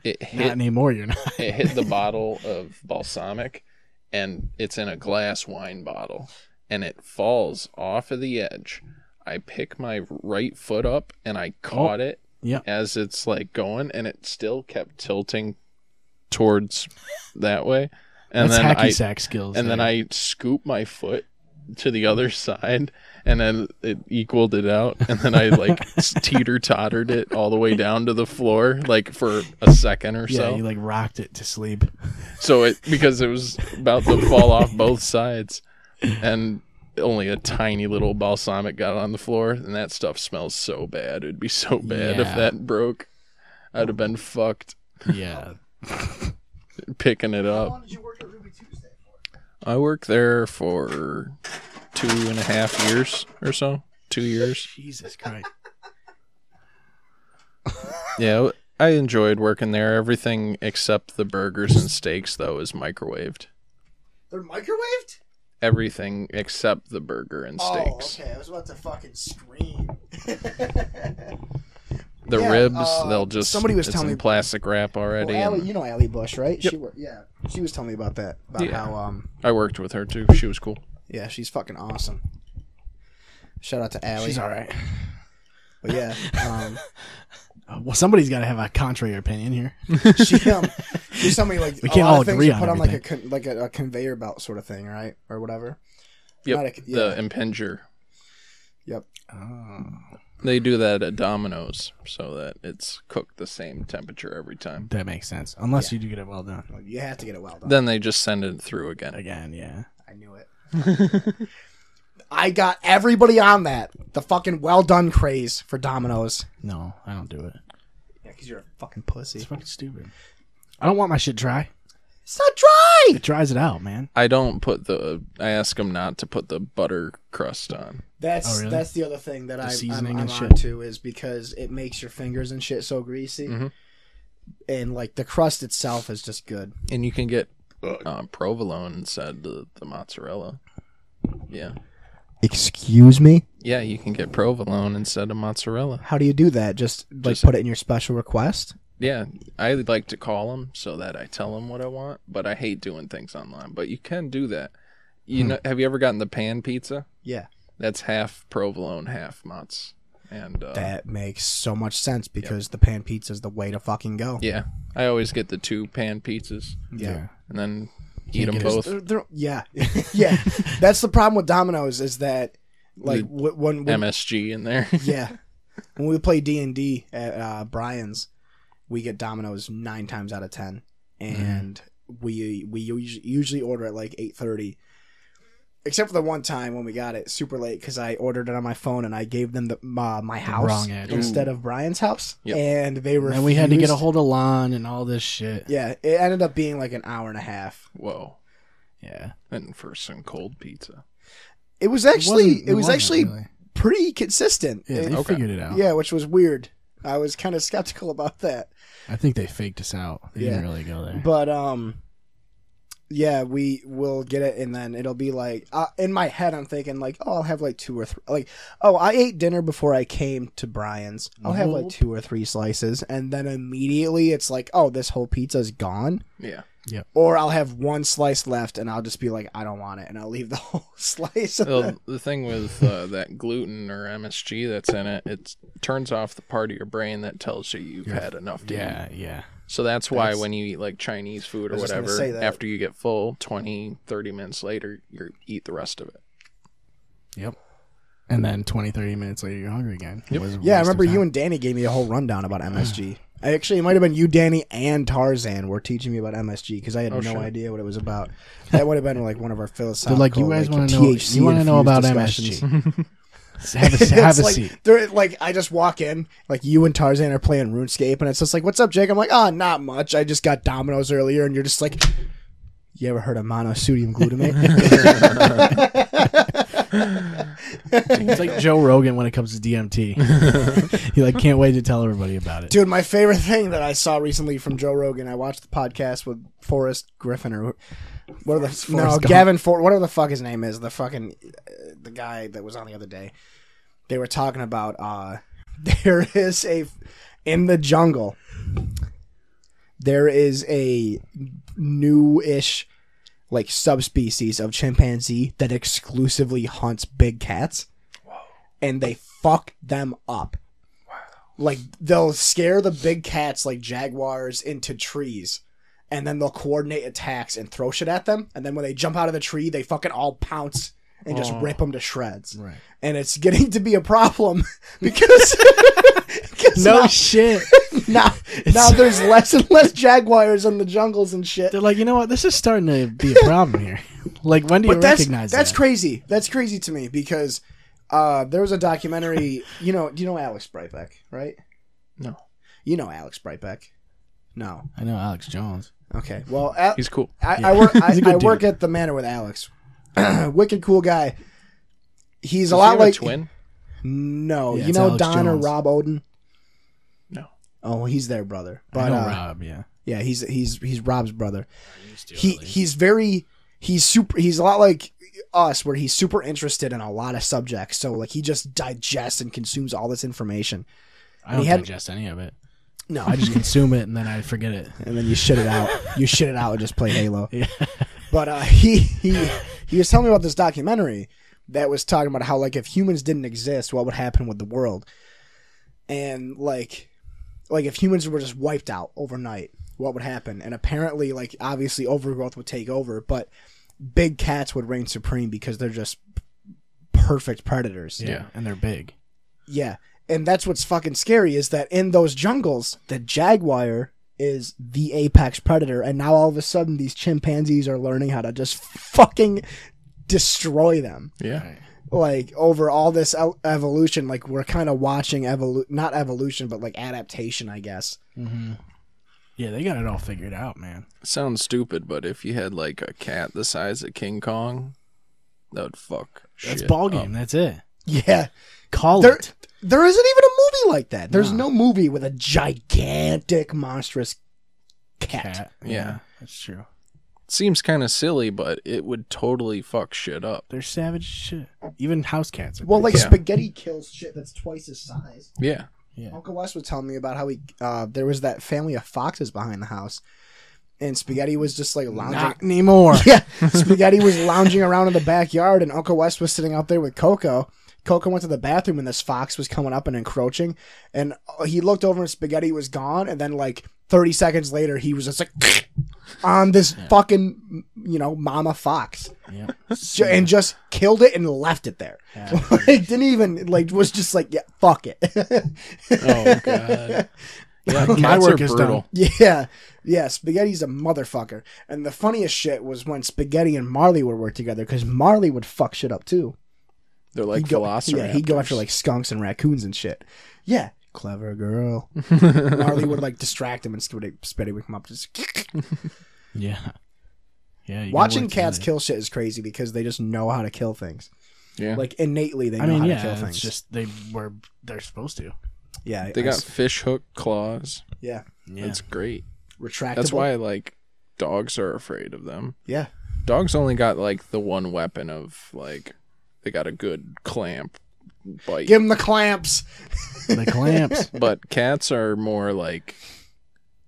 Speaker 5: it
Speaker 2: Not
Speaker 5: hit
Speaker 2: anymore. You're not.
Speaker 5: it hit the bottle of balsamic and it's in a glass wine bottle and it falls off of the edge i pick my right foot up and i caught it
Speaker 2: Oh, Yeah.
Speaker 5: as it's like going and it still kept tilting towards that way and
Speaker 2: that's
Speaker 5: then
Speaker 2: hacky
Speaker 5: i
Speaker 2: sack skills.
Speaker 5: and then
Speaker 2: there.
Speaker 5: i scoop my foot to the other side and then it equaled it out and then i like teeter tottered it all the way down to the floor like for a second or
Speaker 2: yeah,
Speaker 5: so
Speaker 2: you like rocked it to sleep.
Speaker 5: so it because it was about to fall off both sides, and only a tiny little balsamic got on the floor, and that stuff smells so bad. It'd be so bad
Speaker 2: Yeah.
Speaker 5: if that broke. I'd have been fucked
Speaker 2: Oh, Yeah.
Speaker 5: picking it up. I worked there for two and a half years or so. Two years.
Speaker 2: Jesus Christ.
Speaker 5: Yeah, I enjoyed working there. Everything except the burgers and steaks, though, is microwaved.
Speaker 4: They're microwaved?
Speaker 5: Everything except the burger and steaks.
Speaker 4: Oh, okay. I was about to fucking scream.
Speaker 5: The
Speaker 4: Yeah,
Speaker 5: ribs,
Speaker 4: uh,
Speaker 5: they'll just
Speaker 4: somebody was
Speaker 5: it's
Speaker 4: telling
Speaker 5: in
Speaker 4: me-
Speaker 5: plastic wrap already.
Speaker 4: well, Allie,
Speaker 5: and
Speaker 4: you know Allie Bush, right?
Speaker 5: Yep.
Speaker 4: She wor- yeah. She was telling me about that. About
Speaker 5: Yeah.
Speaker 4: how um
Speaker 5: I worked with her too. She was cool.
Speaker 4: yeah, she's fucking awesome. Shout out to Allie.
Speaker 2: She's all right.
Speaker 4: But yeah, um,
Speaker 2: Uh, well, somebody's got to have a contrary opinion here.
Speaker 4: she um, she's telling me like
Speaker 2: We
Speaker 4: a
Speaker 2: can't
Speaker 4: lot
Speaker 2: all
Speaker 4: of things
Speaker 2: agree
Speaker 4: you
Speaker 2: on
Speaker 4: put on like a con- like a, a conveyor belt sort of thing, right, or whatever. Not
Speaker 5: Yep.
Speaker 4: a-
Speaker 5: The
Speaker 4: yeah.
Speaker 5: impinger.
Speaker 4: Yep.
Speaker 2: Oh.
Speaker 5: They do that at Domino's so that it's cooked the same temperature every time.
Speaker 2: That makes sense. Unless you do get it well done.
Speaker 4: Like, you have to get it well done.
Speaker 5: Then they just send it through again.
Speaker 2: Again, yeah.
Speaker 4: I knew it. I got everybody on that. The fucking well done craze for Domino's.
Speaker 2: No, I don't do it.
Speaker 4: Yeah, because you're a fucking
Speaker 2: It's
Speaker 4: pussy.
Speaker 2: fucking stupid. I don't want my shit dry.
Speaker 4: It's not dry.
Speaker 2: It dries it out, man.
Speaker 5: I don't put the. I ask them not to put the butter crust on.
Speaker 4: That's
Speaker 2: Oh, really?
Speaker 4: that's the other thing that I,
Speaker 2: seasoning
Speaker 4: I'm, I'm
Speaker 2: and
Speaker 4: on
Speaker 2: shit.
Speaker 4: to is because it makes your fingers and shit so greasy,
Speaker 5: Mm-hmm.
Speaker 4: and like the crust itself is just good.
Speaker 5: And you can get uh, provolone instead of the mozzarella. Yeah.
Speaker 4: Excuse me.
Speaker 5: Yeah, you can get provolone instead of mozzarella.
Speaker 4: How do you do that? Just like
Speaker 5: Just-
Speaker 4: put it in your special request.
Speaker 5: Yeah, I like to call them so that I tell them what I want, but I hate doing things online. But you can do that. You
Speaker 2: Hmm.
Speaker 5: know, have you ever gotten the pan pizza?
Speaker 4: Yeah,
Speaker 5: That's half provolone, half mozz. And uh,
Speaker 4: that makes so much sense because the pan pizza is the way to fucking go.
Speaker 5: yeah, I always get the two pan pizzas
Speaker 4: Yeah.
Speaker 5: and then eat them
Speaker 2: get
Speaker 5: both.
Speaker 4: They're- they're- yeah, yeah. That's the problem with Domino's is that like wh- when, when
Speaker 5: MSG in there.
Speaker 4: yeah when we play D and D at uh, Brian's, we get Domino's nine times out of ten, and we we usu- usually order at like eight thirty. Except for the one time when we got it super late because I ordered it on my phone and I gave them the uh, my house
Speaker 2: wrong address.
Speaker 4: instead of Brian's house,
Speaker 5: Yep.
Speaker 4: and they were
Speaker 2: And we had to get a hold of Lon and all this shit.
Speaker 4: Yeah, it ended up being like an hour and a half.
Speaker 5: Whoa.
Speaker 2: Yeah.
Speaker 5: And for some cold pizza.
Speaker 4: It was actually
Speaker 2: wasn't-
Speaker 4: it, was
Speaker 2: wasn't
Speaker 4: actually
Speaker 2: really.
Speaker 4: pretty consistent.
Speaker 2: Yeah,
Speaker 4: It-
Speaker 2: they
Speaker 5: okay.
Speaker 2: figured it out.
Speaker 4: yeah, which was weird. I was kind of skeptical about that.
Speaker 2: I think they faked us out. They didn't
Speaker 4: Yeah.
Speaker 2: really go there.
Speaker 4: But um, yeah, we will get it, and then it'll be like uh, in my head, I'm thinking like, oh, I'll have like two or three. Like, oh, I ate dinner before I came to Brian's. I'll have like
Speaker 2: Nope.
Speaker 4: two or three slices, and then immediately it's like, oh, this whole pizza's gone.
Speaker 5: Yeah.
Speaker 4: Or I'll have one slice left, and I'll just be like, I don't want it, and I'll leave the whole slice.
Speaker 5: The, the thing with uh, that gluten or MSG that's in it, it turns off the part of your brain that tells you you've had enough to eat.
Speaker 2: yeah, yeah.
Speaker 5: So that's why when you eat like Chinese food or
Speaker 4: was just gonna
Speaker 5: whatever,
Speaker 4: say that.
Speaker 5: after you get full, 20, 30 minutes later, you eat the rest of it.
Speaker 2: Yep. And then 20, 30 minutes later, you're hungry again. It was a
Speaker 4: Yeah, I
Speaker 2: waste of
Speaker 4: remember you
Speaker 2: time.
Speaker 4: and Danny gave me a whole rundown about MSG. Actually, it might have been you, Danny, and Tarzan were teaching me about MSG because I had no
Speaker 5: shit.
Speaker 4: idea what it was about. That would have been like one of our philosophical.
Speaker 2: Oh, They're like, you guys want to know?
Speaker 4: THC
Speaker 2: You want to know about
Speaker 4: infused
Speaker 2: MSG?
Speaker 4: discussions."
Speaker 2: have a, have
Speaker 4: It's
Speaker 2: a
Speaker 4: like,
Speaker 2: seat.
Speaker 4: They're like, I just walk in, like you and Tarzan are playing RuneScape, and it's just like, "What's up, Jake?" I'm like, "Ah, not much. I just got Domino's earlier," and you're just like, "You ever heard of monosodium glutamate?"
Speaker 2: It's like Joe Rogan when it comes to DMT. he like can't wait to tell everybody about it.
Speaker 4: Dude, my favorite thing that I saw recently from Joe Rogan, I watched the podcast with Forrest Griffin or wh- what are the no
Speaker 2: Forrest Gump.
Speaker 4: Gavin For whatever the fuck his name is, the fucking uh, the guy that was on the other day. They were talking about uh there is a in the jungle. There is a new-ish like subspecies of chimpanzee that exclusively hunts big cats, and they fuck them up like they'll scare the big cats like jaguars into trees and then they'll coordinate attacks and throw shit at them and then when they jump out of the tree they fucking all pounce and just rip them to shreds
Speaker 2: Oh. Right.
Speaker 4: and it's getting to be a problem because 'cause
Speaker 2: No
Speaker 4: now,
Speaker 2: shit.
Speaker 4: now, now there's less and less jaguars in the jungles and shit
Speaker 2: They're like, you know what? This is starting to be a problem here. Like, when do you
Speaker 4: but that's
Speaker 2: recognize
Speaker 4: that's
Speaker 2: that?
Speaker 4: crazy that's crazy to me because uh, there was a documentary you know do you know alex brightbeck right
Speaker 5: No.
Speaker 4: you know alex brightbeck no
Speaker 2: I know Alex Jones.
Speaker 4: Okay. Well, a-
Speaker 5: He's cool.
Speaker 4: I, I work. I,
Speaker 2: He's a good
Speaker 4: I work
Speaker 2: dude.
Speaker 4: at the manor with Alex. Wicked cool guy. He's a
Speaker 5: Does he
Speaker 4: lot
Speaker 5: have
Speaker 4: like
Speaker 5: twin.
Speaker 4: No,
Speaker 2: Yeah,
Speaker 4: you
Speaker 2: it's
Speaker 4: know
Speaker 2: Alex
Speaker 4: Don
Speaker 2: Jones.
Speaker 4: or Rob Odin.
Speaker 5: No.
Speaker 4: Oh, he's their brother.
Speaker 2: But,
Speaker 4: But uh,
Speaker 2: Rob, yeah.
Speaker 4: yeah, he's he's he's Rob's brother. He he's very he's super. He's a lot like us, where he's super interested in a lot of subjects. So like he just digests and consumes all this information.
Speaker 2: I don't
Speaker 4: he had-
Speaker 2: digest any of it.
Speaker 4: No,
Speaker 2: I just consume it and then I forget it.
Speaker 4: and then you shit it out. You shit it out and just play Halo. But uh, he he he was telling me about this documentary that was talking about how like if humans didn't exist, what would happen with the world? And like like if humans were just wiped out overnight, what would happen? And apparently, like obviously, overgrowth would take over, but big cats would reign supreme because they're just perfect predators.
Speaker 2: Yeah, and they're big.
Speaker 4: Yeah. And that's what's fucking scary is that in those jungles, the jaguar is the apex predator. And now all of a sudden, these chimpanzees are learning how to just fucking destroy them.
Speaker 5: Yeah.
Speaker 4: Like, over all this el- evolution, like, we're kind of watching evolu not evolution, but like adaptation, I guess.
Speaker 2: Yeah, they got it all figured out, man.
Speaker 5: Sounds stupid, but if you had like a cat the size of King Kong, that would fuck.
Speaker 2: That's
Speaker 5: shit Oh.
Speaker 2: ball
Speaker 5: up.
Speaker 2: game. That's it.
Speaker 4: Yeah.
Speaker 2: Call
Speaker 4: There,
Speaker 2: it.
Speaker 4: there isn't even a movie like that. There's no, movie with a gigantic, monstrous cat.
Speaker 2: Cat.
Speaker 5: Yeah.
Speaker 2: that's true.
Speaker 5: Seems kind of silly, but it would totally fuck shit up.
Speaker 2: They're savage as shit. Even house cats. Are
Speaker 4: Well, like,
Speaker 5: Yeah.
Speaker 4: spaghetti kills shit that's twice his size.
Speaker 5: Yeah.
Speaker 4: Uncle Wes was telling me about how he uh, there was that family of foxes behind the house, and Spaghetti was just like lounging.
Speaker 2: not anymore.
Speaker 4: yeah, Spaghetti was lounging around in the backyard, and Uncle Wes was sitting out there with Coco. Coco went to the bathroom, and this fox was coming up and encroaching. And uh, he looked over, and Spaghetti was gone. And then, like thirty seconds later, he was just like on this fucking you know mama fox,
Speaker 2: yeah.
Speaker 4: Ju- and just killed it and left it there. like didn't even like was just like yeah, fuck it.
Speaker 5: Oh god. Yeah,
Speaker 2: My
Speaker 5: cats
Speaker 2: work
Speaker 5: are
Speaker 2: is
Speaker 5: brutal.
Speaker 2: done.
Speaker 4: Yeah, yeah. Spaghetti's a motherfucker, and the funniest shit was when Spaghetti and Marley would work together because Marley would fuck shit up too.
Speaker 5: They're like
Speaker 4: He'd go-
Speaker 5: velociraptors.
Speaker 4: Yeah, he'd go after like skunks and raccoons and shit. Yeah, clever girl. Marley would like distract him, and Spaghetti, Spaghetti would come up just.
Speaker 2: Yeah. Yeah. you gotta
Speaker 4: Watching
Speaker 2: work
Speaker 4: cats
Speaker 2: together.
Speaker 4: kill shit is crazy because they just know how to kill things.
Speaker 5: Yeah.
Speaker 4: Like innately, they know
Speaker 2: I mean,
Speaker 4: how
Speaker 2: yeah,
Speaker 4: to kill
Speaker 2: it's
Speaker 4: things.
Speaker 2: just they were they're supposed to.
Speaker 4: yeah, I-
Speaker 5: they
Speaker 4: I
Speaker 5: got
Speaker 4: s-
Speaker 5: fish hook claws.
Speaker 4: yeah
Speaker 2: Yeah.
Speaker 5: That's great.
Speaker 4: retractable.
Speaker 5: That's why like dogs are afraid of them.
Speaker 4: Yeah,
Speaker 5: Dogs only got like the one weapon of like they got a good clamp bite.
Speaker 4: give him the clamps.
Speaker 2: the clamps.
Speaker 5: But cats are more like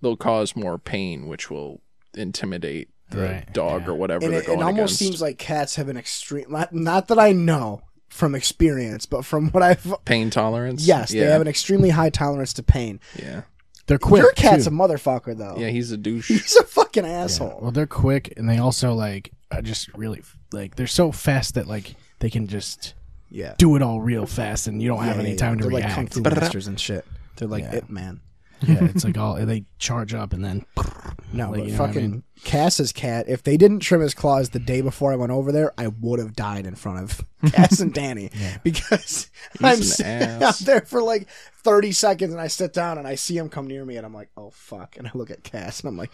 Speaker 5: they'll cause more pain, which will intimidate the
Speaker 2: Right,
Speaker 5: dog
Speaker 2: yeah.
Speaker 5: or whatever
Speaker 4: and
Speaker 5: they're
Speaker 4: it,
Speaker 5: going
Speaker 4: it almost
Speaker 5: against.
Speaker 4: seems like cats have an extreme not, not that i know from experience but from what i've
Speaker 5: pain tolerance.
Speaker 4: yes
Speaker 5: yeah,
Speaker 4: they have an extremely high tolerance to pain
Speaker 5: yeah,
Speaker 2: They're quick.
Speaker 4: your cat's
Speaker 2: too.
Speaker 4: a motherfucker though
Speaker 5: yeah. He's a douche.
Speaker 4: he's a fucking
Speaker 2: Yeah,
Speaker 4: asshole
Speaker 2: Well, they're quick and they also like are just really like they're so fast that like they can just
Speaker 4: yeah,
Speaker 2: do it all real fast and you don't have
Speaker 4: Yeah,
Speaker 2: any
Speaker 4: yeah,
Speaker 2: time to
Speaker 4: they're like kung
Speaker 2: react.
Speaker 4: fu masters and shit they're like
Speaker 2: Yeah.
Speaker 4: it man
Speaker 2: yeah, it's like all they charge up and then
Speaker 4: no
Speaker 2: Like,
Speaker 4: but
Speaker 2: you know what I
Speaker 4: fucking
Speaker 2: mean?
Speaker 4: cass's cat if they didn't trim his claws the day before i went over there i would have died in front of cass and danny because i'm
Speaker 5: an
Speaker 4: sitting out
Speaker 5: ass.
Speaker 4: there for like 30 seconds and i sit down and i see him come near me and i'm like oh fuck and i look at cass and i'm like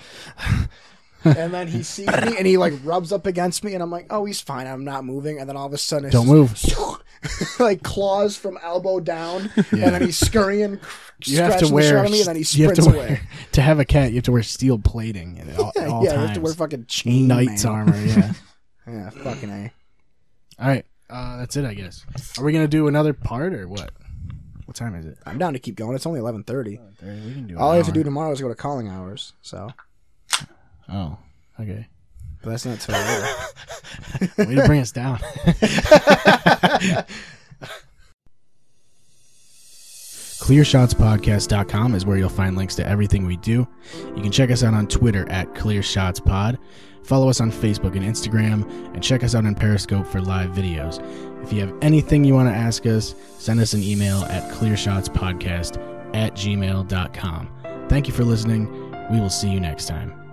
Speaker 4: and then he sees me and he like rubs up against me and i'm like oh he's fine i'm not moving and then all of a sudden it's
Speaker 2: don't
Speaker 4: just-
Speaker 2: move.
Speaker 4: like claws from elbow down, and then he's scurrying, cr-
Speaker 2: You have to
Speaker 4: scratching the shit
Speaker 2: wear.
Speaker 4: out of me, and then he
Speaker 2: you have
Speaker 4: sprints
Speaker 2: to wear,
Speaker 4: away.
Speaker 2: To have a cat, you have to wear steel plating at all, at
Speaker 4: Yeah,
Speaker 2: all
Speaker 4: you
Speaker 2: times.
Speaker 4: have to wear fucking chain
Speaker 2: knight's
Speaker 4: man.
Speaker 2: armor. Yeah.
Speaker 4: Yeah, fucking a.
Speaker 2: all right, uh, that's it. I guess. Are we gonna do another part or what? What time is it?
Speaker 4: I'm down to keep going. It's only 11:30.
Speaker 2: Oh, We can do.
Speaker 4: All I have to do tomorrow is go to calling hours. So,
Speaker 2: Oh, okay.
Speaker 4: but that's not till later.
Speaker 2: Way to bring us down. ClearShotsPodcast.com is where you'll find links to everything we do. You can check us out on Twitter at ClearShotsPod, follow us on Facebook and Instagram, and check us out on Periscope for live videos. If you have anything you want to ask us, send us an email at clearshotspodcast at gmail.com. Thank you for listening. We will see you next time.